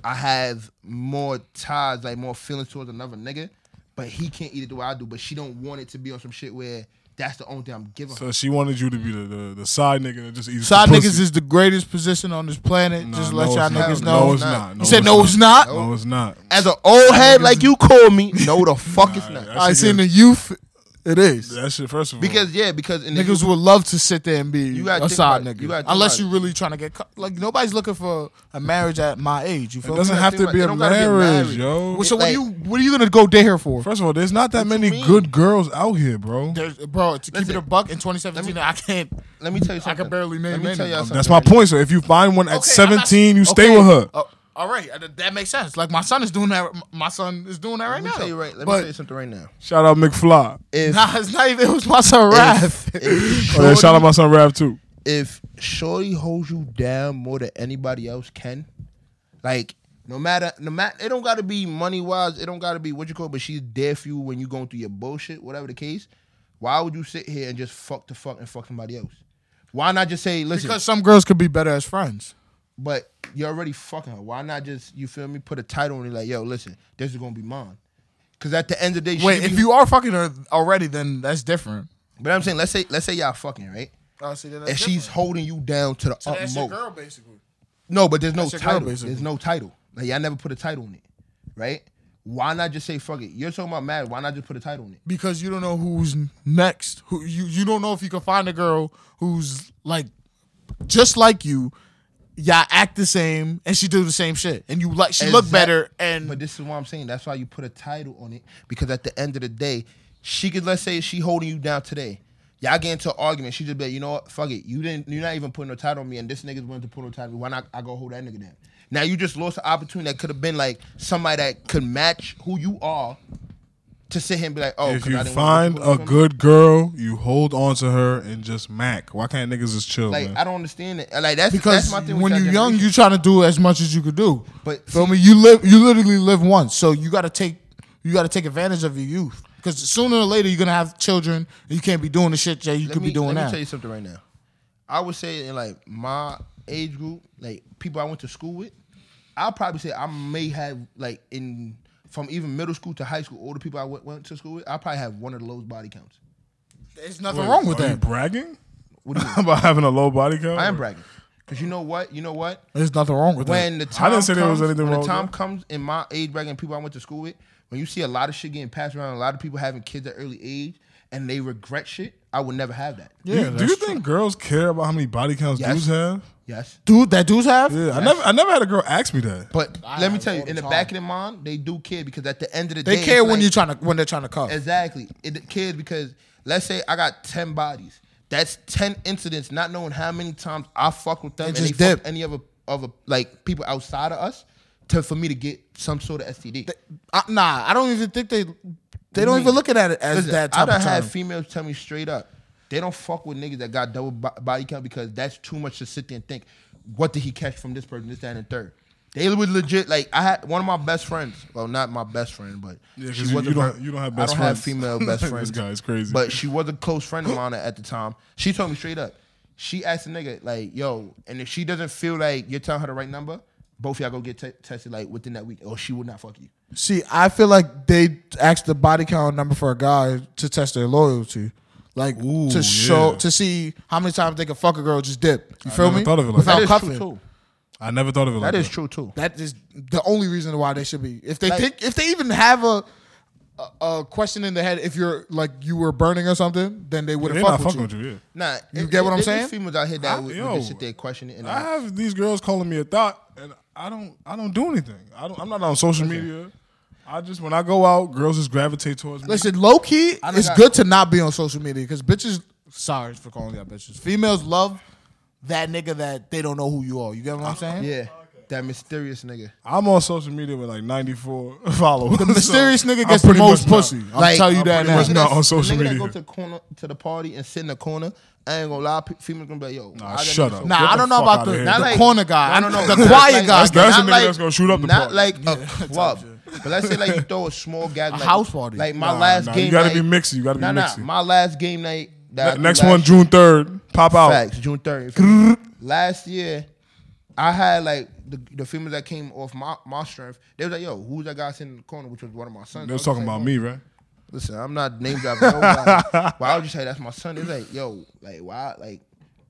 S1: I have more ties, like more feelings towards another nigga. But he can't eat it the way I do. But she don't want it to be on some shit where that's the only thing I'm giving her.
S2: So she wanted you to be the, the, the side nigga that just eats
S3: side
S2: the
S3: niggas
S2: pussy.
S3: is the greatest position on this planet.
S2: Nah,
S3: Just let
S2: no,
S3: y'all
S2: it's not.
S3: niggas
S2: No,
S3: know.
S2: it's not.
S3: you said no, it's not.
S2: No, it's not.
S1: As an old head like you call me, no, the fuck it's
S2: Nah,
S1: not.
S2: that's-
S3: I
S2: shit
S3: seen the
S2: is-
S3: youth. It is.
S2: That shit. First of all,
S1: Because, yeah, because in the
S3: Niggas would love to sit there and be
S1: gotta
S3: a
S1: think about
S3: side
S1: it.
S3: nigga,
S1: You gotta think
S3: unless
S1: about
S3: you really trying to get cut. like nobody's looking for a marriage at my age. You
S2: it
S3: feel me?
S2: doesn't
S1: I
S2: have to
S1: think
S2: be
S1: it
S2: a
S1: don't gotta be a
S2: marriage,
S1: marriage.
S2: yo.
S3: Well, so what
S1: like-
S3: are you what are you gonna go date here for?
S2: First of all, there's not that
S1: What you
S2: many
S1: mean?
S2: good girls out here, bro.
S3: There's, bro, to keep
S1: Listen,
S3: it a buck in 2017, I can't.
S1: let me tell you something.
S3: could barely name
S1: Let me
S3: any
S1: tell y'all
S3: of
S1: something.
S2: That's my
S1: right now.
S2: point. So if you find one at
S3: Okay, I'm not-
S2: 17, you stay
S3: okay,
S2: with her.
S3: uh, all right, uh, that makes sense. Like my son is doing that. My son is doing that right
S1: Let me
S3: now.
S1: tell you right. Let
S2: But-
S1: me tell you something right now.
S2: Shout out McFly.
S1: If,
S3: Nah, it's not even. It was my son Raph.
S1: if,
S3: [LAUGHS]
S1: if
S2: Oh, yeah, shout
S1: Shorty-
S2: out my son Rav too.
S1: if Shorty holds you down more than anybody else can, like no matter no matter it don't gotta be money wise, it don't gotta be what you call, it, but she's there for you when you going through your bullshit, whatever the case. Why would you sit here and just fuck the fuck and fuck somebody else? Why not just say, listen,
S3: Because some girls could be better as friends.
S1: but you're already fucking her. Why not just you feel me? Put a title on it like, yo, listen, this is gonna be mine. Cause at the end of the day, she
S3: Wait,
S1: be-
S3: if you are fucking her already, then that's different.
S1: but I'm saying, let's say let's say y'all fucking right,
S3: Oh, see, then that's
S1: and she's holding you down to the
S3: different.
S1: utmost.
S3: basically.
S1: No, but there's no
S3: That's your girl,
S1: title.
S3: basically.
S1: There's no title. Like y'all never put a title on it, right? Why not just say fuck it? You're talking about marriage. Why not just put a title on it?
S3: Because you don't know who's next. Who you you don't know if you can find a girl who's like just like you. Y'all act the same, and she do the same shit, and you like she look
S1: Exact-
S3: better, and
S1: But this is what I'm saying. That's why you put a title on it because at the end of the day, she could let's say she holding you down today. Y'all get into an argument. She just be like, you know what? Fuck it. You didn't. You're not even putting a title on me, and this nigga's willing to put no title. on me. Why not? I go hold that nigga down. Now you just lost the opportunity that could have been like somebody that could match who you are. To sit here and be like, oh,
S2: If
S1: 'cause I
S2: you
S1: didn't wanna
S2: find
S1: put-
S2: a good girl, you hold on to her and just mac. Why can't niggas just chill,
S1: like,
S2: man?
S1: I don't understand it. Like that's that's
S3: because
S1: my thing. with
S3: when
S1: y'all
S3: you're young,
S1: generation.
S3: you trying to do as much as you could do.
S1: But
S3: feel me, you live, you literally live once, so you got to take, you got to take advantage of your youth. Because sooner or later, you're gonna have children, and you can't be doing the shit that you
S1: let
S3: could
S1: me,
S3: be
S1: let
S3: doing now.
S1: me tell you something right now. I would say in like my age group, like people I went to school with, I'll probably say I may have like in from even middle school to high school, all the people I went, went to school with, I probably have one of the lowest body counts.
S3: There's nothing
S2: Wait,
S3: wrong with
S2: are you
S3: that.
S2: bragging
S1: What do
S2: [LAUGHS]
S1: you mean?
S2: about having a low body count?
S1: I am bragging. Cause you know what? You know what?
S3: There's nothing wrong with
S1: When
S3: that.
S1: the
S2: didn't
S1: time
S2: say
S1: comes,
S2: there was anything
S1: when
S2: wrong with
S1: the time
S2: that.
S1: comes in my age bracket and people I went to school with, when you see a lot of shit getting passed around, a lot of people having kids at early age and they regret shit, I would never have that.
S2: Do you- do you
S3: that's
S2: think girls care about how many body counts
S1: Yes.
S2: dudes have?
S1: Yes.
S3: dude that dudes have?
S2: Yeah, I never, I never had a girl ask me that.
S1: But
S3: I
S1: let me
S3: have
S1: tell
S3: all
S1: you,
S3: the
S1: in the
S3: time.
S1: back of their mind, they do care because at the end of the
S3: They
S1: day,
S3: care
S1: it's
S3: when
S1: like-
S3: you're trying to when they're trying to cuff.
S1: exactly it cares because let's say I got ten bodies. That's ten incidents, not knowing how many times I fuck with them
S3: They
S1: and
S3: just
S1: they fuck
S3: dip.
S1: any other other like people outside of us to for me to get some sort of STD.
S3: I, nah, I don't even think they they don't
S1: mean?
S3: even look at it as
S1: Listen,
S3: that
S1: I
S3: type
S1: done
S3: of
S1: had
S3: time.
S1: females tell me straight up, they don't fuck with niggas that got double bo- body count because that's too much to sit there and think, what did he catch from this person, this, that, and the third. They was legit like I had one of my best friends. Well, not my best friend, but
S2: Yeah, 'cause
S1: she
S2: you-
S1: wasn't.
S2: you don't-
S1: my-
S2: you don't have
S1: I
S2: best
S1: don't have
S2: friends. [LAUGHS]
S1: female best
S2: This
S1: friends.
S2: guy is crazy.
S1: But she was a close friend of mine at the time. She told me straight up. She asked the nigga like, "Yo," and if she doesn't feel like you're telling her the right number, both of y'all go get te- tested like within that week, or she will not fuck you.
S3: See, I feel like they asked the body count number for a guy to test their loyalty. Like
S2: Ooh,
S3: to show
S2: yeah.
S3: to see how many times they can fuck a girl just dip. You feel
S2: never
S3: me?
S2: thought of it like
S3: Without
S1: that is
S3: cuffing.
S1: true too.
S2: I never thought of it like
S1: That
S2: that.
S1: is true too.
S3: That is the only reason why they should be. If they
S1: Like-
S3: think, if they even have a, a a question in their head, if you're like you were burning or something, then they would
S2: They're not
S3: have fucked with
S2: fucking
S3: you.
S2: with you. yeah.
S1: Nah,
S3: You
S1: it-
S3: get what
S1: it-
S3: I'm
S1: there's
S3: saying?
S1: femels out here that
S2: I-
S1: would, would
S2: yo,
S1: just sit there questioning. And uh,
S2: I have these girls calling me a thought, and I don't, I don't do anything. I don't, I'm not on social media. I just when I go out, girls just gravitate towards me.
S3: Listen, low key,
S1: I done
S3: it's
S1: got-
S3: good to not be on social media because bitches. Sorry for calling y'all bitches. Females love that nigga that they don't know who you are. You get what I'm saying?
S1: Yeah, that mysterious nigga.
S2: I'm on social media with like 94 [LAUGHS] followers.
S3: The mysterious
S2: so
S3: nigga
S2: I'm
S3: gets the
S2: pretty
S3: most
S2: much not.
S3: pussy. I'll
S1: Like-
S3: tell you
S1: I'm
S3: that
S2: pretty
S3: now.
S2: much
S1: Nigga
S2: not
S1: that's-
S2: on social
S1: nigga that
S2: media.
S3: [LAUGHS]
S1: go to the corner to the party and sit in the corner. I ain't gonna lie, pe- females gonna be like, "Yo,
S2: Nah,
S1: why that
S2: shut
S1: nigga
S2: up.
S1: so
S3: Nah,
S2: Get
S3: I
S2: the
S3: don't know
S2: fuck
S3: about
S2: outta
S3: the,
S2: here.
S3: not
S1: Not
S3: the
S1: like-
S3: corner guy.
S1: No, no, no.
S3: The quiet guy.
S2: That's- that's the
S1: not
S2: nigga that's gonna shoot up the
S1: Not
S2: party.
S1: like
S2: [LAUGHS]
S1: a club, but let's say like you throw a small gathering, like,
S3: house party.
S1: Like my
S2: Nah,
S1: last
S2: nah,
S1: game,
S2: You gotta
S1: night,
S2: be mixy. You gotta
S1: Nah,
S2: be
S1: nah,
S2: mixy.
S1: my last game night. That I
S2: Ne-
S1: threw
S2: Next
S1: last
S2: one, June 3rd. Pop out.
S1: Facts, June 30th. Last year, I had like the, the females that came off my, my strength. They was like, yo, who's that guy sitting in the corner, which was one of my sons. I
S2: They was
S1: was
S2: talking
S1: like,
S2: about
S1: "Yo,
S2: me, right?
S1: Listen, I'm not name dropping
S3: [LAUGHS]
S1: nobody, but I would just say that's my son. They was like, yo, like why, like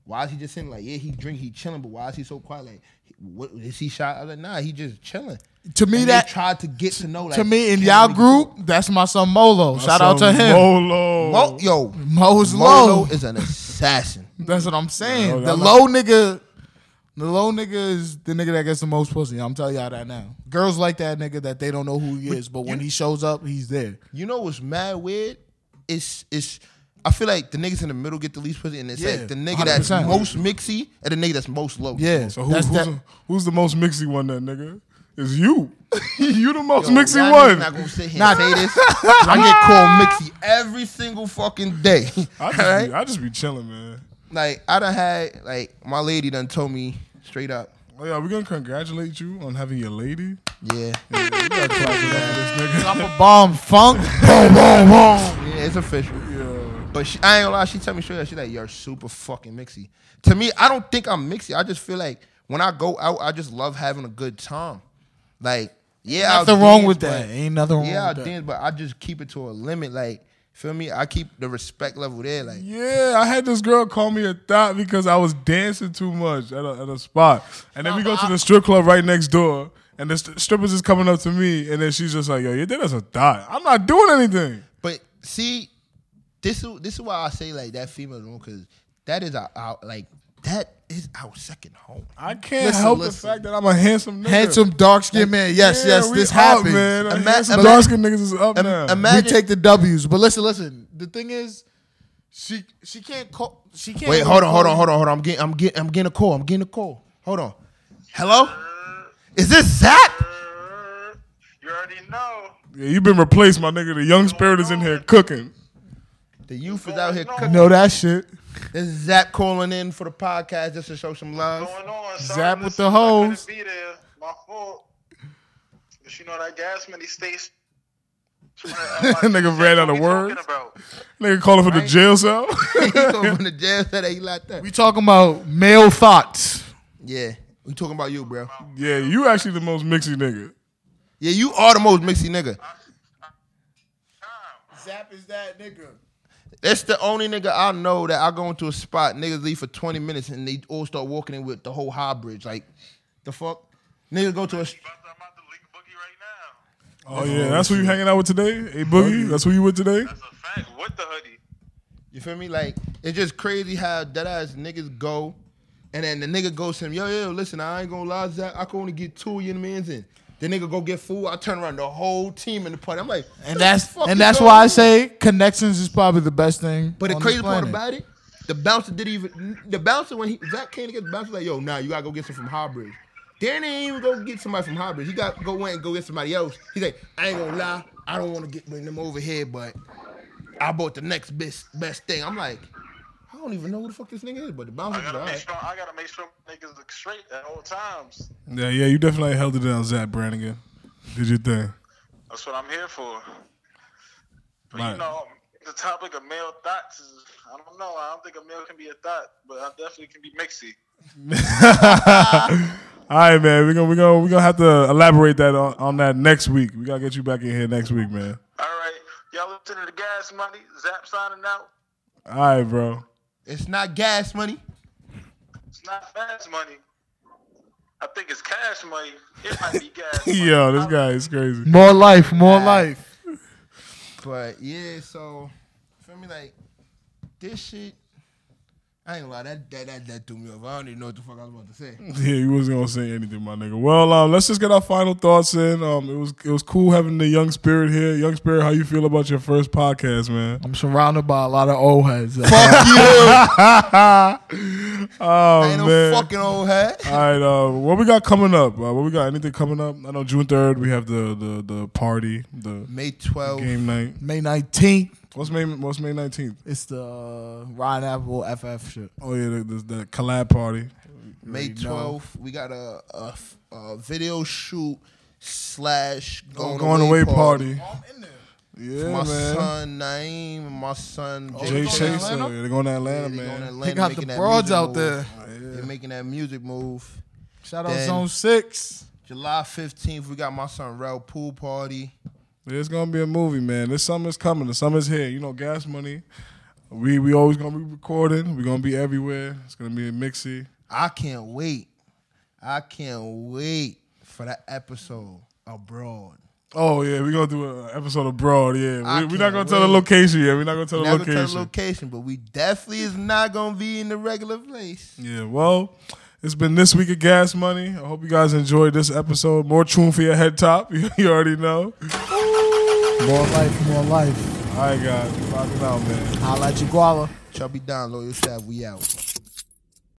S1: why is he just sitting? Like yeah, he drink, he chilling, but why is he so quiet? Like what is he shot? I was like, nah, he just chilling.
S3: To me,
S1: And
S3: that
S1: they tried to get to know. Like,
S3: to me in
S1: can
S3: y'all
S1: we-
S3: group, that's my son Molo. Shout out to
S2: Some
S3: him.
S2: Molo.
S1: Mo, yo,
S3: Mo's
S1: Molo
S3: low.
S1: is an assassin.
S3: That's what I'm saying.
S2: Yo,
S3: the
S2: I'm
S3: low nigga, the low nigga is the nigga that gets the most pussy. I'm telling y'all that now. Girls like that nigga that they don't know who he is, but when he shows up, he's there.
S1: You know what's mad weird? It's it's. I feel like the niggas in the middle get the least pussy, and it's
S3: Yeah,
S1: like the nigga that's
S3: 100%.
S1: most mixy and the nigga that's most low.
S3: Yeah.
S2: So who,
S3: that's
S2: who's,
S3: that-
S2: the, who's the most mixy one then, nigga? It's
S3: [LAUGHS]
S2: you. you the most
S1: Yo,
S2: mixy
S1: y'all niggas
S2: one.
S1: Not gonna sit here
S3: Nah.
S1: and say this. 'cause I get called mixy every single fucking
S3: [LAUGHS]
S1: day.
S2: I just,
S1: Alright?
S2: be, I just be chilling, man.
S1: Like I done had like my lady done told me straight up.
S2: Oh, yeah, we're gonna congratulate you on having your lady.
S3: [LAUGHS]
S1: Yeah,
S2: This nigga.
S3: I'm a bomb funk. Boom, boom, boom.
S1: yeah it's official. But she, I ain't gonna lie, she tell me straight up. She like, you're super fucking mixy. To me, I don't think I'm mixy. I just feel like when I go out, I just love having a good time. Like, yeah, I'll
S3: Nothing wrong
S1: dance,
S3: with
S1: but-
S3: that. Ain't nothing wrong
S1: Yeah, I
S3: with that.
S1: dance, but I just keep it to a limit. Like, feel me? I keep the respect level there. Like,
S2: Yeah, I had this girl call me a thot because I was dancing too much at a, at a spot. And then we go to the strip club right next door, and the st- strippers is coming up to me, and then she's just like, yo, you did as a thot. I'm not doing anything.
S1: But see, this is this is why I say like that female room because that is our, our like that is our second home.
S2: I can't
S1: Listen,
S2: help
S1: listen.
S2: the fact that I'm a handsome nigga.
S3: Handsome dark skinned man. Yes,
S2: Yeah,
S3: yes,
S2: we
S3: this
S2: up,
S3: happens.
S2: man.
S1: Ima-
S2: Handsome
S1: ima-
S2: dark skin niggas is up
S1: Im-
S2: now.
S1: imagine-
S3: We take the W's. But listen, listen. The thing is, she she can't call. She can't.
S1: Wait, hold on, hold on, hold on, hold on. I'm getting I'm getting I'm getting a call. I'm getting a call. Hold on. Hello? Is this Zach?
S4: You already know.
S2: yeah, you've been replaced, my nigga. The young spirit is in here cooking.
S1: The youth is out here.
S4: No.
S1: Cooking.
S3: Know that shit.
S1: This is Zach calling in for the podcast just to show some love.
S4: What's going on? Sorry,
S3: Zap
S4: listen,
S3: with the
S4: I couldn't
S3: hoes.
S4: Be there. My fault. But you know that gas money stays.
S2: Nigga ran out of
S4: What we talking
S2: words.
S4: about?
S2: Nigga calling for the jail cell. [LAUGHS]
S1: [LAUGHS] He's going from the jail that he like that.
S3: We talking about male thoughts.
S1: Yeah, we talking about you, bro.
S2: yeah, you actually the most mixy nigga.
S1: Yeah, you are the most mixy nigga.
S3: Zap is that nigga.
S1: That's the only nigga I know that I go into a spot, niggas leave for 20 minutes and they all start walking in with the whole high bridge. Like, the fuck? Niggas go to a.
S4: I'm about to- I'm about to link Boogie right now.
S2: Oh yeah, that's who you hanging out with today, a boogie. That's who you with today.
S4: That's a fact. With the hoodie.
S1: You feel me? Like, it's just crazy how dead ass niggas go. And then the nigga goes to him, yo, yo, listen, I ain't gonna lie, Zach. I can only get two of your mans in. The nigga go get food. I turn around the whole team in the party. I'm like,
S3: And that's
S1: fuck
S3: and
S1: is
S3: that's
S1: going
S3: why I
S1: on?
S3: say connections is probably the best thing.
S1: But the
S3: on
S1: crazy
S3: this
S1: part
S3: planet.
S1: about it, the bouncer didn't even. The bouncer when he Zach came to get the bouncer like, yo, nah, you gotta go get some from Harbridge. Then he ain't even go get somebody from Harbridge. He got go in and go get somebody else. He's like, I ain't gonna lie, I don't want to get bring them over here, but I bought the next best best thing. I'm like, I don't even know who the fuck this nigga is, but the bouncer
S4: I
S1: was
S4: gotta make
S1: alright.
S4: sure. I gotta make sure niggas look straight at all times.
S2: Yeah, yeah, you definitely held it down, Zach Brannigan. Did your thing.
S4: That's what I'm here for. But
S2: Right.
S4: you know, the topic of male thoughts is. I don't know. I don't think a male can be a thought, but I definitely can be mixy.
S2: All right, man. We're gonna we're gonna we're gonna have to elaborate that on, on that next week. We gotta get you back in here next week, man.
S4: All right, y'all listening to the Gas Money? Zap signing out.
S2: All right, bro. [LAUGHS]
S1: It's not gas money.
S4: It's not fast money. I think it's cash money. It might
S2: [LAUGHS]
S4: be gas. Money.
S2: Yo, this guy is crazy. [LAUGHS]
S3: more life, more life.
S1: But yeah, so feel me like this shit. I ain't gonna lie, that that that, that threw me off. I don't even know what the fuck I was about to say.
S2: Yeah, you wasn't gonna say anything, my nigga. Well, um, let's just get our final thoughts in. Um, it was it was cool having the young spirit here. Young spirit, how you feel about your first podcast, man?
S3: I'm surrounded by a lot of old heads. Uh,
S2: Oh
S1: I ain't no
S2: man.
S1: fucking old hat.
S2: All right, uh, what we got coming up? Uh, what we got? Anything coming up? I know June third we have the the the party, the
S1: May 12th.
S2: game night.
S3: May 19th,
S2: What's May What's May nineteenth?
S3: it's the uh, Ryan Apple FF shit.
S2: Oh yeah, the, the, the collab party.
S1: May
S3: already know.
S1: 12th, we got a, a, a video shoot slash going,
S2: Oh, Going
S1: away,
S2: away party.
S3: I'm in there.
S2: Yeah,
S1: My
S2: man.
S1: son Naeem and my son
S2: Jay
S3: Going to
S2: Chase,
S3: Atlanta?
S2: uh, they're going to
S1: Yeah,
S2: Atlanta,
S1: they going to
S2: man. Oh,
S1: Atlanta
S3: They got the
S1: making that
S3: broads
S1: music
S3: out
S1: move.
S3: there.
S1: They're making that music move.
S3: Shout out
S1: Then-
S3: Zone 6.
S1: July 15th, we got my son Rel pool party.
S2: Yeah, It's gonna be a movie, man. This summer's coming. The summer's here. You know, gas money. We we always gonna be recording. We gonna be everywhere. It's gonna be a mixy.
S1: I can't wait. I can't wait for that episode abroad.
S2: Oh yeah, we gonna do an episode abroad. Yeah,
S1: I
S2: we, we
S1: can't
S2: not gonna tell the
S1: wait.
S2: location yet. We're not gonna tell the
S1: Never tell
S2: location.
S1: the location, but we definitely is not gonna be in the regular place.
S2: yeah. Well, it's been this week of gas money. I hope you guys enjoyed this episode. More tune for your head top. [LAUGHS] You, already know.
S3: More life, more life.
S2: All right, guys, rock it out, man.
S3: Holla at your guava.
S1: Chubby Don, loyal staff, we out.